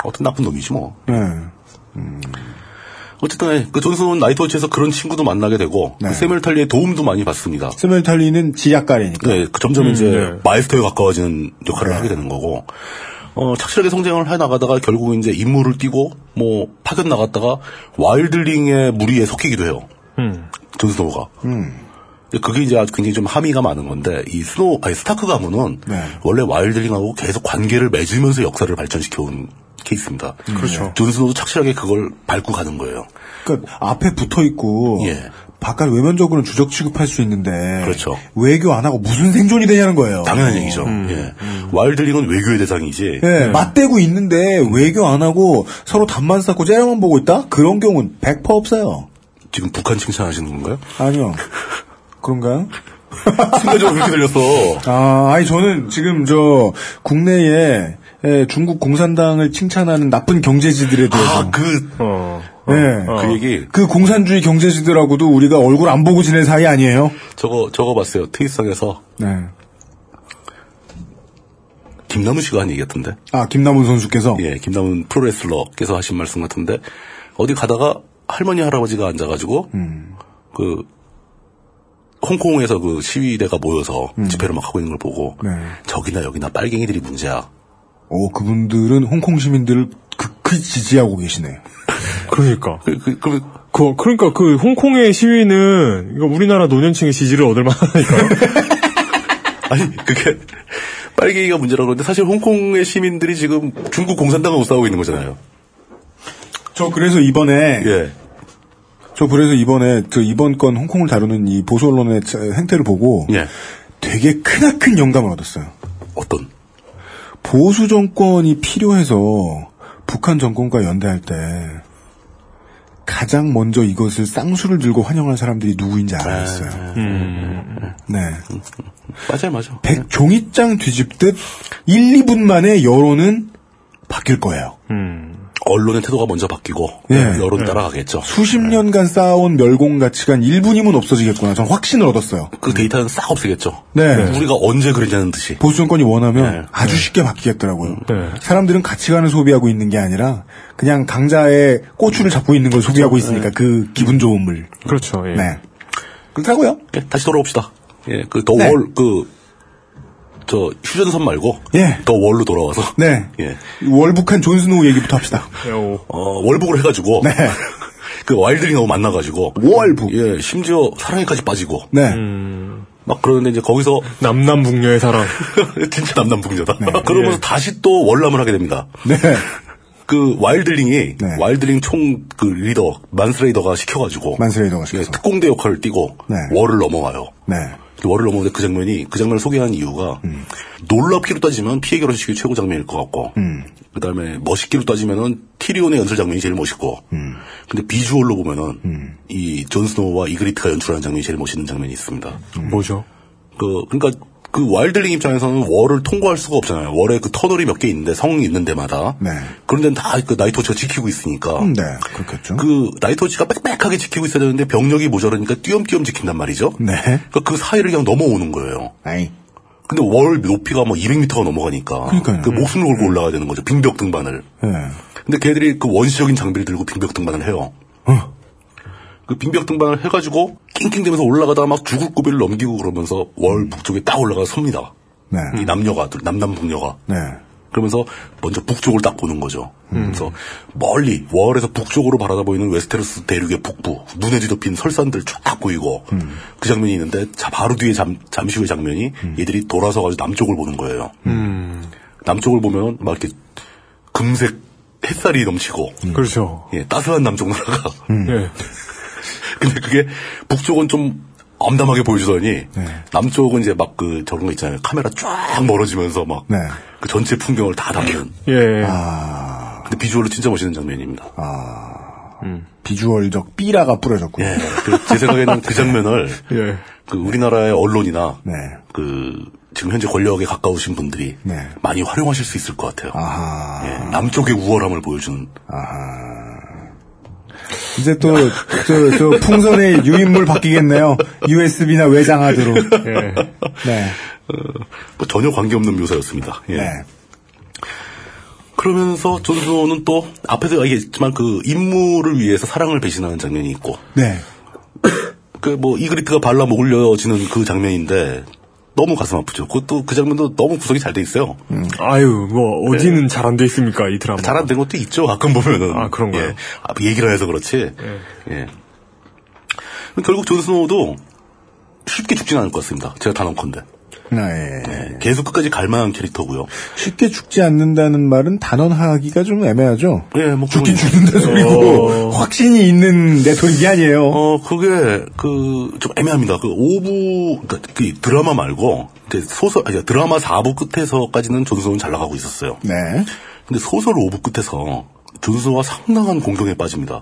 어떤 나쁜 놈이지 뭐. 어쨌든 그 존슨은 나이트워치에서 그런 친구도 만나게 되고
네.
그 세멜탈리의 도움도 많이 받습니다.
세멜탈리는 지약가리니까.
네, 그 점점 이제
네.
마이스터에 가까워지는 역할을 하게 되는 거고, 어, 착실하게 성장을 해 나가다가 결국 이제 임무를 뛰고, 뭐, 파견 나갔다가 와일드링의 무리에 속히기도 해요.
음.
존스노우가. 근데 그게 이제 아주 굉장히 좀 함의가 많은 건데, 이 스노우, 아니, 스타크 가문은
네.
원래 와일드링하고 계속 관계를 맺으면서 역사를 발전시켜온 케이스입니다.
그렇죠.
존스노우도 착실하게 그걸 밟고 가는 거예요.
그러니까 앞에 붙어 있고 바깥 외면적으로는 주적 취급할 수 있는데
예. 그렇죠.
외교 안 하고 무슨 생존이 되냐는 거예요.
어.
음.
당연한 얘기죠. 음. 예. 와일드링은 외교의 대상이지.
예, 맞대고 있는데 외교 안 하고 서로 답만 쌓고 째려만 보고 있다? 그런 경우는 100% 없어요.
지금 북한 칭찬하시는 건가요?
아니요. 그런가요?
순간적으로 그렇게 들렸어.
아, 아니 저는 지금 저 국내에 예, 중국 공산당을 칭찬하는 나쁜 경제지들에 대해서
아, 그,
어.
예.
그 얘기,
그 공산주의 경제지들하고도 우리가 얼굴 안 보고 지낸 사이 아니에요?
저거, 저거 봤어요. 트윗상에서.
네.
김남훈 씨가 한 얘기 같은데.
아, 김남훈 선수께서?
예, 김남훈 프로레슬러께서 하신 말씀 같은데. 어디 가다가 할머니, 할아버지가 앉아가지고,
음.
그, 홍콩에서 그 시위대가 모여서
음.
집회를 막 하고 있는 걸 보고,
네.
저기나 여기나 빨갱이들이 문제야.
오, 그분들은 홍콩 시민들을 극히 지지하고 계시네요.
그러니까.
그, 그, 그,
러니까그 홍콩의 시위는 이거 우리나라 노년층의 지지를 얻을 만하니까.
아니, 그게, 빨갱이가 문제라고 그러는데, 사실 홍콩의 시민들이 지금 중국 공산당하고 싸우고 있는 거잖아요.
저 그래서 이번에
예.
저 그래서 이번에 저 이번 건 홍콩을 다루는 이 보수 언론의 차- 행태를 보고
예.
되게 크나큰 영감을 얻었어요.
어떤?
보수 정권이 필요해서 북한 정권과 연대할 때 가장 먼저 이것을 쌍수를 들고 환영한 사람들이 누구인지 알아냈어요. 네.
맞아요, 맞아요.
백 종이장 뒤집듯 1, 2분 만에 여론은 바뀔 거예요.
언론의 태도가 먼저 바뀌고
예.
여론 따라가겠죠.
수십 년간 쌓아온 멸공 가치관 1분이면 없어지겠구나. 전 확신을 얻었어요.
그 데이터는 싹 없애겠죠.
네.
우리가 언제 그랬냐는 듯이.
보수 정권이
네.
원하면 아주 쉽게 바뀌겠더라고요. 사람들은 가치관을 소비하고 있는 게 아니라 그냥 강자의 꼬추를 잡고 있는 걸 소비하고
네.
있으니까 그 기분 좋은 물.
그렇죠. 예.
네. 그렇다고요?
예, 다시 돌아옵시다. 예, 그 더
네.
월, 그, 저, 휴전선 말고.
예.
더 월로 돌아와서.
네.
예.
월북한 존스노우 얘기부터 합시다.
어, 월북을 해가지고.
네.
그 와일드링하고 만나가지고.
월북.
예, 심지어 사랑에까지 빠지고.
네.
음. 막 그러는데 이제 거기서.
남남북녀의 사랑.
진짜 남남북녀다. 그러면서 다시 또 월남을 하게 됩니다.
네.
그 와일드링이
네.
와일드링 총 그 리더 만스레이더가 시켜가지고
만스레이더가
예,
시켜서.
특공대 역할을 띠고
네.
월을 넘어와요.
예.
네.
월을 넘어오는데 그 장면이 그 장면을 소개한 이유가
음.
놀랍기로 따지면 피해 결혼식이 최고 장면일 것 같고 그다음에 멋있기로 따지면은 티리온의 연설 장면이 제일 멋있고
음.
근데 비주얼로 보면은 이 존스노우와 이그리트가 연출하는 장면이 제일 멋있는 장면이 있습니다.
음.
뭐죠?
그 그러니까 그 와일드링 입장에서는 월을 통과할 수가 없잖아요. 월에 그 터널이 몇 개 있는데 성이 있는 데마다
네.
그런 데는 다 그 나이토치가 지키고 있으니까
음, 네. 그렇겠죠.
그 나이토치가 빽빽하게 지키고 있어야 되는데 병력이 모자라니까 뛰엄뛰엄 지킨단 말이죠.
네.
그러니까 그 사이를 그냥 넘어오는 거예요.
아이.
근데 월 높이가 뭐 200m가 넘어가니까
그러니까요. 네.
그 목숨을 걸고 올라가야 되는 거죠. 빙벽 등반을.
예.
근데 걔들이 그 원시적인 장비를 들고 빙벽 등반을 해요. 그 빙벽 등반을 해가지고 낑낑대면서 올라가다가 막 죽을 고비를 넘기고 그러면서 월 북쪽에 딱 올라가 섭니다.
네.
이 남녀가 남남 북녀가
네.
그러면서 먼저 북쪽을 딱 보는 거죠. 그래서 멀리 월에서 북쪽으로 바라다 보이는 웨스테로스 대륙의 북부 눈에 뒤덮인 설산들 쫙 보이고
음.
그 장면이 있는데 자 바로 뒤에 잠, 잠시 후의 장면이
음.
얘들이 돌아서 가지고 남쪽을 보는 거예요. 남쪽을 보면 막 이렇게 금색 햇살이 넘치고
음.
그렇죠.
예, 따스한 남쪽 나라가
예.
근데 그게 북쪽은 좀 엄담하게 보여주더니
네.
남쪽은 이제 막 그 저런 거 있잖아요 카메라 쫙 멀어지면서 막 그
네.
전체 풍경을 다 담는
예.
아.
근데 비주얼로 진짜 멋있는 장면입니다.
비주얼적 삐라가 뿌려졌고요.
예. 그제 생각에는 그 장면을
예.
그 우리나라의 언론이나
네.
그 지금 현재 권력에 가까우신 분들이
네. 아.
많이 활용하실 수 있을 것 같아요.
아하.
예, 남쪽의 우월함을 보여주는.
이제 또, 저, 저 풍선의 유인물 바뀌겠네요. USB나 외장하드로.
예.
네.
뭐 전혀 관계없는 묘사였습니다. 예. 그러면서 존스노우는 또 앞에서 얘기했지만 그 임무를 위해서 사랑을 배신하는 장면이 있고
네.
그 뭐 이그리트가 발라 먹으려지는 그 장면인데 너무 가슴 아프죠. 그것도 그 장면도 너무 구성이 잘 돼 있어요.
음.
음.
아유, 뭐,
네.
어디는 잘 안 돼 있습니까, 이 드라마.
잘 안 된 것도 있죠. 가끔 보면은.
아, 그런가요?
예. 아, 얘기를 해서 그렇지. 예. 결국 존스노우도 쉽게 죽진 않을 것 같습니다. 제가 단언컨대.
네.
예. 계속 끝까지 갈만한 캐릭터고요.
쉽게 죽지 않는다는 말은 단언하기가 좀 애매하죠. 어.
예, 뭐
죽긴 죽는다 소리고 확신이 있는 내토릭이 아니에요.
어, 그게 그 좀 애매합니다. 그 5부 그러니까 그 드라마 말고 이제 소설 아니 드라마 4부 끝에서까지는 존스는 잘 나가고 있었어요.
네.
근데 소설 5부 끝에서 존스와 상당한 공경에 빠집니다.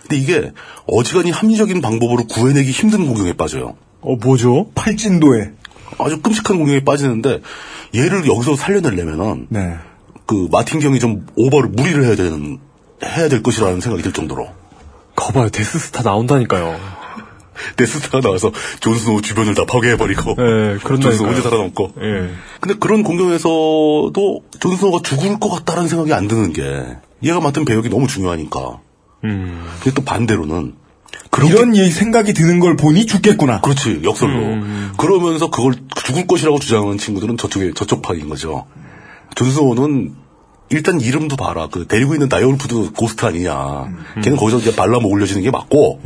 근데 이게 어지간히 합리적인 방법으로 구해내기 힘든 공경에 빠져요.
어, 뭐죠?
팔진도에.
아주 끔찍한 공경에 빠지는데 얘를 여기서 살려내려면은
네.
그 마틴 경이 좀 오버를 무리를 해야 되는 해야 될 것이라는 생각이 들 정도로
거봐요, 데스스타 나온다니까요.
데스타가 나와서 존스노 주변을 다 파괴해버리고
예,
존스
그런다니까요.
혼자 살아남고
예.
근데 그런 공경에서도 존스노가 죽을 것 같다라는 생각이 안 드는 게 얘가 맡은 배역이 너무 중요하니까
음.
근데 또 반대로는
이런 예- 생각이 드는 걸 보니 죽겠구나.
그렇지 역설로
음,
그러면서 그걸 죽을 것이라고 주장하는 친구들은 저쪽에 저쪽 파인 거죠 존스노는 일단 이름도 봐라. 그 데리고 있는 나이올프도 고스트 아니냐.
음,
걔는 거기서 이제 발라 먹으려지는 게 맞고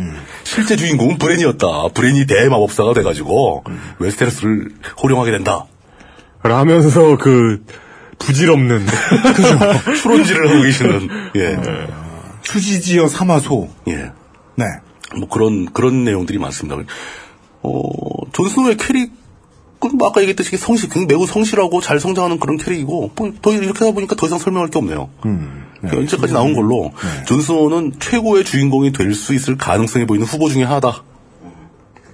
실제 주인공은 브랜이었다. 브랜이 대마법사가 돼가지고
음.
웨스테로스를 호령하게 된다.
라면서 그, 부질없는.
추론질을 하고 계시는 예.
수지지어 삼화소.
예.
네.
뭐 그런 그런 내용들이 많습니다. 어, 존스노의 캐릭 그건 뭐 아까 얘기했듯이 성실 굉장히 매우 성실하고 잘 성장하는 그런 캐릭이고 뭐, 더 이렇게 하다 보니까 더 이상 설명할 게 없네요. 그러니까 현재까지 나온 걸로 존스노는 최고의 주인공이 될 수 있을 가능성이 보이는 후보 중에 하나다.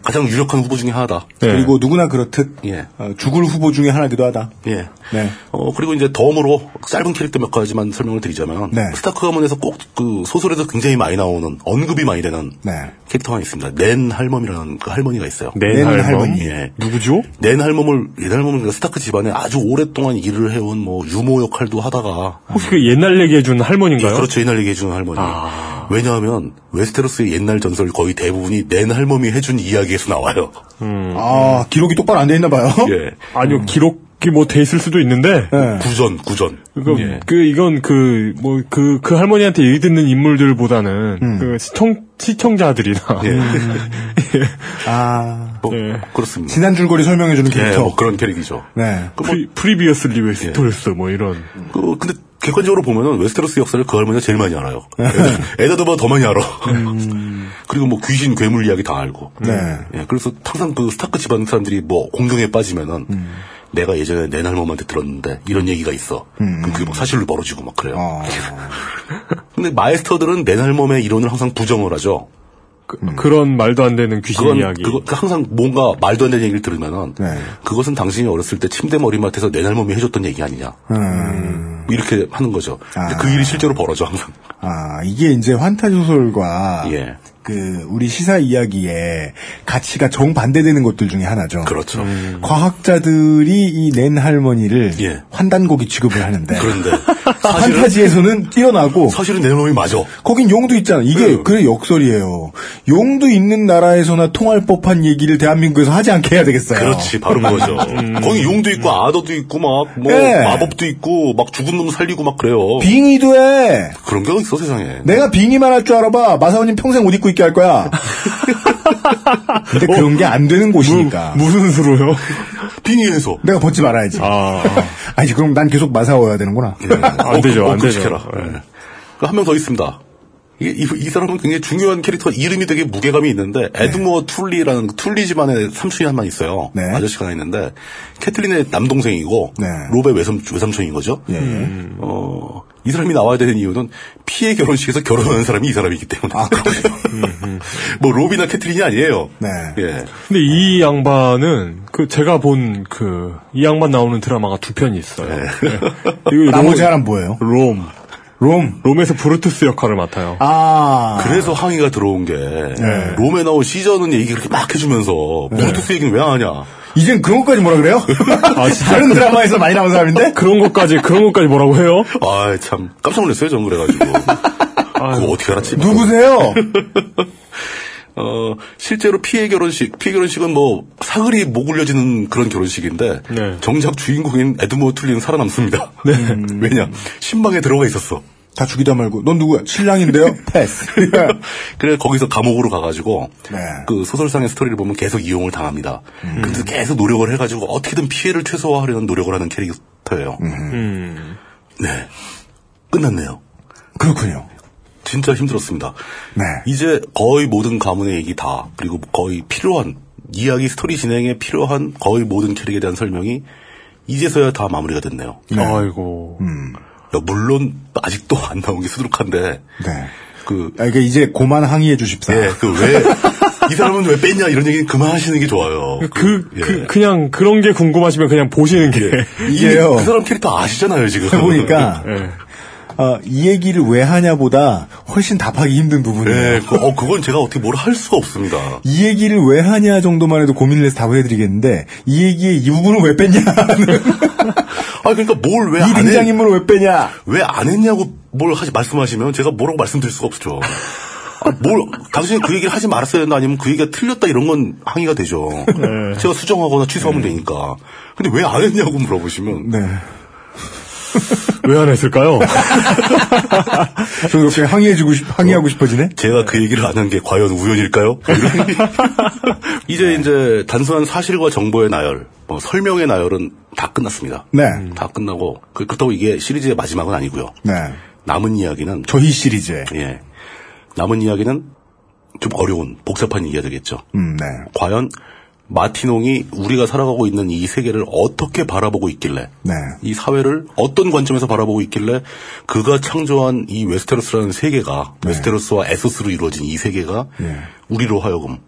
가장 유력한 후보 중에 하나다.
그리고 누구나 그렇듯
예.
어, 죽을 후보 중에 하나기도 하다.
예.
네.
어, 그리고 이제 덤으로 짧은 캐릭터 몇 가지만 설명을 드리자면
네.
스타크 가문에서 꼭 그 소설에서 굉장히 많이 나오는 언급이 많이 되는
네.
캐릭터가 있습니다. 낸 할멈이라는 그 할머니가 있어요.
낸
낸
할머니.
할머니.
예.
누구죠?
낸 할멈을 옛 할멈은 그 스타크 집안에 아주 오랫동안 일을 해온 뭐 유모 역할도 하다가
혹시 그 옛날 얘기해준 할머니인가요?
그렇죠 옛날 얘기해 주는 할머니.
아.
왜냐하면 웨스테로스의 옛날 전설 거의 대부분이 낸 할멈이 해준 이야기에서 나와요.
아 기록이 똑바로 안 돼 있나 봐요.
예.
아니요, 기록이 뭐 돼 있을 수도 있는데.
어? 네.
구전 구전.
그, 그, 이건 그, 뭐, 그, 그 할머니한테 얘기 듣는 인물들보다는, 그, 시청, 시청자들이나.
예.
아
뭐
예.
그렇습니다.
지난 줄거리 설명해주는
예,
캐릭터.
뭐 그런 캐릭이죠.
네.
그 뭐-
프리, 프리비어슬리 웨스토리스 뭐 이런.
그, 근데 객관적으로 보면은 웨스테로스 역사를 그 할머니가 제일 많이 알아요.
네.
에다- 에다드보다 더 많이 알아.
음.
그리고 뭐 귀신 괴물 이야기 다 알고.
네.
예, 그래서 항상 그 스타크 집안 사람들이 뭐 공경에 빠지면은
음.
내가 예전에 내 할머니한테 들었는데 이런 얘기가 있어.
음.
그럼 그게 막 사실로 벌어지고 막 그래요.
아.
어,
근데 마에스터들은 내 할머니의 이론을 항상 부정을 하죠.
그, 런 말도 안 되는 귀신
그건
이야기.
그거 그 항상 뭔가 말도 안 되는 얘기를 들으면은
네.
그것은 당신이 어렸을 때 침대 머리맡에서 내 할머니 해줬던 얘기 아니냐.
음.
뭐 이렇게 하는 거죠. 근데
아.
그 일이 실제로 벌어져 항상.
아 이게 이제 환타 소설과
예.
그 우리 시사 이야기의 가치가 정반대되는 것들 중에 하나죠.
그렇죠.
음. 과학자들이 이 낸 할머니를
예.
환단고기 취급을 하는데
그런데 사실은
판타지에서는 뛰어나고
사실은 내 놈이 맞아.
거긴 용도 있잖아. 이게 그래 역설이에요. 용도 있는 나라에서나 통할 법한 얘기를 대한민국에서 하지 않게 해야 되겠어요. 음.
그렇지 바로 그거죠. 거기 용도 있고 아더도 있고 막 뭐
예.
마법도 있고 막 죽은 놈 살리고 막 그래요.
빙의도 해.
그런 게 있어 세상에.
내가 빙의만 할 줄 알아봐. 마사오님 평생 옷 입고 있게 할 거야. 근데 그런 게 안 되는
뭐,
곳이니까.
무슨 수로요?
빙의해서
내가 벗지 말아야지.
아,
아니 그럼 난 계속 마사오야 되는구나.
예.
네.
음,
안 되죠, 네. 안 되죠.
시켜라. 네. 그 한 명 더 있습니다. 이게- 이, 이 사람은 굉장히 중요한 캐릭터 이름이 되게 무게감이 있는데
네.
에드무어 툴리라는 그 툴리 집안의 삼촌이 한 명 있어요.
네.
아저씨가 하나 있는데 캐틀린의 남동생이고
네.
로베 외삼, 외삼촌인 거죠.
예.
어, 이 사람이 나와야 되는 이유는 피해 결혼식에서 결혼하는 사람이 이 사람이기 때문에.
아,
뭐 로비나 캐틀린이 아니에요.
네.
예.
근데 이 양반은, 그, 제가 본 그, 이 양반 나오는 드라마가 두 편이 있어요. 네. 이거
나머지
롬-
하나는 뭐예요?
롬.
롬.
롬에서 브루투스 역할을 맡아요.
아.
그래서 항의가 들어온 게
네.
롬에 나온 시저는 얘기 그렇게 막 해주면서 브루투스 얘기는 왜 안 하냐.
이젠 그런 것까지 뭐라 그래요? 다른 드라마에서 많이 나온 사람인데?
어, 그런 것까지 그런 것까지 뭐라고 해요?
아 참 깜짝 놀랐어요 전 그래가지고. 그거 어떻게 알았지?
누구세요?
어, 실제로 피해 결혼식, 피해 결혼식은 뭐, 사그리 목 울려지는 그런 결혼식인데,
네.
정작 주인공인 에드모 틀리는 살아남습니다. 음. 왜냐, 신방에 들어가 있었어.
다 죽이다 말고, 넌 누구야? 신랑인데요? 패스.
그래, 거기서 감옥으로 가가지고,
네. 음.
그 소설상의 스토리를 보면 계속 이용을 당합니다. 그래서 계속 노력을 해가지고, 어떻게든 피해를 최소화하려는 노력을 하는 캐릭터예요.
음.
네. 끝났네요.
그렇군요.
진짜 힘들었습니다.
네.
이제 거의 모든 가문의 얘기 다 그리고 거의 필요한 이야기 스토리 진행에 필요한 거의 모든 캐릭에 대한 설명이 이제서야 다 마무리가 됐네요.
아이고.
야, 물론 아직도 안 나온 게 수두룩한데
네.
그
아, 그러니까 이제 고만 항의해 주십사.
예, 그 왜 이 사람은 왜 뺐냐 이런 얘기는 그만하시는 게 좋아요.
그,
예.
그, 그냥 그런 게 궁금하시면 그냥 보시는 게.
이게요.
그 사람 캐릭터 아시잖아요 지금.
해보니까,
예.
어, 이 얘기를 왜 하냐보다 훨씬 답하기 힘든 부분이에요.
네, 그, 어, 그건 제가 어떻게 뭘 할 수가 없습니다.
이 얘기를 왜 하냐 정도만 해도 고민을 해서 답을 해드리겠는데, 이 얘기에 이 부분을 왜 뺐냐?
아, 그러니까 뭘 왜
이
안 해?
등장인물을 왜 빼냐?
왜 안 했냐고 뭘 하지 말씀하시면 제가 뭐라고 말씀드릴 수가 없죠. 아, 뭘 당신이 그 얘기를 하지 말았어야 된다 아니면 그 얘기가 틀렸다 이런 건 항의가 되죠.
네.
제가 수정하거나 취소하면 되니까. 근데 왜 안 했냐고 물어보시면
네.
왜 안 했을까요?
저 이렇게 항의해주고 싶, 항의하고 싶어지네?
제가 그 얘기를 안 한 게 과연 우연일까요? 이런
네.
이제 이제 단순한 사실과 정보의 나열, 뭐 설명의 나열은 다 끝났습니다.
네.
다 끝나고 그- 그렇다고 이게 시리즈의 마지막은 아니고요.
네.
남은 이야기는
저희 시리즈에.
예. 남은 이야기는 좀 어려운 복잡한 얘기가 되겠죠.
음, 네.
과연 마티농이 우리가 살아가고 있는 이 세계를 어떻게 바라보고 있길래
네.
이 사회를 어떤 관점에서 바라보고 있길래 그가 창조한 이 웨스테로스라는 세계가 웨스테로스와 에소스로 이루어진 이 세계가
예.
우리로 하여금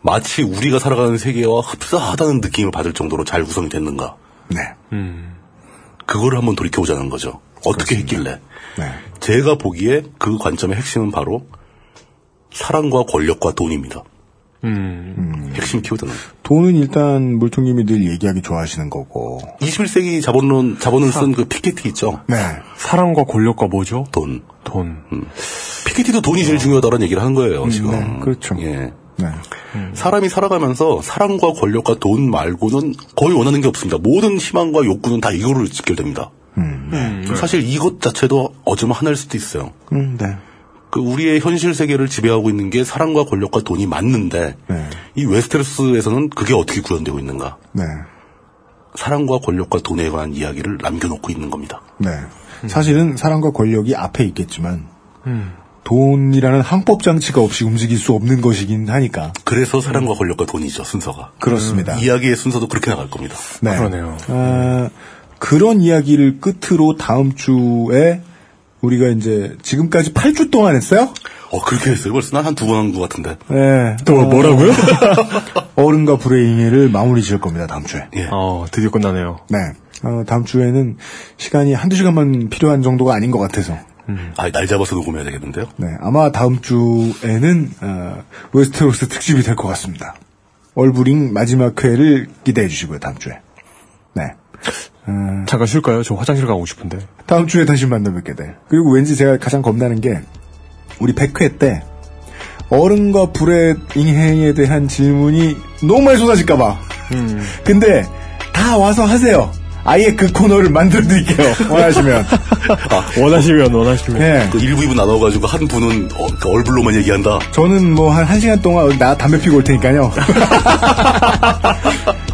마치 우리가 살아가는 세계와 흡사하다는 느낌을 받을 정도로 잘 구성이 됐는가
네.
그걸 한번 돌이켜보자는 거죠. 어떻게 했길래
네.
제가 보기에 그 관점의 핵심은 바로 사랑과 권력과 돈입니다.
음.
핵심 키워드는
돈은 일단 물통님이 늘 얘기하기 좋아하시는 거고.
21세기 자본론 자본을 쓴 그 피케티 있죠.
네.
사랑과 권력과 뭐죠?
돈. 음.
돈.
피케티도 돈이 제일 중요하다는 얘기를 하는 거예요 지금.
음. 네, 그렇죠.
예.
네.
사람이 살아가면서 사랑과 권력과 돈 말고는 거의 원하는 게 없습니다. 모든 희망과 욕구는 다 이거로 직결됩니다.
네.
사실 이것 자체도 어쩌면 하나일 수도 있어요.
음, 네.
그 우리의 현실 세계를 지배하고 있는 게 사랑과 권력과 돈이 맞는데
네.
이 웨스테로스에서는 그게 어떻게 구현되고 있는가?
네.
사랑과 권력과 돈에 관한 이야기를 남겨놓고 있는 겁니다.
네. 사실은 사랑과 권력이 앞에 있겠지만, 돈이라는 항법 장치가 없이 움직일 수 없는 것이긴 하니까.
그래서 사랑과 권력과 돈이죠 순서가.
그렇습니다.
이야기의 순서도 그렇게 나갈 겁니다.
네.
그러네요.
아, 그런 이야기를 끝으로 다음 주에 우리가 이제 지금까지 8주 동안 했어요?
어 그렇게 했어요. 벌써 난 한 두 번 한 것 같은데.
네.
또 뭐라고요?
어른과 불의 인해를 마무리 지을 겁니다, 다음 주에.
예.
어, 드디어 끝나네요.
네. 어, 다음 주에는 시간이 한두 시간만 필요한 정도가 아닌 것 같아서.
아날 잡아서 녹음해야 되겠는데요.
네. 아마 다음 주에는, 어, 웨스테로스 특집이 될 것 같습니다. 얼부링 마지막 회를 기대해 주시고요, 다음 주에. 네.
잠깐 쉴까요? 저 화장실 가고 싶은데.
다음 주에 다시 만나뵙게 돼. 그리고 왠지 제가 가장 겁나는 게 우리 100회 때 어른과 불의 인행에 대한 질문이 너무 많이 쏟아질까봐. 근데 다 와서 하세요. 아예 그 코너를 만들어 드릴게요. 원하시면.
원하시면 원하시면.
네.
그 일부 이부 나눠가지고 한 분은 어, 그 얼굴로만 얘기한다.
저는 뭐 한 1시간 동안 나 담배 피고 올 테니까요.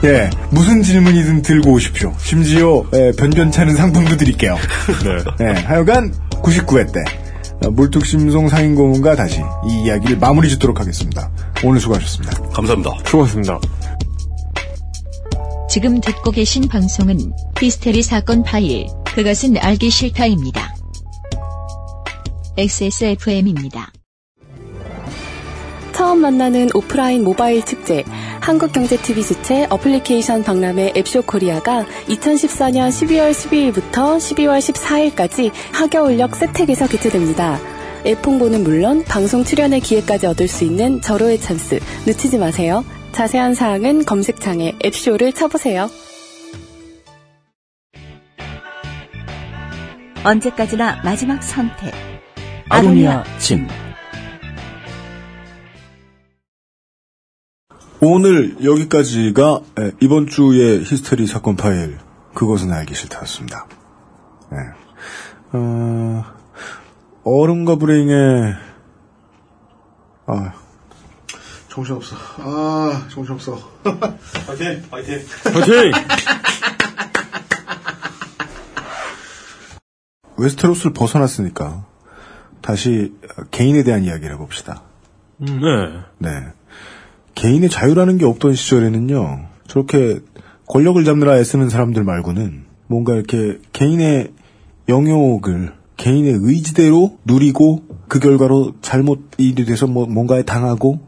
예. 무슨 질문이든 들고 오십시오. 심지어 예, 변변찮은 상품도 드릴게요.
네.
네, 하여간 99회 때 어, 물뚝심송 상인고문과 다시 이 이야기를 마무리 짓도록 하겠습니다. 오늘 수고하셨습니다.
감사합니다.
수고하셨습니다.
지금 듣고 계신 방송은 히스테리 사건 파일, 그것은 알기 싫다입니다. XSFM입니다.
처음 만나는 오프라인 모바일 축제 한국경제TV 주최 어플리케이션 박람회 앱쇼 코리아가 2014년 12월 12일부터 12월 14일까지 하겨울역 세택에서 개최됩니다. 앱 홍보는 물론 방송 출연의 기회까지 얻을 수 있는 절호의 찬스 놓치지 마세요. 자세한 사항은 검색창에 앱쇼를 쳐보세요.
언제까지나 마지막 선택.
아로니아 진.
오늘 여기까지가 예, 이번 주의 히스테리 사건 파일 그것은 알기 싫다였습니다. 예. 어, 얼음과 불행의 아,
정신없어. 아, 정신없어. 파이팅! 파이팅!
파이팅!
웨스테로스를 벗어났으니까 다시 개인에 대한 이야기를 해봅시다.
네.
네. 개인의 자유라는 게 없던 시절에는요, 저렇게 권력을 잡느라 애쓰는 사람들 말고는 뭔가 이렇게 개인의 영역을 개인의 의지대로 누리고 그 결과로 잘못 일이 돼서 뭐 뭔가에 당하고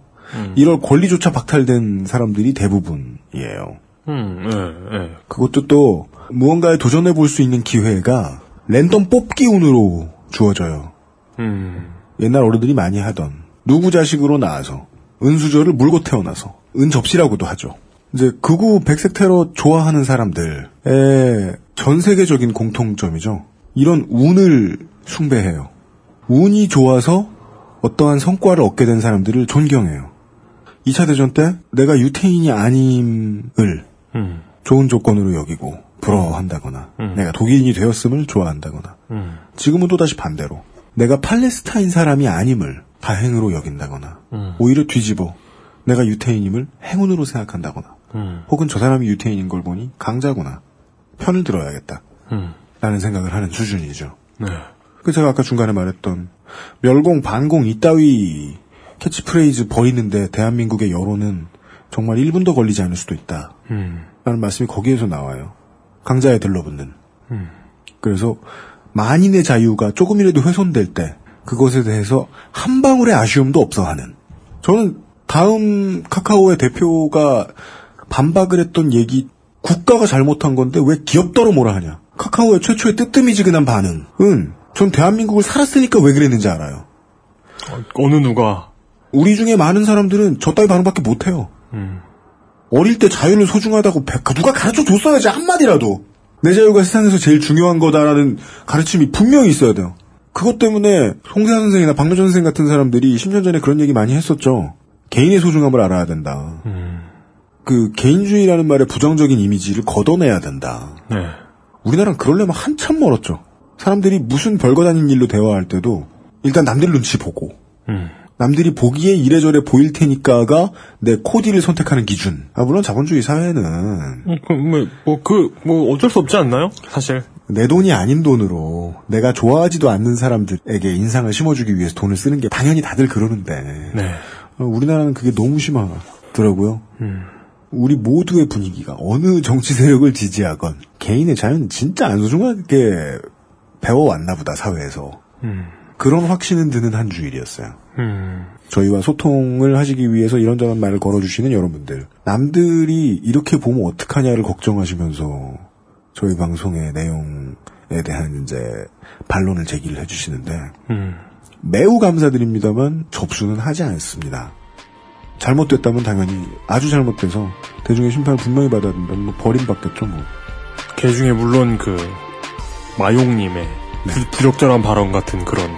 이럴 권리조차 박탈된 사람들이 대부분이에요.
음, 예, 예.
그것도 또 무언가에 도전해 볼 수 있는 기회가 랜덤 뽑기 운으로 주어져요.
음,
옛날 어른들이 많이 하던 누구 자식으로 나와서 은수저를 물고 태어나서 은접시라고도 하죠. 이제 극우 백색 테러 좋아하는 사람들의 전 세계적인 공통점이죠. 이런 운을 숭배해요. 운이 좋아서 어떠한 성과를 얻게 된 사람들을 존경해요. 2차 대전 때 내가 유태인이 아님을
음,
좋은 조건으로 여기고 부러워한다거나
음.
내가 독일인이 되었음을 좋아한다거나
음,
지금은 또다시 반대로 내가 팔레스타인 사람이 아님을 다행으로 여긴다거나
음,
오히려 뒤집어 내가 유태인임을 행운으로 생각한다거나
음,
혹은 저 사람이 유태인인 걸 보니 강자구나 편을 들어야겠다
음.
라는 생각을 하는 수준이죠.
네.
그 제가 아까 중간에 말했던 멸공 반공 이따위 캐치프레이즈 버리는데 대한민국의 여론은 정말 1분도 걸리지 않을 수도 있다
음,
라는 말씀이 거기에서 나와요. 강자에 들러붙는
음.
그래서 만인의 자유가 조금이라도 훼손될 때 그것에 대해서 한 방울의 아쉬움도 없어하는 저는 다음 카카오의 대표가 반박을 했던 얘기 국가가 잘못한 건데 왜 기업더러 뭐라 하냐 카카오의 최초의 뜨뜨미지근한 반응은 전 대한민국을 살았으니까 왜 그랬는지 알아요
어느 누가,
우리 중에 많은 사람들은 저따위 반응밖에 못해요
음,
어릴 때 자유는 소중하다고 백- 누가 가르쳐 줬어야지 한마디라도 내 자유가 세상에서 제일 중요한 거다라는 가르침이 분명히 있어야 돼요. 그것 때문에 송세아 선생이나 박노전 선생 같은 사람들이 10년 전에 그런 얘기 많이 했었죠. 개인의 소중함을 알아야 된다.
음,
그 개인주의라는 말의 부정적인 이미지를 걷어내야 된다.
네.
우리나라는 그러려면 한참 멀었죠. 사람들이 무슨 별거 아닌 일로 대화할 때도 일단 남들 눈치 보고
음,
남들이 보기에 이래저래 보일 테니까가 내 코디를 선택하는 기준. 아, 물론 자본주의 사회는
음, 그, 뭐, 뭐, 그, 뭐, 어쩔 수 없지 않나요? 사실.
내 돈이 아닌 돈으로 내가 좋아하지도 않는 사람들에게 인상을 심어주기 위해서 돈을 쓰는 게 당연히 다들 그러는데
네.
어, 우리나라는 그게 너무 심하더라고요.
음,
우리 모두의 분위기가 어느 정치 세력을 지지하건 개인의 자유는 진짜 안 소중하게 배워왔나 보다 사회에서
음,
그런 확신은 드는 한 주일이었어요.
음,
저희와 소통을 하시기 위해서 이런저런 말을 걸어주시는 여러분들. 남들이 이렇게 보면 어떡하냐를 걱정하시면서 저희 방송의 내용에 대한 이제 반론을 제기를 해주시는데
음,
매우 감사드립니다만 접수는 하지 않습니다. 잘못됐다면 당연히 아주 잘못돼서 대중의 심판을 분명히 받아야 된다면 뭐 버림받겠죠 뭐.
걔 중에 물론 그, 마용님의 부- 부적절한 발언 같은 그런,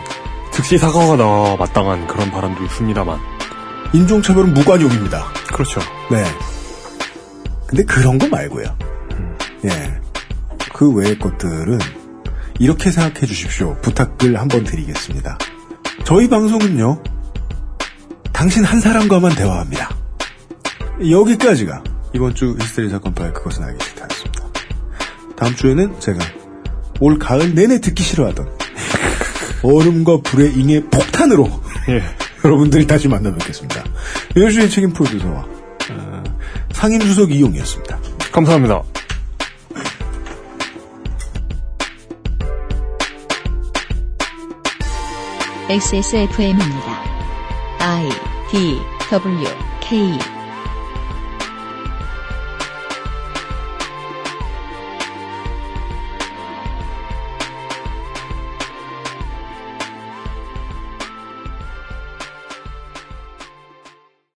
즉시 사과가 나와 마땅한 그런 발언도 있습니다만.
인종차별은 무관용입니다.
그렇죠.
네. 근데 그런 거 말고요. 예. 그 외의 것들은 이렇게 생각해 주십시오. 부탁을 한번 드리겠습니다. 저희 방송은요. 당신 한 사람과만 대화합니다. 여기까지가 이번 주 히스테리 사건 파일 그것은 알기 싫다였습니다. 다음 주에는 제가 올 가을 내내 듣기 싫어하던 얼음과 불의 잉의 폭탄으로
예.
여러분들이 다시 만나뵙겠습니다. 여주의 책임 프로듀서와 어, 상임 수석 이용이었습니다.
감사합니다.
XSFM입니다. I D W K